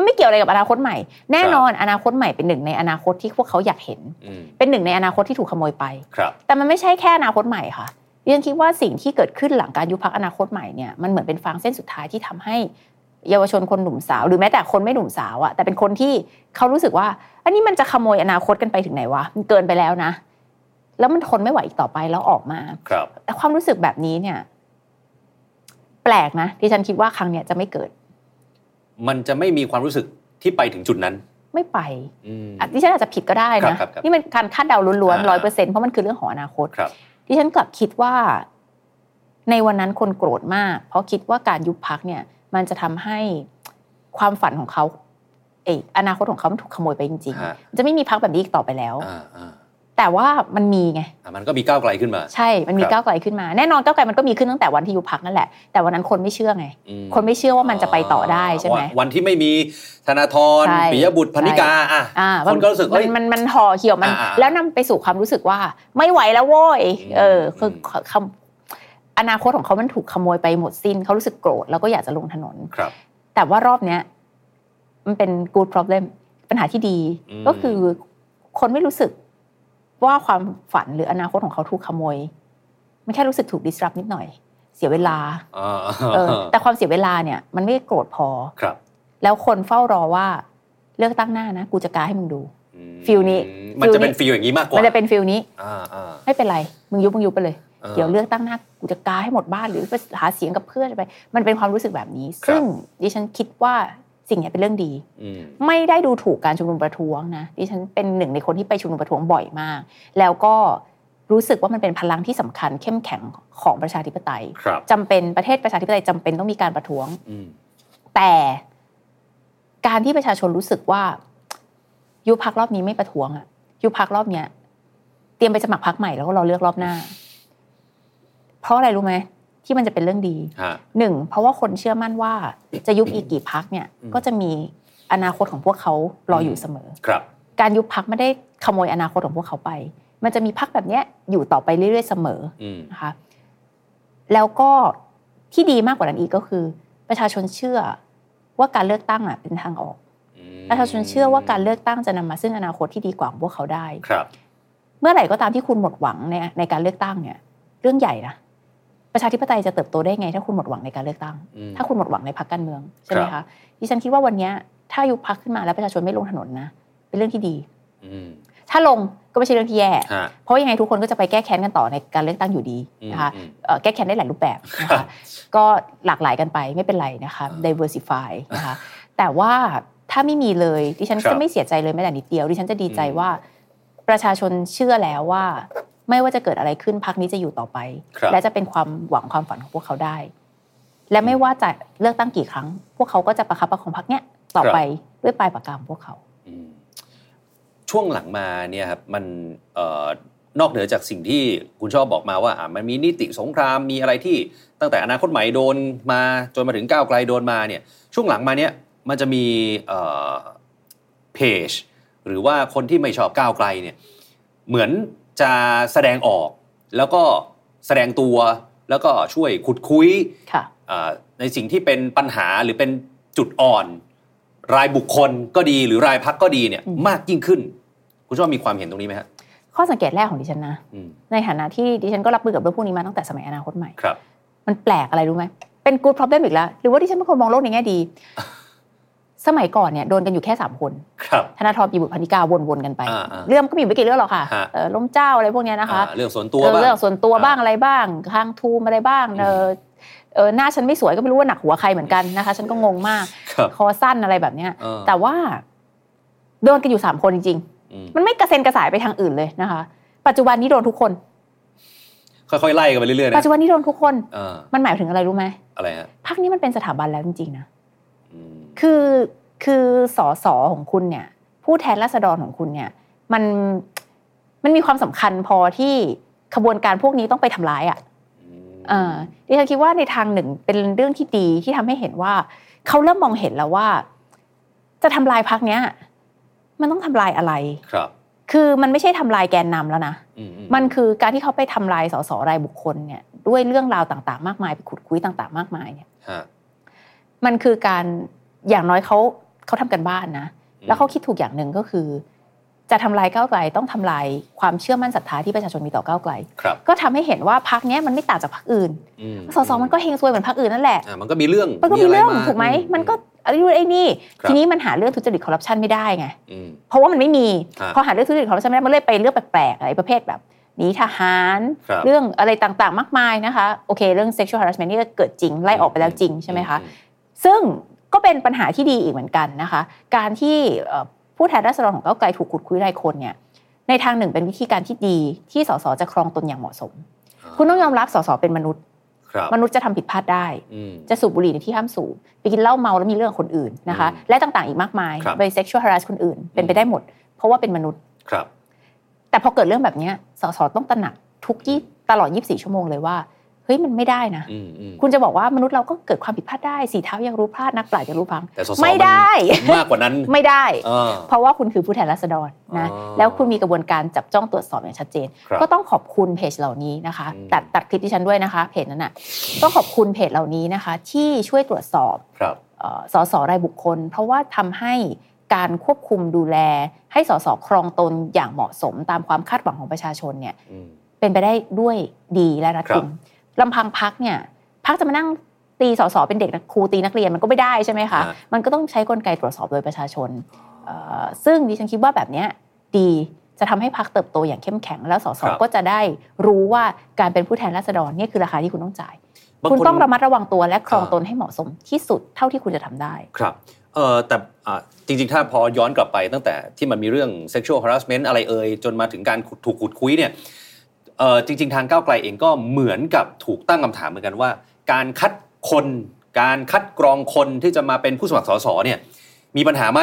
Speaker 3: มันไม่เกี่ยวอะไรกับอนาคตใหม่ แน่นอนอนาคตใหม่เป็นหนึ่งในอนาคตที่พวกเขาอยากเห็น
Speaker 2: อืม
Speaker 3: เป็นหนึ่งในอนาคตที่ถูกขโมยไป
Speaker 2: ครับ
Speaker 3: แต่มันไม่ใช่แค่อนาคตใหม่ค่ะดิฉันคิดว่าสิ่งที่เกิดขึ้นหลังการยุบพักอนาคตใหม่เนี่ยมันเหมือนเป็นฟางเส้นสุดท้ายที่ทำให้เยาวชนคนหนุ่มสาว หรือแม้แต่คนไม่หนุ่มสาวอะแต่เป็นคนที่เขารู้สึกว่า อันนี้มันจะขโมยอนาคตกันไปถึงไหนวะมันเกินไปแล้วนะ แล้วมันทนไม่ไหวอีกต่อไปแล้วออกมา
Speaker 2: ครับ
Speaker 3: แต่ความรู้สึกแบบนี้เนี่ย แปลกนะที่ฉันคิดว่าครั้งเนี้ยจะไม่เกิด
Speaker 2: มันจะไม่มีความรู้สึกที่ไปถึงจุดนั้น
Speaker 3: ไม่ไป
Speaker 2: อืม
Speaker 3: อ่ะดิฉันอาจจะผิดก็ได้
Speaker 2: ครับ
Speaker 3: นะครับ
Speaker 2: ครับ
Speaker 3: นี่มันการคาดเดาล้วนๆร้อย
Speaker 2: อ่า
Speaker 3: เปอร์เซ็นต์เพราะมันคือเรื่องของอนาคต
Speaker 2: ครับ
Speaker 3: ดิฉันกลับคิดว่า ในวันนั้นคนโกรธมาก เพราะคิดว่าการยุบพักเนี่ย มันจะทำให้ความฝันของเขาเอยอนาคตของเขามันถูกขโมยไปจริง
Speaker 2: ฮะ
Speaker 3: ๆมันจะไม่มีพักแบบนี้อีกต่อไปแล้ว
Speaker 2: อ่าอ่า
Speaker 3: แต่ว่ามันมีไง
Speaker 2: อ่ามันก็มีก้าวไกลขึ้นมา
Speaker 3: ใช่ มันมี
Speaker 2: ครับ
Speaker 3: ก้าวไกลขึ้นมา แน่นอนก้าวไกลมันก็มีขึ้นตั้งแต่วันที่ยุบพักนั่นแหละ แต่วันนั้นคนไม่เชื่อไง
Speaker 2: อืม
Speaker 3: คนไม่เชื่อว่ามันจะไปต่อได้ใช่ไหม
Speaker 2: วันวันที่ไม่มีธนาธร
Speaker 3: ใช่
Speaker 2: ปิยบุตรพนิกาอ่ะ
Speaker 3: อ่า
Speaker 2: คนก็รู้สึก
Speaker 3: มั
Speaker 2: เอ้ย
Speaker 3: นมันมันห่อเหี่ยวมัน
Speaker 2: อ่า
Speaker 3: แล้วนำไปสู่ความรู้สึกว่า ไม่ไหวแล้วโว้ย
Speaker 2: อืม
Speaker 3: เออคืออ
Speaker 2: ม
Speaker 3: คำอนาคตของเขามันถูกขโมยไปหมดสิ้นเขารู้สึกโกรธแล้วก็อยากจะลงถนน
Speaker 2: ครับ
Speaker 3: แต่ว่ารอบเนี้ยมันเป็น good problem ปัญหาที่ดี
Speaker 2: อืม
Speaker 3: ก็คือคนไม่รู้สึกว่าความฝันหรืออนาคตของเขาถูกขโมย มันแค่รู้สึกถูก disrupt นิดหน่อย เสียเวลา
Speaker 2: อ่า
Speaker 3: เออแต่ความเสียเวลาเนี่ย มันไม่ได้โกรธพอ
Speaker 2: ครับ
Speaker 3: แล้วคนเฝ้ารอว่าเลือกตั้งหน้านะกูจะกาให้มึงดู
Speaker 2: อืม
Speaker 3: ฟีลนี้
Speaker 2: มันจะเป็น
Speaker 3: ฟี
Speaker 2: ฟี
Speaker 3: ล
Speaker 2: ล
Speaker 3: นี้
Speaker 2: อย่างนี้มากกว่า
Speaker 3: มันจะเป็นฟิลนี้
Speaker 2: อ่าอ่า
Speaker 3: ไม่เป็นไร มึงยุบมึงยุบไปเลย
Speaker 2: อ่า
Speaker 3: เดี๋ยวเลือกตั้งหน้ากูจะกาให้หมดบ้านหรือไปหาเสียงกับเพื่อนไป มันเป็นความรู้สึกแบบนี้
Speaker 2: ครับ
Speaker 3: ซึ่งดิฉันคิดว่าสิ่งเนี้ยเป็นเรื่องดี
Speaker 2: อืม
Speaker 3: ไม่ได้ดูถูกการชุมนุมประท้วงนะดิฉันเป็นหนึ่งในคนที่ไปชุมนุมประท้วงบ่อยมาก แล้วก็รู้สึกว่ามันเป็นพลังที่สำคัญเข้มแข็งของประชาธิปไตย
Speaker 2: ครับ
Speaker 3: จำเป็นประเทศประชาธิปไตยจำเป็นต้องมีการประท้วง
Speaker 2: อืม
Speaker 3: แต่การที่ประชาชนรู้สึกว่า ยุบพักรอบนี้ไม่ประท้วงอะยุบพักรอบเนี้ย เตรียมไปสมัครพักใหม่แล้วก็รอเลือกรอบหน้า เพราะอะไรรู้ไหมที่มันจะเป็นเรื่องดี
Speaker 2: ฮะ
Speaker 3: หนึ่งเพราะว่าคนเชื่อมั่นว่า จะยุบอีกกี่พักเนี่ย
Speaker 2: อืม
Speaker 3: ก็จะมีอนาคตของพวกเขารออยู่เสมอ
Speaker 2: ครับ
Speaker 3: การยุบพักไม่ได้ขโมยอนาคตของพวกเขาไป มันจะมีพักแบบเนี้ยอยู่ต่อไปเรื่อยๆเสมอ
Speaker 2: อืม
Speaker 3: นะคะแล้วก็ที่ดีมากกว่านั้นอีกก็คือ ประชาชนเชื่อว่าการเลือกตั้งอ่ะเป็นทางออก
Speaker 2: อืม
Speaker 3: ประชาชนเชื่อว่าการเลือกตั้งจะนำมาซึ่งอนาคตที่ดีกว่าของพวกเขาได้
Speaker 2: ครับ
Speaker 3: เมื่อไหร่ก็ตามที่คุณหมดหวังในในการเลือกตั้งเนี่ย เรื่องใหญ่นะประชาธิปไตยจะเติบโตได้ไง ถ้าคุณหมดหวังในการเลือกตั้ง
Speaker 2: อืม
Speaker 3: ถ้าคุณหมดหวังในพรรคการเมืองใช่ไหม
Speaker 2: ครั
Speaker 3: คะ
Speaker 2: บ
Speaker 3: ดิฉันคิดว่าวันเนี้ยถ้ายุบพรรคขึ้นมาแล้วประชาชนไม่ลงถนนนะ เป็นเรื่องที่ดี
Speaker 2: อืม
Speaker 3: ถ้าลงก็ไม่ใช่เรื่องที่แย่
Speaker 2: ฮะ
Speaker 3: เพราะยังไงทุกคนก็จะไปแก้แค้นกันต่อในการเลือกตั้งอยู่ดีนะคะ
Speaker 2: อืมอืม
Speaker 3: เอ่อแก้แค้นได้หลายรูปแบบนะ
Speaker 2: ครั
Speaker 3: คะ
Speaker 2: บ
Speaker 3: ก็หลากหลายกันไปไม่เป็นไรนะคะ
Speaker 2: อ่า
Speaker 3: diversify นะคะแต่ว่าถ้าไม่มีเลยดิฉัน
Speaker 2: ครับ
Speaker 3: จะไม่เสียใจเลยแม้แต่นิดเดียวดิฉันจะดีใจ
Speaker 2: อืม
Speaker 3: ว่าประชาชนเชื่อแล้วว่า ไม่ว่าจะเกิดอะไรขึ้นพักนี้จะอยู่ต่อไป
Speaker 2: ครับ
Speaker 3: และจะเป็นความหวังความฝันของพวกเขาได้ และไม่ว่าจะเลือกตั้งกี่ครั้ง พวกเขาก็จะประคับประคองพักเนี้ยต่อ
Speaker 2: ครับ
Speaker 3: ไปด้วยปลายปากกาของพวกเขา
Speaker 2: อืมช่วงหลังมาเนี่ยครับมันเอ่อนอกเหนือจากสิ่งที่คุณชอบบอกมาว่าอ่ะมันมีนิติสงครามมีอะไรที่ตั้งแต่อนาคตใหม่โดนมาจนมาถึงก้าวไกลโดนมาเนี่ยช่วงหลังมาเนี่ยมันจะมีเอ่อเพจหรือว่าคนที่ไม่ชอบก้าวไกลเนี่ยเหมือนจะแสดงออก แล้วก็แสดงตัวแล้วก็ช่วยขุดคุย
Speaker 3: ค่ะ
Speaker 2: เอ่อในสิ่งที่เป็นปัญหาหรือเป็นจุดอ่อน รายบุคคลก็ดีหรือรายพักก็ดีเนี่ย
Speaker 3: อืม
Speaker 2: มากยิ่งขึ้น คุณชอบมีความเห็นตรงนี้ไหมฮะ
Speaker 3: ข้อสังเกตแรกของดิฉันนะ
Speaker 2: อืม
Speaker 3: ในฐานะที่ดิฉันก็รับมือกับเรื่องพวกนี้มาตั้งแต่สมัยอนาคตใหม่
Speaker 2: ครับ
Speaker 3: มันแปลกอะไรรู้ไหม ไป เป็น good problem อีกแล้ว หรือว่าที่ฉันเป็นคนมองโลกในแง่ ดี สมัยก่อนเนี่ยโดนกันอยู่แค่สามคน
Speaker 2: ครับ
Speaker 3: ธนาธรปีบุตรพนิกาวนๆกันไป
Speaker 2: อ่าๆ
Speaker 3: เรื่องก็มีอยู่ไม่กี่เรื่องหรอกค่ะ
Speaker 2: ฮะ
Speaker 3: เอ่อล้มเจ้าอะไรพวกเนี้ยนะคะ
Speaker 2: อ่าเรื่องส่วนตัว
Speaker 3: เออ
Speaker 2: บ้าง
Speaker 3: เรื่องส่วนตัว
Speaker 2: อ่า
Speaker 3: บ้างอะไรบ้างทางทูมอะไรบ้าง
Speaker 2: อืม
Speaker 3: เออเออหน้าฉันไม่สวยก็ไม่รู้ว่าหนักหัวใครเหมือนกันนะคะ ฉันก็งงมาก
Speaker 2: ครับ
Speaker 3: คอสั้นอะไรแบบเนี้ย
Speaker 2: เออ
Speaker 3: แต่ว่าโดนกันอยู่สามคนจริง
Speaker 2: อืม
Speaker 3: ๆ มันไม่กระเซ็นกระสายไปทางอื่นเลยนะคะ ปัจจุบันนี้โดนทุกคน
Speaker 2: ค่อยๆไล่กันไปเรื่อยๆ
Speaker 3: ปัจ
Speaker 2: นะ
Speaker 3: จุบันนี้โดนทุกคน
Speaker 2: เออ
Speaker 3: มันหมายถึงอะไรรู้ไหม
Speaker 2: อะไรฮะ
Speaker 3: พักนี้มันเป็นสถาบันแล้วจริงๆนะ
Speaker 2: อืม
Speaker 3: คือคือสอสอของคุณเนี่ย ผู้แทนราษฎรของคุณเนี่ย มันมันมีความสำคัญพอที่ขบวนการพวกนี้ต้องไปทำร้ายอ่ะ เอ่อดิฉันคิดว่าในทางหนึ่งเป็นเรื่องที่ดีที่ทำให้เห็นว่า เขาเริ่มมองเห็นแล้วว่า จะทำลายพักเนี้ย มันต้องทำลายอะไร
Speaker 2: ครับ
Speaker 3: คือมันไม่ใช่ทำลายแกนนำแล้วนะ
Speaker 2: อืๆ
Speaker 3: มันคือการที่เขาไปทำลายสสรายบุคคลเนี่ยด้วยเรื่องราวต่างๆ มากมายไปขุดคุยต่าง ๆ มากมายเนี่ย
Speaker 2: ฮะ
Speaker 3: มันคือการอย่างน้อยเขาเขาทำกันบ้านนะ
Speaker 2: อืม
Speaker 3: แล้วเขาคิดถูกอย่างหนึ่งก็คือ จะทำลายก้าวไกลต้องทำลายความเชื่อมั่นศรัทธาที่ประชาชนมีต่อก้าวไกล
Speaker 2: ครับ
Speaker 3: ก็ทำให้เห็นว่าพักเนี้ยมันไม่ต่างจากพักอื่น
Speaker 2: ม
Speaker 3: สสมันก็เฮงซวยเหมือนพรรคอื่นนั่นแหละ
Speaker 2: อ่ามันก็มีเรื่อง
Speaker 3: มันก็มีเรื่อง
Speaker 2: ะา
Speaker 3: ถูกไหม
Speaker 2: อื
Speaker 3: มันก็อะไรนู่นไอ้นี่
Speaker 2: ครับ
Speaker 3: ทีนี้มันหาเรื่องทุจริตคอร์รัปชันไม่ได้ไง
Speaker 2: อืม
Speaker 3: เพราะว่ามันไม่มี
Speaker 2: ฮะ
Speaker 3: พอหาเรื่องทุจริตคอร์รัปชันไม่ได้ มันเลยไปเรื่องแปลกๆอะไรประเภทแบบหนีทหาร
Speaker 2: ครับ
Speaker 3: เรื่องอะไรต่างๆ มากมายนะคะ โอเค เรื่อง sexual harassment นี่ก็เกิดจริง ไล่ออกไปแล้วจริงใช่ไหมคะ
Speaker 2: อื
Speaker 3: ซึ่งก็เป็นปัญหาที่ดีอีกเหมือนกันนะคะ การที่เอ่อผู้แทนราษฎรของก้าวไกลถูกขุดคุยรายคนเนี่ย ในทางหนึ่งเป็นวิธีการที่ดีที่สสจะครองตนอย่างเหมาะสม
Speaker 2: า
Speaker 3: คุณต้องยอมรับสสเป็นมนุษย์
Speaker 2: ครับ
Speaker 3: มนุษย์จะทำผิดพลาดได้
Speaker 2: อืม
Speaker 3: จะสูบบุหรี่ในที่ห้ามสูบไปกินเหล้าเมาแล้วมีเรื่องกับคนอื่นนะคะ
Speaker 2: อืม
Speaker 3: และต่างๆอีกมากมาย
Speaker 2: ครับ
Speaker 3: ไป sexual harass คนอื่น เป็นไป
Speaker 2: อืม
Speaker 3: ได้หมด เพราะว่าเป็นมนุษย์
Speaker 2: ครับ
Speaker 3: แต่พอเกิดเรื่องแบบเนี้ยสสต้องตระหนักทุกยี่ตลอด 24 ชั่วโมงเลยว่า เฮ้ยมันไม่ได้นะ
Speaker 2: อืมอืม
Speaker 3: คุณจะบอกว่ามนุษย์เราก็เกิดความผิดพลาดได้สีเท้ายังรู้พลาดนักปราชญ์ยังรู้พัง
Speaker 2: แต่สส
Speaker 3: ไม่ได้
Speaker 2: มันมากกว่านั้น
Speaker 3: ไม่ได้
Speaker 2: เออ
Speaker 3: เพราะว่าคุณคือผู้แทนราษฎรนะ
Speaker 2: อ๋อ
Speaker 3: แล้วคุณมีกระบวนการจับจ้องตรวจสอบอย่างชัดเจน
Speaker 2: ครับ
Speaker 3: ก็ต้องขอบคุณเพจเหล่านี้นะคะ
Speaker 2: อืม
Speaker 3: ตัดตัดคลิปที่ฉันด้วยนะคะ เพจนั้นน่ะต้องขอบคุณเพจเหล่านี้นะคะ ที่ช่วยตรวจสอบ
Speaker 2: ครับ
Speaker 3: เอ่อสสรายบุคคล เพราะว่าทำให้การควบคุมดูแล ให้สสครองตนอย่างเหมาะสมตามความคาดหวังของประชาชนเนี่ย
Speaker 2: อืม
Speaker 3: เป็นไปได้ด้วยดีและรัดกุมลำพังพักเนี่ยพักจะมานั่งตีสสเป็นเด็กนักครูตีนักเรียนมันก็ไม่ได้ใช่ไหมคะ
Speaker 2: ฮะ
Speaker 3: มันก็ต้องใช้กลไกตรวจสอบโดยประชาชนเอ่อซึ่งดิฉันคิดว่าแบบเนี้ยดีจะทำให้พักเติบโตอย่างเข้มแข็ง แล้วสส
Speaker 2: ครับ
Speaker 3: ก็จะได้รู้ว่าการเป็นผู้แทนราษฎรเนี่ยคือราคาที่คุณต้องจ่าย
Speaker 2: บา
Speaker 3: คุณ
Speaker 2: น
Speaker 3: ต้องระมัดระวังตัวและครอง
Speaker 2: อ่า
Speaker 3: ตนให้เหมาะสมที่สุดเท่าที่คุณจะทำได้
Speaker 2: ครับเออแต่อ่ะจริงๆ ถ้าพอย้อนกลับไปตั้งแต่ที่มันมีเรื่อง sexual harassment อะไรเอ่ยจนมาถึงการขุดถูกขุดคุยเนี่ยเออจริง ๆ ทางก้าวไกลเองก็เหมือนกับถูกตั้งคำถามเหมือนกันว่า การคัดคน การคัดกรองคนที่จะมาเป็นผู้สมัครสสเนี่ยมีปัญหาไหม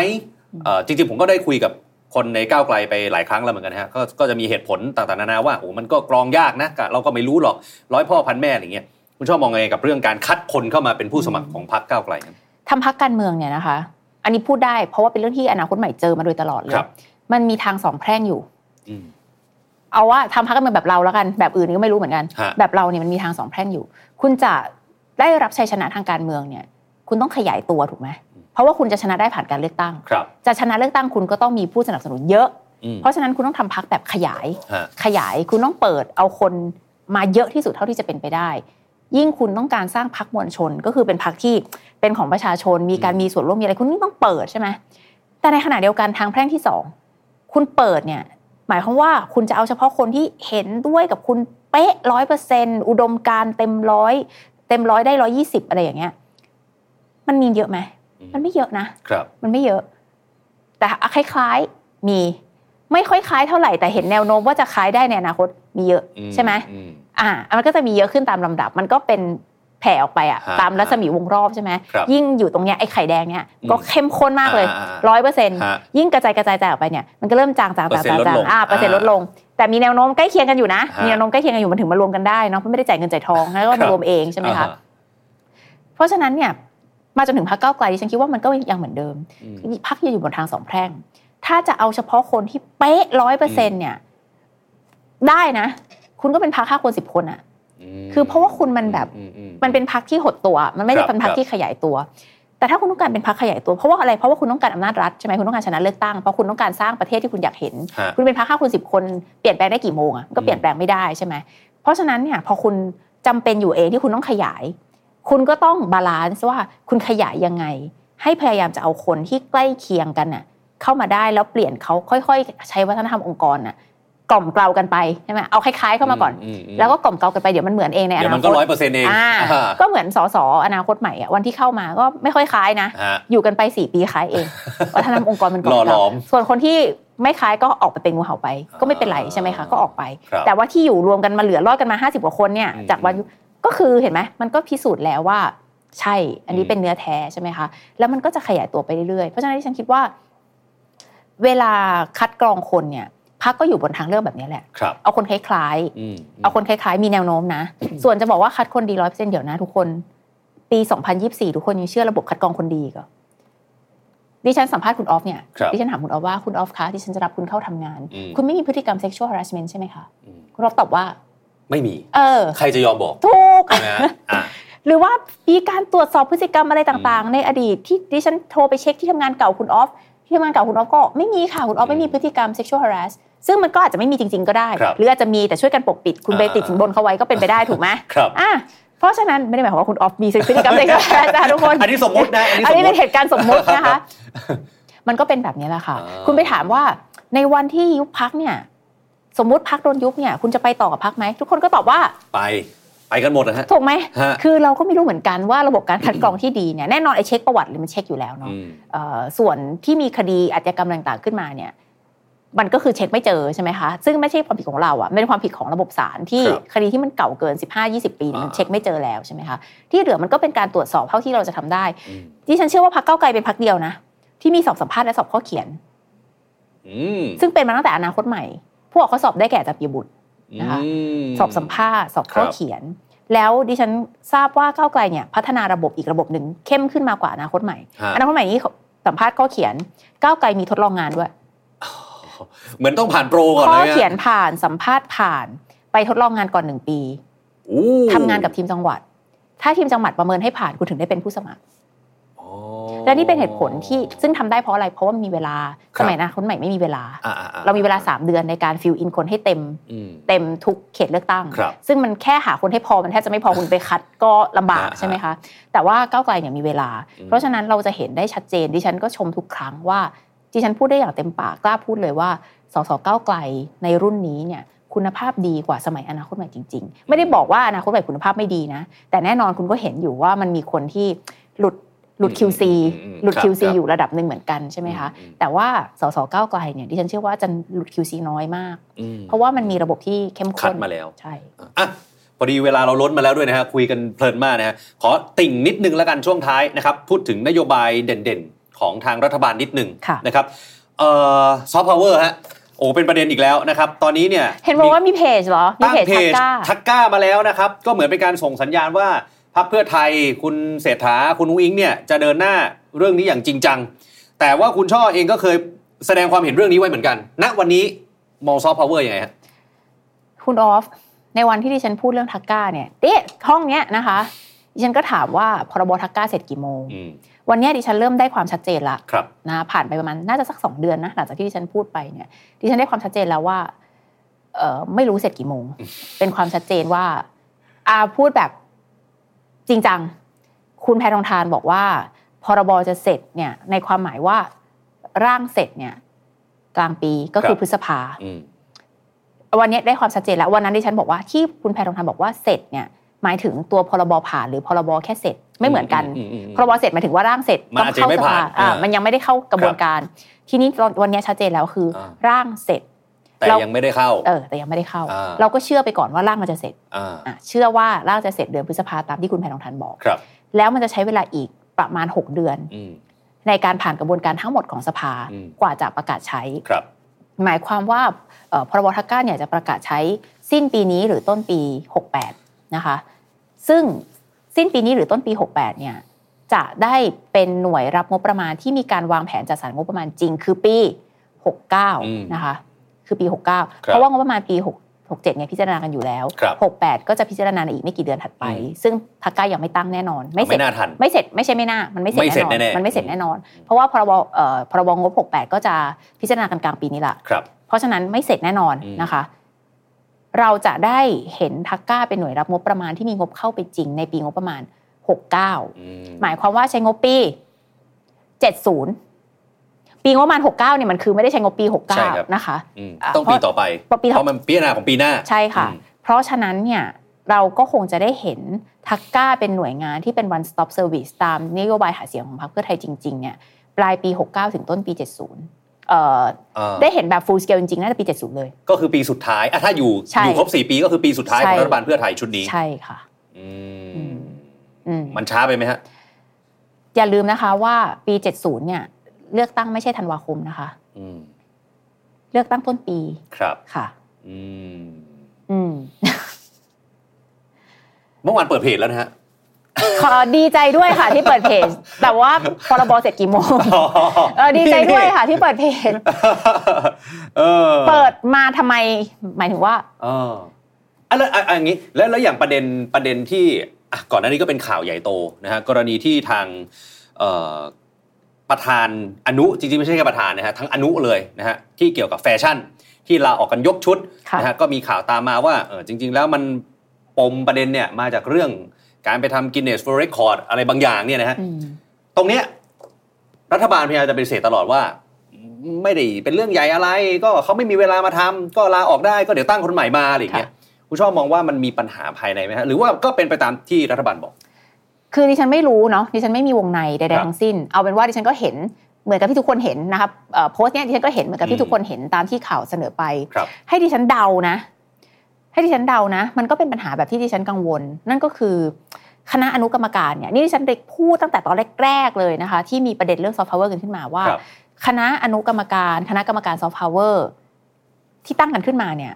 Speaker 2: เออจริง ๆ ผมก็ได้คุยกับคนในก้าวไกลไปหลายครั้งแล้วเหมือนกันนะฮะก็ก็จะมีเหตุผลต่างๆนานาว่าโอ้มันก็กรองยากนะกะเราก็ไม่รู้หรอกร้อยพ่อพันแม่อะไรเงี้ยคุณชอบมองไงกับเรื่องการคัดคนเข้ามาเป็นผู้สมัครของพรรคก้าวไกลครับ
Speaker 3: ทำพักการเมืองเนี่ยนะคะ อันนี้พูดได้เพราะว่าเป็นเรื่องที่อนาคตใหม่เจอมาโดยตลอดเล
Speaker 2: ค
Speaker 3: ย
Speaker 2: รับ
Speaker 3: มันมีทางสองแพร่งอยู่
Speaker 2: อืม
Speaker 3: เอาว่าทำพักการเมืองแบบเราแล้วกัน แบบอื่นก็ไม่รู้เหมือนกัน
Speaker 2: ฮะ
Speaker 3: แบบเราเนี่ยมันมีทางสองแพร่งอยู่ คุณจะได้รับชัยชนะทางการเมืองเนี่ย คุณต้องขยายตัวถูกไหมเพราะว่าคุณจะชนะได้ผ่านการเลือกตั้ง
Speaker 2: ครับ
Speaker 3: จะชนะเลือกตั้งคุณก็ต้องมีผู้สนับสนุนเยอะ
Speaker 2: อืม
Speaker 3: เพราะฉะนั้นคุณต้องทำพักแบบขยาย
Speaker 2: ฮะ
Speaker 3: ขยายคุณต้องเปิดเอาคนมาเยอะที่สุดเท่าที่จะเป็นไปได้ ยิ่งคุณต้องการสร้างพักมวลชนก็คือเป็นพักที่เป็นของประชาชน มีการ
Speaker 2: อืม
Speaker 3: มีส่วนร่วมมีอะไรคุณยิ่งต้องเปิดใช่ไหมแต่ในขณะเดียวกันทางแพร่งที่สองคุณเปิดเนี่ยหมายความว่าคุณจะเอาเฉพาะคนที่เห็นด้วยกับคุณเป๊ะร้อยเปอร์เซนอุดมการณ์เต็มร้อยเต็มร้อยได้ร้อยี่สิบอะไรอย่างเงี้ยมันมีเยอะไหมมันไม่เยอะนะ
Speaker 2: ครับ
Speaker 3: มันไม่เยอะ แต่อ่ะคล้ายๆ มี ไม่ค่อยคล้ายเท่าไหร่แต่เห็นแนวโน้มว่าจะคล้ายได้ในอนาคตมีเยอะ
Speaker 2: อื
Speaker 3: ใช่ไหม
Speaker 2: อื
Speaker 3: อ่ามันก็จะมีเยอะขึ้นตามลำดับ มันก็เป็นแผ่ออกไปอะ
Speaker 2: ฮะ
Speaker 3: ตามรัศมีวงรอบใช่ไหม
Speaker 2: ครับ
Speaker 3: ยิ่งอยู่ตรงเนี้ยไอ้ไข่แดงเนี้ย
Speaker 2: อืม
Speaker 3: ก็เข้มข้นมากเลย
Speaker 2: อ่า
Speaker 3: ร้อยเปอร์เซ็นต์
Speaker 2: ฮะ
Speaker 3: ยิ่งกระจายกระจายๆออกไปเนี่ยมันก็เริ่มจางจางจางจางจาง
Speaker 2: เปอร์เซ็นต์ลดลง
Speaker 3: อ่าเปอร์เซ็นต์ลดลง แต่มีแนวโน้มใกล้เคียงกันอยู่นะ
Speaker 2: ฮะ
Speaker 3: มีแนวโน้มใกล้เคียงกันอยู่มันถึงมารวมกันได้เนาะเพราะไม่ได้จ่ายเงินจ่ายทองแล้วก็มารวมเองใช่ไหม
Speaker 2: อ่า
Speaker 3: คะ
Speaker 2: ฮ
Speaker 3: เพราะฉะนั้นเนี่ยมาจนถึงพรรคก้าวไกลดิฉันคิดว่ามันก็ยังเหมือนเดิม
Speaker 2: อืม
Speaker 3: พักยังอยู่บนทางสองแพร่ง ถ้าจะเอาเฉพาะคนที่เป๊ะร้อยเปอร์เซ็นเนี่ย ได้นะ คุณก็เป็นพักห้าคนสิบคนอะ คือเพราะว่าคุณมันแบบ มันเป็นพักที่หดตัวอะมันไม่ได้
Speaker 2: ครับ
Speaker 3: เป็นพัก
Speaker 2: ครับ
Speaker 3: ที่ขยายตัว แต่ถ้าคุณต้องการเป็นพักขยายตัว เพราะว่าอะไร เพราะว่าคุณต้องการอำนาจรัฐใช่ไหมคุณต้องการชนะเลือกตั้ง เพราะคุณต้องการสร้างประเทศที่คุณอยากเห็น
Speaker 2: ฮะ
Speaker 3: คุณเป็นพักห้าคนสิบคนเปลี่ยนแปลงได้กี่โมงอะมันก็เปลี่ยนแปลงไม่ได้ใช่ไหมเพราะฉะนั้นเนี่ยพอคุณจำเป็นอยู่เองที่คุณต้องขยาย คุณก็ต้องบาลานซ์ว่าคุณขยายยังไง ให้พยายามจะเอาคนที่ใกล้เคียงกันน่ะเข้ามาได้แล้วเปลี่ยนเขาค่อยๆ ใช้วัฒนธรรมองค์กรน่ะกล่อมเกลากันไปใช่ไหมเอาคล้ายๆเข้ามาก่อน แล้วก็กล่อมเกลากันไปเดี๋ยวมันเหมือนเองในอ
Speaker 2: เดี๋ยว
Speaker 3: นา
Speaker 2: มัน
Speaker 3: ค
Speaker 2: ก็
Speaker 3: ต
Speaker 2: ร้อยเปอร์เซ็นต์เอง
Speaker 3: อ่า
Speaker 2: อ่า
Speaker 3: ก็เหมือนสสอนาคตใหม่อะวันที่เข้ามาก็ไม่ค่อยคล้ายนะ
Speaker 2: ฮะ
Speaker 3: อยู่กันไปสี่ปีคล้าย เอง วัฒนธรรมองค์กรมันก่อน
Speaker 2: หล่อหลอม
Speaker 3: ส่วนคนที่ไม่คล้ายก็ออกไปเป็นงูเห่าไป ก็ไม่เป็นไร
Speaker 2: อ่า
Speaker 3: ใช่ไหมคะก็ออกไป
Speaker 2: ครับ
Speaker 3: แต่ว่าที่อยู่รวมกันมาเหลือรอดกันมา 50กว่าคนเนี่ย
Speaker 2: อืม
Speaker 3: จากวันก็คือเห็นไหมมันก็พิสูจน์แล้วว่าใช่ อันนี้
Speaker 2: อืม
Speaker 3: เป็นเนื้อแท้ใช่ไหมคะแล้วมันก็จะขยายตัวไปเรื่อยๆเพราะฉะนั้นที่ฉันคิดว่า เวลาคัดกรองคนเนี่ยพักก็อยู่บนทางเลือกแบบนี้แหละ
Speaker 2: ครับ
Speaker 3: เอาคนคล้ายๆ
Speaker 2: อืม
Speaker 3: เอาคนคล้ายๆ มีแนวโน้มนะ ส่วนจะบอกว่าคัดคนดีร้อยเปอร์เซ็นต์เดี๋ยวนะทุกคน ปี 2024 ทุกคนยังเชื่อระบบคัดกรองคนดีอีก็ ดิฉันสัมภาษณ์คุณออฟเนี่ย
Speaker 2: ครับ
Speaker 3: ดิฉันถามคุณออฟว่าคุณออฟคะดิฉันจะรับคุณเข้าทำงาน
Speaker 2: อืม
Speaker 3: คุณไม่มีพฤติกรรม sexual harassment ใช่ไหมคะ
Speaker 2: อืม
Speaker 3: คุณออฟตอบว่า
Speaker 2: ไม่มี
Speaker 3: เออ
Speaker 2: ใครจะยอมบอก
Speaker 3: ถูก
Speaker 2: ใช่ไหมฮะอ่ะ
Speaker 3: หรือว่ามีการตรวจสอบพฤติกรรมอะไรต่างๆ ในอดีตที่ดิฉันโทรไปเช็คที่ทำงานเก่าคุณออฟที่ทำงานเก่าคุณออฟก็ไม่มีค่ะคุณออฟไม่มีพฤติกรรม sexual harass ซึ่งมันก็อาจจะไม่มีจริง ๆก็ได้
Speaker 2: ครับ
Speaker 3: หรืออาจจะมีแต่ช่วยกันปกปิด คุณไป
Speaker 2: อ่า
Speaker 3: ติดสินบนเขาไว้ก็เป็นไปได้ถูกไหม
Speaker 2: ครับ
Speaker 3: อ่ะเพราะฉะนั้นไม่ได้หมายความว่าคุณออฟมีพฤติกรรมเซ็กชวลแฮร์จ้าทุกคน
Speaker 2: อันนี้สมมุตินะอันนี้
Speaker 3: อัน
Speaker 2: สม
Speaker 3: นี้
Speaker 2: มุ
Speaker 3: เป็
Speaker 2: ติ
Speaker 3: นเหตุการณ์สมมุตินะคะ มันก็เป็นแบบนี้แหละค่ะ
Speaker 2: อ่า
Speaker 3: คุณไปถามว่าในวันที่ยุบพักเนี่ย สมมุติพักโดนยุบเนี่ย คุณจะไปต่อกับพักไหม ทุกคนก็ตอบว่า
Speaker 2: ไป ไปกันหมดนะฮะ
Speaker 3: ถูกไหม
Speaker 2: ฮะ
Speaker 3: คือเราก็ไม่รู้เหมือนกันว่าระบบการคัดกรองที่ดีเนี่ยแน่นอนไอ้เช็คประวัติหรือมันเช็คอยู่แล้วเนาะ
Speaker 2: อืม
Speaker 3: เอ่อส่วนที่มีคดีอาชญากรรมต่างๆขึ้นมาเนี่ยมันก็คือเช็คไม่เจอใช่ไหมคะ ซึ่งไม่ใช่ความผิดของเราอะไม่ใช่ความผิดของระบบศาลที่
Speaker 2: ครับ
Speaker 3: คดีที่มันเก่าเกิน 15-20 ปีเนี่ยมัน
Speaker 2: อ่า
Speaker 3: เช็คไม่เจอแล้วใช่ไหมคะที่เหลือมันก็เป็นการตรวจสอบเท่าที่เราจะทำได้
Speaker 2: อืม
Speaker 3: ที่ฉันเชื่อว่าพักเก้าวไกลเป็นพักเดียวนะ ที่มีสอบสัมภาษณ์และสอบข้อเขียน
Speaker 2: อืม
Speaker 3: ซึ่งเป็นมาตั้งแต่อนาคตใหม่ ผู้ออกข้อสอบได้แก่จับยบุตร นะคะ
Speaker 2: ม
Speaker 3: สอบสัมภาษณ์สอบข้อ
Speaker 2: ครับ
Speaker 3: เขียน แล้วดิฉันทราบว่าก้าวไกลเนี่ยพัฒนาระบบอีกระบบหนึ่งเข้มขึ้นมากว่าอนาคตใหม่
Speaker 2: ฮะ
Speaker 3: อนาคตใหม่นี้สัมภาษณ์ข้อเขียนก้าวไกลมีทดลองงานด้วย
Speaker 2: เหมือนต้องผ่านโปรก่อน
Speaker 3: ข้อ
Speaker 2: เลยะ
Speaker 3: เขียนผ่านสัมภาษณ์ผ่าน ไปทดลองงานก่อนหนึ่งปี
Speaker 2: อู้
Speaker 3: ทำงานกับทีมจังหวัด ถ้าทีมจังหวัดประเมินให้ผ่านคุณถึงได้เป็นผู้สมัคร
Speaker 2: อ๋อ
Speaker 3: และนี่เป็นเหตุผลที่ซึ่งทำได้เพราะอะไรเพราะว่ามันมีเวลา
Speaker 2: ครับ
Speaker 3: สมัยอนะคนใหม่ไม่มีเวลา
Speaker 2: อ่ะอ่ะอ่ะ
Speaker 3: เรามีเวลา 3 เดือนในการฟิลอินคนให้เต็ม
Speaker 2: อืม
Speaker 3: เต็มทุกเขตเลือกตั้ง
Speaker 2: ครับ
Speaker 3: ซึ่งมันแค่หาคนให้พอมันแทบจะไม่พอคุณไปคัด ก็ลำบาก
Speaker 2: อ่า
Speaker 3: ใช่ไหมคะ แต่ว่าก้าวไกลเนี่ยมีเวลา
Speaker 2: อืม
Speaker 3: เพราะฉะนั้นเราจะเห็นได้ชัดเจนดิฉันก็ชมทุกครั้งว่าดิฉันพูดได้อย่างเต็มปากกล้าพูดเลยว่าสสก้าวไกลในรุ่นนี้เนี่ยคุณภาพดีกว่าสมัยอนาคตใหม่จริง ๆ ไม่ได้บอกว่าอนาคตใหม่คุณภาพไม่ดีนะ แต่แน่นอนคุณก็เห็นอยู่ว่ามันมีคนที่หลุดหลุด
Speaker 2: อืม
Speaker 3: QC
Speaker 2: อืม
Speaker 3: หลุด
Speaker 2: ครับ
Speaker 3: QC
Speaker 2: ครับ
Speaker 3: อยู่ระดับหนึ่งเหมือนกันใช่ไหมคะ
Speaker 2: อื
Speaker 3: แต่ว่าสสก้าวไกลเนี่ยดิฉันเชื่อว่าจะหลุด QC น้อยมาก
Speaker 2: อืม
Speaker 3: เพราะว่ามันมีระบบที่เข้มข้น
Speaker 2: คัดมาแล้ว
Speaker 3: ใช่
Speaker 2: อ่ะพอดีเวลาเราล้นมาแล้วด้วยนะฮะคุยกันเพลินมากนะฮะขอติ่งนิดนึงแล้วกันช่วงท้ายนะครับพูดถึงนโยบายเด่นๆ ของทางรัฐบาลนิดนึง
Speaker 3: ค่ะ
Speaker 2: นะครับเอ่อซอฟต์พาวเวอร์ฮะโอ้เป็นประเด็นอีกแล้วนะครับ ตอนนี้เนี่ย
Speaker 3: เห็นบอกว่ามีเพจเหรอ มี
Speaker 2: ตั้ง
Speaker 3: เพจ
Speaker 2: เพ
Speaker 3: ทัก
Speaker 2: จ
Speaker 3: ก้า
Speaker 2: ทักก้ามาแล้วนะครับ ก็เหมือนเป็นการส่งสัญญาณว่าพรรคเพื่อไทยคุณเศรษฐาคุณอุ้งอิงเนี่ยจะเดินหน้าเรื่องนี้อย่างจริงจัง แต่ว่าคุณช่อเองก็เคยแสดงความเห็นเรื่องนี้ไว้เหมือนกันณวันนี้มองซอฟต์พาวเวอร์ยังไงฮะ
Speaker 3: คุณออฟ ในวันที่ดิฉันพูดเรื่องทักก้าเนี่ยเด็ห้องเนี้ยนะคะ ดิฉันก็ถามว่าพรบทักก้าเสร็จกี่โมง
Speaker 2: อืม
Speaker 3: วันเนี้ยดิฉันเริ่มได้ความชัดเจนละ
Speaker 2: ครับ
Speaker 3: นะผ่านไปประมาณน่าจะสักสองเดือนนะหลังจากที่ดิฉันพูดไปเนี่ยดิฉันได้ความชัดเจนแล้วว่าเออไม่รู้เสร็จ กี่โมง เป็นความชัดเจนว่าอาพูดแบบจริงจัง คุณแพทองทานบอกว่า พรบจะเสร็จเนี่ยในความหมายว่าร่างเสร็จเนี่ยกลางปีก็คื
Speaker 2: ครั
Speaker 3: อบ พฤษภา
Speaker 2: อืม
Speaker 3: วันนี้ได้ความชัดเจนแล้ววันนั้นดิฉันบอกว่าที่คุณแพทองทานบอกว่าเสร็จเนี่ยหมายถึงตัวพรบผ่านหรือพรบแค่เสร็จไม่เหมือนกัน
Speaker 2: อืมอืมอืม
Speaker 3: พรบเสร็จหมายถึงว่าร่างเสร็จ
Speaker 2: มันอาจจะยังไม่ผ่าน
Speaker 3: อ่า
Speaker 2: อ่ามั
Speaker 3: มันยังไม่ได้เข้ากระบวนการ ทีนี้ตอนวันนี้ชัดเจนแล้วคืออา ร่างเสร็จ
Speaker 2: แต่
Speaker 3: เรา
Speaker 2: ยังไม่ได้เข้า
Speaker 3: เออแต่ยังไม่ได้เข้า
Speaker 2: อ่า
Speaker 3: เราก็เชื่อไปก่อนว่าร่างมันจะเสร็จ
Speaker 2: อ่า
Speaker 3: อ่ะเชื่อว่าร่างจะเสร็จเดือนพฤษภาตามที่คุณแพทองทานบอก
Speaker 2: ครับ
Speaker 3: แล้วมันจะใช้เวลาอีกประมาณ 6 เดือน
Speaker 2: อืม
Speaker 3: ในการผ่านกระบวนการทั้งหมดของสภา
Speaker 2: อืม
Speaker 3: กว่าจะประกาศใช้
Speaker 2: ครับ
Speaker 3: หมายความว่าเอ่อพรบทักก้าเนี่ยจะประกาศใช้สิ้นปีนี้หรือต้นปี 68 นะคะ ซึ่งสิ้นปีนี้หรือต้นปี 68 เนี่ยจะได้เป็นหน่วยรับงบประมาณที่มีการวางแผนจัดสรรงบประมาณจริงคือปี
Speaker 2: อืม
Speaker 3: 69 นะคะ คือปี 69 เพราะว่างบประมาณปี6 67 เนี่ยพิจารณากันอยู่แล้ว
Speaker 2: ครับ
Speaker 3: 68 ก็จะพิจารณาในอีกไม่กี่เดือนถัดไป
Speaker 2: อืม
Speaker 3: ซึ่งทักก้ายังไม่ตั้งแน่นอนไม่เสร็
Speaker 2: ไม่
Speaker 3: จ
Speaker 2: น่าทัน
Speaker 3: ไม่เสร็จไม่ใช่ไม่น่ามันไม่
Speaker 2: ไม่
Speaker 3: เส
Speaker 2: เสร็
Speaker 3: ร็
Speaker 2: จ
Speaker 3: จแน่นอน
Speaker 2: แน่ๆ
Speaker 3: มันไม่เสร็จ
Speaker 2: อืม
Speaker 3: แน่นอนเพราะว่าพรบเอ่อพรบงบ 68 ก็จะพิจารณากันกลางปีนี้ละ
Speaker 2: ครับ
Speaker 3: เพราะฉะนั้นไม่เสร็จแน่นอน
Speaker 2: อืม
Speaker 3: นะคะ เราจะได้เห็นทักก้าเป็นหน่วยรับงบประมาณที่มีงบเข้าไปจริงในปีงบประมาณ 69
Speaker 2: อืม
Speaker 3: หมายความว่าใช้งบปี 70 ปีงบประมาณ69เนี่ยมันคือไม่ได้ใช้งบปี
Speaker 2: ใช่ครับ
Speaker 3: 69 นะคะ
Speaker 2: อืม
Speaker 3: อ่ะ
Speaker 2: ต้องปีต่อไป
Speaker 3: เพราะปีต่อ
Speaker 2: เพราะมันปีหน้าของปีหน้า
Speaker 3: ใช่ค่ะ
Speaker 2: อืม
Speaker 3: เพราะฉะนั้นเนี่ยเราก็คงจะได้เห็นทักก้าเป็นหน่วยงานที่เป็น one stop service ตามนโยบายหาเสียงของพรรคเพื่อไทยจริงๆเนี่ยปลายปี 69 ถึงต้นปี 70เอ่อ
Speaker 2: อ่า
Speaker 3: ได้เห็นแบบ full scale จริงๆ น่าจะปี 70 เลย
Speaker 2: ก็คือปีสุดท้ายอ่ะถ้าอยู่
Speaker 3: ใช่
Speaker 2: อยู่ครบ 4 ปีก็คือปีสุดท้ายข
Speaker 3: ใช่
Speaker 2: องรัฐบาลเพื่อไทยชุดนี้
Speaker 3: ใช่ค่ะ
Speaker 2: อื
Speaker 3: อื
Speaker 2: ม
Speaker 3: ม อืม
Speaker 2: มันช้าไปไหมฮะ
Speaker 3: อย่าลืมนะคะว่าปี 70 เนี่ยเลือกตั้งไม่ใช่ธันวาคมนะคะ
Speaker 2: อืม
Speaker 3: เลือกตั้งต้นปี
Speaker 2: ครับ
Speaker 3: ค่ะ
Speaker 2: อืม
Speaker 3: อืม
Speaker 2: เมื่อวานเปิดเพจแล้วนะฮะ
Speaker 3: ขอดีใจด้วยค่ะที่เปิดเพจ แต่ว่าพรบเสร็จกี่โมงเออดีใจด้วยค่ะที่เปิดเพจ
Speaker 2: เออ
Speaker 3: เปิดมาทำไมหมายถึงว่า
Speaker 2: เอออ่ะแล้วอ่ะอ่ะอย่างนี้แล้วแล้วอย่างประเด็นประเด็นที่อ่ะก่อนหน้านี้ก็เป็นข่าวใหญ่โตนะฮะกรณีที่ทางเอ่อประธานอนุจริงๆไม่ใช่แค่ประธานนะฮะทั้งอนุเลยนะฮะที่เกี่ยวกับแฟชั่น ที่ลาออกกันยกชุด
Speaker 3: ค่ะ
Speaker 2: นะฮะก็มีข่าวตามมาว่าเออจริง ๆ แล้วมันปมประเด็นเนี่ยมาจากเรื่องการไปทำกินเนสเวิร์รคคอร์ดอะไรบางอย่างเนี่ยนะฮะ
Speaker 3: อืม
Speaker 2: ตรงเนี้ยรัฐบาลพยายามจะปฏิเสธตลอดว่า ไม่ได้เป็นเรื่องใหญ่อะไร ก็เขาไม่มีเวลามาทำก็ลาออกได้ก็เดี๋ยวตั้งคนใหม่มาอะไรอย่างเงี้ยคุณชอบมองว่ามันมีปัญหาภายในไหมฮะหรือว่าก็เป็นไปตามที่รัฐบาลบอก
Speaker 3: คือดิฉันไม่รู้เนาะดิฉันไม่มีวงในใด
Speaker 2: ครับ
Speaker 3: ๆทั้งสิ้น เอาเป็นว่าดิฉันก็เห็นเหมือนกับที่ทุกคนเห็นนะครับเอ่อโพสต์เนี้ยดิฉันก็เห็นเหมือนกับ
Speaker 2: อื
Speaker 3: ที่
Speaker 2: ม
Speaker 3: ทุกคนเห็นตามที่ข่าวเสนอไป
Speaker 2: ครับ
Speaker 3: ให้ดิฉันเดานะ ให้ดิฉันเดานะ มันก็เป็นปัญหาแบบที่ดิฉันกังวล นั่นก็คือคณะอนุกรรมการเนี่ยนี่ดิฉันได้พูดตั้งแต่ตอนแรกๆเลยนะคะ ที่มีประเด็นเรื่องซอฟต์พาวเวอร์กันขึ้นมาว่า
Speaker 2: ครับ
Speaker 3: คณะอนุกรรมการ คณะกรรมการซอฟต์พาวเวอร์ที่ตั้งกันขึ้นมาเนี่ย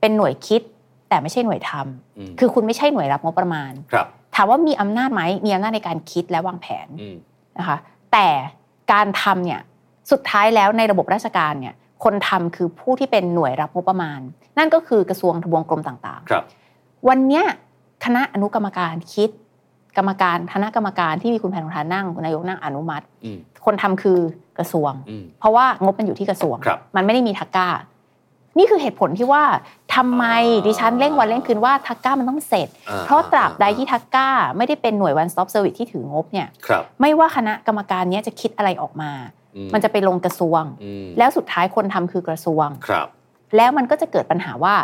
Speaker 3: เป็นหน่วยคิดแต่ไม่ใช่หน่วยทำ
Speaker 2: อืม
Speaker 3: คือคุณไม่ใช่หน่วยรับงบประมาณ
Speaker 2: ครับ
Speaker 3: ถามว่ามีอำนาจไหมมีอำนาจในการคิดและวางแผน
Speaker 2: อืม
Speaker 3: นะคะ แต่การทำเนี่ยสุดท้ายแล้วในระบบราชการเนี่ยคนทำคือผู้ที่เป็นหน่วยรับงบประมาณ นั่นก็คือกระทรวงทบวงกรมต่าง
Speaker 2: ครับ
Speaker 3: ๆ วันเนี้ยคณะอนุกรรมการคิด กรรมการคณะกรรมการที่มีคุณแผนของทานนั่งคุณนายกนั่งอนุมัติ
Speaker 2: อืม
Speaker 3: คนทำคือกระทรวง
Speaker 2: อืม
Speaker 3: เพราะว่างบมันอยู่ที่กระทรวง
Speaker 2: ครับ
Speaker 3: มันไม่ได้มีทักก้า นี่คือเหตุผลที่ว่าทำไม
Speaker 2: อ่า
Speaker 3: ดิฉันเร่งวันเร่งคืนว่าทักก้ามันต้องเสร็จ
Speaker 2: อ่
Speaker 3: เพราะตราบใดที่ทักก้าไม่ได้เป็นหน่วย one stop service ที่ถืองบเนี่ย
Speaker 2: ครับ
Speaker 3: ไม่ว่าคณะกรรมการเนี้ยจะคิดอะไรออกมา
Speaker 2: อื
Speaker 3: มันจะไปลงกระทรวง
Speaker 2: อืม
Speaker 3: แล้วสุดท้ายคนทำคือกระทรวง
Speaker 2: ครับ
Speaker 3: แล้วมันก็จะเกิดปัญหาว่า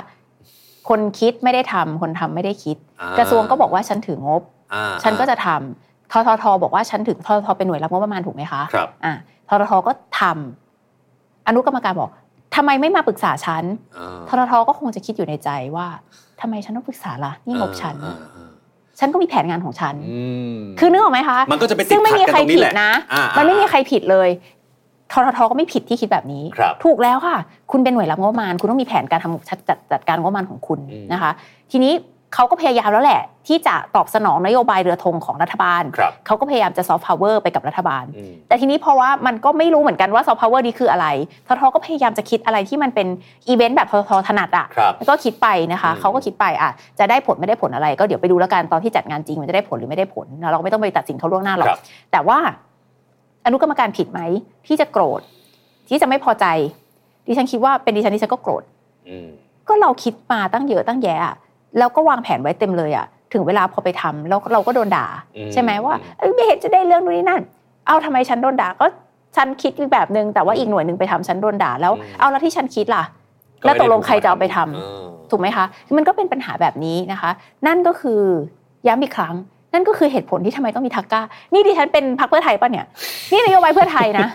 Speaker 3: คนคิดไม่ได้ทำคนทำไม่ได้คิด
Speaker 2: อ่าก
Speaker 3: ระทรวงก็บอกว่าฉันถืองบ
Speaker 2: อ่า
Speaker 3: ฉันก็จะทำทททบอกว่าฉันถึงทททเป็นหน่วยรับงบประมาณถูกไหมคะ
Speaker 2: ครับ
Speaker 3: อ่ะทททก็ทำอนุกรรมการบอกทำไมไม่มาปรึกษาฉัน
Speaker 2: อ่า
Speaker 3: ทททก็คงจะคิดอยู่ในใจว่าทำไมฉันต้องปรึกษาล่ะนี่งบฉัน
Speaker 2: อ่าอ่า
Speaker 3: ฉันก็มีแผนงานของฉัน
Speaker 2: อืม
Speaker 3: คือนึกออกไหมคะ
Speaker 2: มันก็จะไปติด
Speaker 3: ซึ่งไม่มี
Speaker 2: ขัดกัน
Speaker 3: ใคร
Speaker 2: ตง
Speaker 3: ผิด
Speaker 2: แหล
Speaker 3: นะ
Speaker 2: อ่า
Speaker 3: มันไม่มีใค
Speaker 2: อ่า
Speaker 3: รผิดเลยทททก็ไม่ผิดที่คิดแบบนี้
Speaker 2: ครับ
Speaker 3: ถูกแล้วค่ะ คุณเป็นหน่วยรับงบประมาณ คุณต้องมีแผนการทำจัดจัดจัดการงบประมาณของคุณ
Speaker 2: อืม
Speaker 3: นะคะ ทีนี้เขาก็พยายามแล้วแหละ ที่จะตอบสนองนโยบายเรือธงของรัฐบาล
Speaker 2: ครับ
Speaker 3: เขาก็พยายามจะซอฟต์พาวเวอร์ไปกับรัฐบาล
Speaker 2: อืม
Speaker 3: แต่ทีนี้เพราะว่ามันก็ไม่รู้เหมือนกันว่าซอฟต์พาวเวอร์นี้คืออะไรททก็พยายามจะคิดอะไรที่มันเป็นอีเวนต์แบบททถนัดอะ
Speaker 2: ครับ
Speaker 3: ก็คิดไปนะคะ
Speaker 2: อืม
Speaker 3: เขาก็คิดไปอ่ะจะได้ผลไม่ได้ผลอะไรก็เดี๋ยวไปดูแล้วกันตอนที่จัดงานจริงมันจะได้ผลหรือไม่ได้ผลนะเราก็ไม่ต้องไปตัดสินเขาล่วงหน้าหรอก
Speaker 2: ครับ
Speaker 3: แต่ว่าอนุกรรมการผิดไหมที่จะโกรธ ที่จะไม่พอใจ ดิฉันคิดว่าเป็นดิฉันดิฉันก็โกรธ
Speaker 2: อืม
Speaker 3: ก็เราคิดมาตั้งเยอะตั้งแยะอะแล้วก็วางแผนไว้เต็มเลยอ่ะถึงเวลาพอไปทำแล้วเราก็โดนด่า
Speaker 2: อื
Speaker 3: ใช่ไหมว่าเอ้ยไม่เห็นจะได้เรื่องนู่นนี่นั่น เอาทำไมฉันโดนด่าก็ฉันคิดอีกแบบนึงแต่ว่าอีกหน่วยหนึ่งไปทำฉันโดนด่าแล้ว
Speaker 2: อืม
Speaker 3: เอาแล้วที่ฉันคิดล่ะ
Speaker 2: ก็ไม่
Speaker 3: แล้วตกลง
Speaker 2: ด้
Speaker 3: ใครจะเอาไปทำ
Speaker 2: เออ
Speaker 3: ถูกไหมคะคือมันก็เป็นปัญหาแบบนี้นะคะ นั่นก็คือย้ำอีกครั้ง นั่นก็คือเหตุผลที่ทำไมต้องมีทักก้า นี่ดิฉันเป็นพรรคเพื่อไทยป่ะเนี่ย นี่นโยบายเพื่อไทยนะ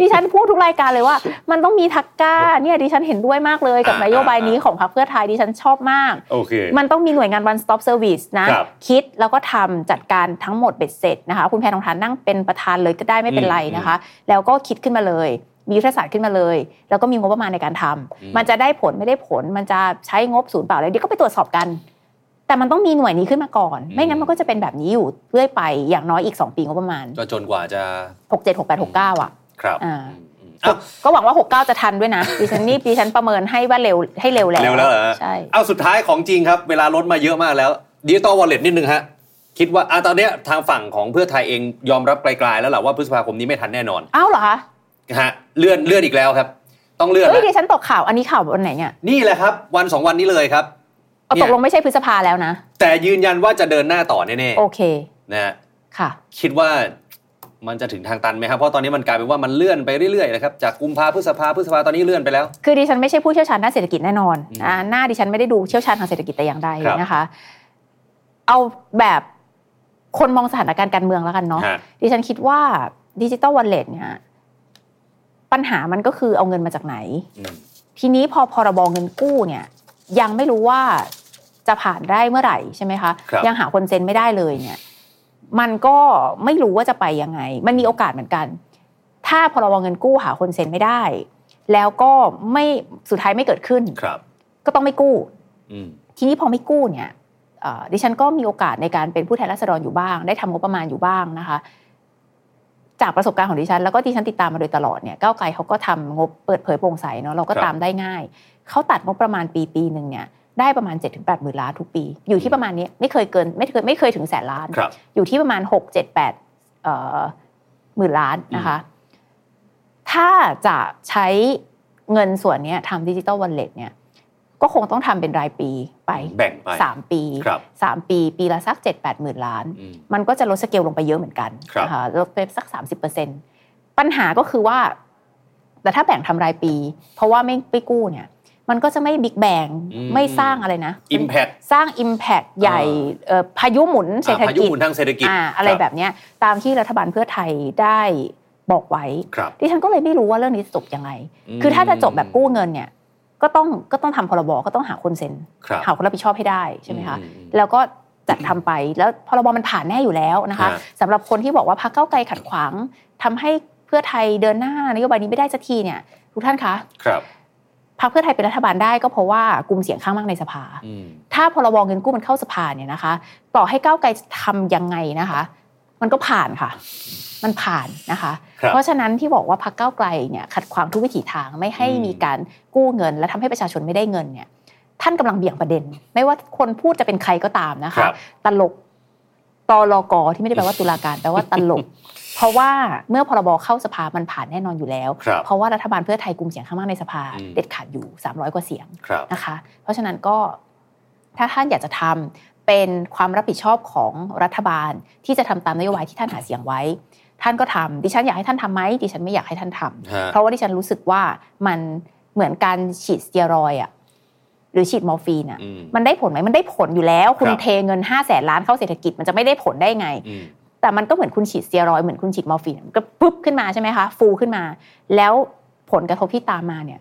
Speaker 3: ดิฉันพูดทุกรายการเลยว่า มันต้องมีทักก้า เนี่ยดิฉันเห็นด้วยมากเลยกับ
Speaker 2: อ่าน
Speaker 3: โยบายนี้
Speaker 2: อ่า
Speaker 3: ของพรรคเพื่อไทยดิฉันชอบมาก
Speaker 2: โอเค
Speaker 3: มันต้องมีหน่วยงาน one stop service นะ
Speaker 2: ครับ
Speaker 3: คิดแล้วก็ทำจัดการทั้งหมดเบ็ดเสร็จนะคะ คุณแพทองทานนั่งเป็นประธานเลยก็ได้ไม่เป็นไรนะคะ แล้วก็คิดขึ้นมาเลย มียุทธศาสตร์ขึ้นมาเลย แล้วก็มีงบประมาณในการทำ
Speaker 2: อืม
Speaker 3: มันจะได้ผลไม่ได้ผล มันจะใช้งบศูนย์เปล่าอะไรเดี๋ยวก็ไปตรวจสอบกัน แต่มันต้องมีหน่วยนี้ขึ้นมาก่อน ไม่งั้นมันก็จะเป็นแบบนี้อยู่เรื่อยไปอย่างน้อยอีก 2 ปีงบประมาณ
Speaker 2: ก็จนกว่าจะ
Speaker 3: 6 7 6 8 6 9 อ่ะ
Speaker 2: ครับ
Speaker 3: อ่า
Speaker 2: อืมอืมเอา
Speaker 3: ก็หวังว่า 69 จะทันด้วยนะดิฉันนี่ดิฉันประเมินให้ว่าเร็วให้เร็วแล้ว
Speaker 2: เร็วแล้วเหรอฮะ
Speaker 3: ใช่
Speaker 2: เอาสุดท้ายของจริงครับ เวลาลดมาเยอะมากแล้วดิจิตอลวอลเล็ตนิดนึงฮะ คิดว่าอ่ะตอนเนี้ยทางฝั่งของเพื่อไทยเองยอมรับไกลๆแล้วแหละว่าพฤษภาคมนี้ไม่ทันแน่นอน
Speaker 3: เอ้าเหรอคะ
Speaker 2: นะฮะเลื่อนเลื่อนอีกแล้วครับ ต้องเลื่อน
Speaker 3: เฮ้ย
Speaker 2: นะ
Speaker 3: ดิฉันตกข่าวอันนี้ข่าววันไหนเนี่ย
Speaker 2: นี่แหละครับ วันสองวันนี้เลยครับ
Speaker 3: เอา
Speaker 2: เนี่
Speaker 3: ต
Speaker 2: ย
Speaker 3: กลงไม่ใช่พฤษภาแล้วนะ
Speaker 2: แต่ยืนยันว่าจะเดินหน้าต่อแน่
Speaker 3: โอเค
Speaker 2: ๆนะฮะ
Speaker 3: ค่ะ
Speaker 2: คิดว่ามันจะถึงทางตันไหมครับ เพราะตอนนี้มันกลายเป็นว่ามันเลื่อนไปเรื่อยๆนะครับ จากกุมภาพฤษภาพฤษภาตอนนี้เลื่อนไปแล้ว
Speaker 3: คือดิฉันไม่ใช่ผู้เชี่ยวชาญด้านเศรษฐกิจแน่นอน
Speaker 2: อืม
Speaker 3: อ่าหน้าดิฉันไม่ได้ดูเชี่ยวชาญทางเศรษฐกิจแต่อย่างใด
Speaker 2: ครับ
Speaker 3: นะคะ เอาแบบคนมองสถานการณ์การเมืองแล้วกันเนาะ
Speaker 2: ฮะ
Speaker 3: ดิฉันคิดว่าดิจิตอลวอลเล็ตเนี่ยปัญหามันก็คือเอาเงินมาจากไหน
Speaker 2: อืม
Speaker 3: ทีนี้พอพรบเงินกู้เนี่ย ยังไม่รู้ว่าจะผ่านได้เมื่อไหร่ใช่ไหมคะ
Speaker 2: ครับ
Speaker 3: ยังหาคนเซ็นไม่ได้เลยเนี่ย มันก็ไม่รู้ว่าจะไปยังไง มันมีโอกาสเหมือนกัน ถ้าพรบเงินกู้หาคนเซ็นไม่ได้ แล้วก็ไม่สุดท้ายไม่เกิดขึ้น
Speaker 2: ครับ
Speaker 3: ก็ต้องไม่กู้
Speaker 2: อืม
Speaker 3: ทีนี้พอไม่กู้เนี่ยเอ่อดิฉันก็มีโอกาสในการเป็นผู้แทนราษฎรอยู่บ้าง ได้ทำงบประมาณอยู่บ้างนะคะ จากประสบการณ์ของดิฉัน แล้วก็ดิฉันติดตามมาโดยตลอดเนี่ยก้าวไกลเขาก็ทำงบเปิดเผยโปร่งใสเนาะเราก็ตามได้ง่าย เขาตัดงบประมาณปีปีหนึ่งเนี่ยได้ประมาณ7จ็ดถึงแปดหมื่นล้านทุกปี อยู่ที่ประมาณนี้ไม่เคยเกินไม่เคยไม่เคยถึงแสนล้าน
Speaker 2: ครับ
Speaker 3: อยู่ที่ประมาณหกเจ็ดแปดเอ่อหมื่นล้านนะคะ ถ้าจะใช้เงินส่วนเนี้ยทำดิจิตอลวอลเล็ตเนี่ย ก็คงต้องทำเป็นรายปีไป
Speaker 2: แบ่งไป
Speaker 3: สามปี
Speaker 2: ครับ
Speaker 3: สามปีปีละสักเจ็ดแปดหมื่นล้าน
Speaker 2: อืม
Speaker 3: มันก็จะลดสเกลลงไปเยอะเหมือนกัน
Speaker 2: ครับ
Speaker 3: นะคะลดไปสัก 30%ปัญหาก็คือว่า แต่ถ้าแบ่งทำรายปี เพราะว่าไม่ไม่กู้เนี่ย มันก็จะไม่บิ๊กแบงไม่สร้างอะไรนะ
Speaker 2: Impact
Speaker 3: สร้าง Impact ใหญ่เอ่อพายุหมุนเศรษฐ
Speaker 2: อ่าพายุ
Speaker 3: กิจ
Speaker 2: หมุนทางเศรษฐกิจ
Speaker 3: อ่าอะไรแบบเนี้ยตามที่รัฐบาลเพื่อไทยได้บอกไว้
Speaker 2: ครับ
Speaker 3: ดิฉันก็เลยไม่รู้ว่าเรื่องนี้จะจบยังไง
Speaker 2: ม
Speaker 3: คือถ้าจะจบแบบกู้เงินเนี่ยก็ต้องก็ต้องทำพรบก็ต้องหาคนเซ็น
Speaker 2: ครับ
Speaker 3: หาคนรับผิดชอบให้ได้ใช่ไหมคะ
Speaker 2: อือื
Speaker 3: แล้วก็จัดทำไปแล้วพรบมันผ่านแน่อยู่แล้วนะคะ
Speaker 2: ฮะ
Speaker 3: สำหรับคนที่บอกว่าพรรคเก้าวไกลขัดขวางทำให้เพื่อไทยเดินหน้านโยบายนี้ไม่ได้สักทีเนี่ยทุกท่านคะ
Speaker 2: ครับ
Speaker 3: พรรคเพื่อไทยเป็นรัฐบาลได้ก็เพราะว่ากลุ่มเสียงข้างมากในสภา
Speaker 2: อืม
Speaker 3: ถ้าพรบเงินกู้มันเข้าสภาเนี่ยนะคะ ต่อให้ก้าวไกลทำยังไงนะคะ มันก็ผ่านค่ะ มันผ่านนะคะ
Speaker 2: ครับ
Speaker 3: เพราะฉะนั้นที่บอกว่าพรรคก้าวไกลเนี่ยขัดขวางทุกวิถีทางไม่ให้
Speaker 2: อืม
Speaker 3: มีการกู้เงิน และทำให้ประชาชนไม่ได้เงินเนี่ย ท่านกำลังเบี่ยงประเด็น ไม่ว่าคนพูดจะเป็นใครก็ตามนะ
Speaker 2: ค
Speaker 3: คะ
Speaker 2: รับ
Speaker 3: ตลกตลกที่ไม่ได้แปลว่าตุลาการแปลว่าตลก เพราะว่าเมื่อพรบเข้าสภามันผ่านแน่นอนอยู่แล้ว
Speaker 2: ครับ
Speaker 3: เพราะว่ารัฐบาลเพื่อไทยกลุ่มเสียงข้างมากในสภา
Speaker 2: อืม
Speaker 3: เด็ดขาดอยู่ 300 กว่าเสียง
Speaker 2: ครับ
Speaker 3: นะคะเพราะฉะนั้นก็ถ้าท่านอยากจะทำเป็นความรับผิดชอบของรัฐบาลที่จะทำตามนโยบายที่ท่านหาเสียงไว้ ท่านก็ทำดิฉันอยากให้ท่านทำไหมดิฉันไม่อยากให้ท่านทำ
Speaker 2: ฮะ
Speaker 3: เพราะว่าดิฉันรู้สึกว่ามันเหมือนการฉีดสเตียรอยด์อะหรือฉีดมอร์ฟีนอะ
Speaker 2: อืม
Speaker 3: มันได้ผลไหมมันได้ผลอยู่แล้ว คุณ
Speaker 2: ครับ
Speaker 3: เทเงิน5้าแสนล้านเข้าเศรษฐกิจมันจะไม่ได้ผลได้ไง
Speaker 2: อืม
Speaker 3: แต่มันก็เหมือนคุณฉีดสเตียรอยด์เหมือนคุณฉีดมอร์ฟีนมันก็ปุ๊บขึ้นมาใช่ไหมคะฟูขึ้นมา แล้วผลกระทบที่ตามมาเนี่ย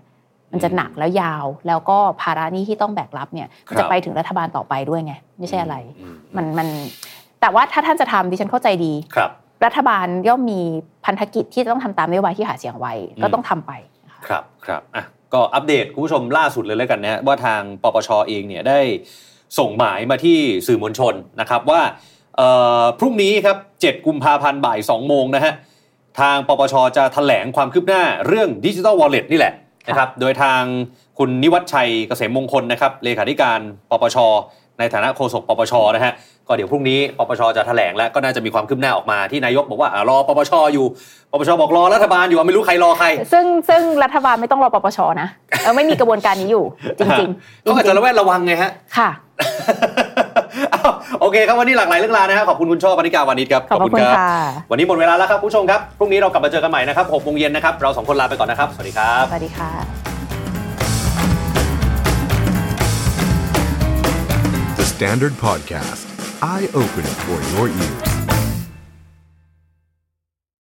Speaker 3: มันจะหนักแล้วยาว แล้วก็ภาระหนี้ที่ต้องแบกรับเนี่ยมันจะไปถึงรัฐบาลต่อไปด้วยไง ไม่ใช่อะไร
Speaker 2: ม
Speaker 3: มันมันแต่ว่าถ้าท่านจะทำดิฉันเข้าใจดี
Speaker 2: ครับ
Speaker 3: รัฐบาลย่อมมีพันธกิจที่จะต้องทำตามนโยบายที่หาเสียงไว้ ก็ต้องทำไปนะคะ
Speaker 2: ครับครับอ่ะก็อัปเดตคุณผู้ชมล่าสุดเลยแล้วกันนะฮะว่าทางปปชเองเนี่ยได้ส่งหมายมาที่สื่อมวลชนนะครับว่าเอ่อพรุ่งนี้ครับ 7 กุมภาพันธ์บ่าย 2 โมงนะฮะทางปปชจะแถลงความคืบหน้าเรื่องดิจิ t a ลวอลเล็ตนี่แหละนะครับโดยทางคุณนิวัฒชัยเกษมมงคลนะครับเลขาธิการปปช ในฐานะโฆษกปปชนะฮะก็เดี๋ยวพรุ่งนี้ปปชจะแถลงแล้วก็น่าจะมีความคืบหน้าออกมาที่นายกบอกว่าอ่ะรอปปชอยู่ปปชบอกรอรัฐบาลอยู่อ่ะไม่รู้ใครรอใคร
Speaker 3: ซึ่งซึ่งรัฐบาลไม่ต้องรอปปชนะเออไม่มีกระบวนการนี้อยู่ จริงๆจริง
Speaker 2: เขาอาจจะระ
Speaker 3: ๆ
Speaker 2: แวดระวังไงฮะ
Speaker 3: ค่ะ
Speaker 2: อ้าวโอเคครับวันนี้หลากหลายเรื่องราวนะฮะขอบคุณคุณช่อปนิกาวานิชครับ
Speaker 3: ขอบพระคุณ
Speaker 2: รั
Speaker 3: ค่ะ
Speaker 2: วันนี้หมดเวลาแล้วครับคุณผู้ชมครับ พรุ่งนี้เรากลับมาเจอกันใหม่นะครับ6โมงเย็นนะครับ เราสองคนลาไปก่อนนะครับ สวัสดีครับ
Speaker 3: สวัสดีค่ะ
Speaker 1: The Standard Podcast. Eye opening for your ears.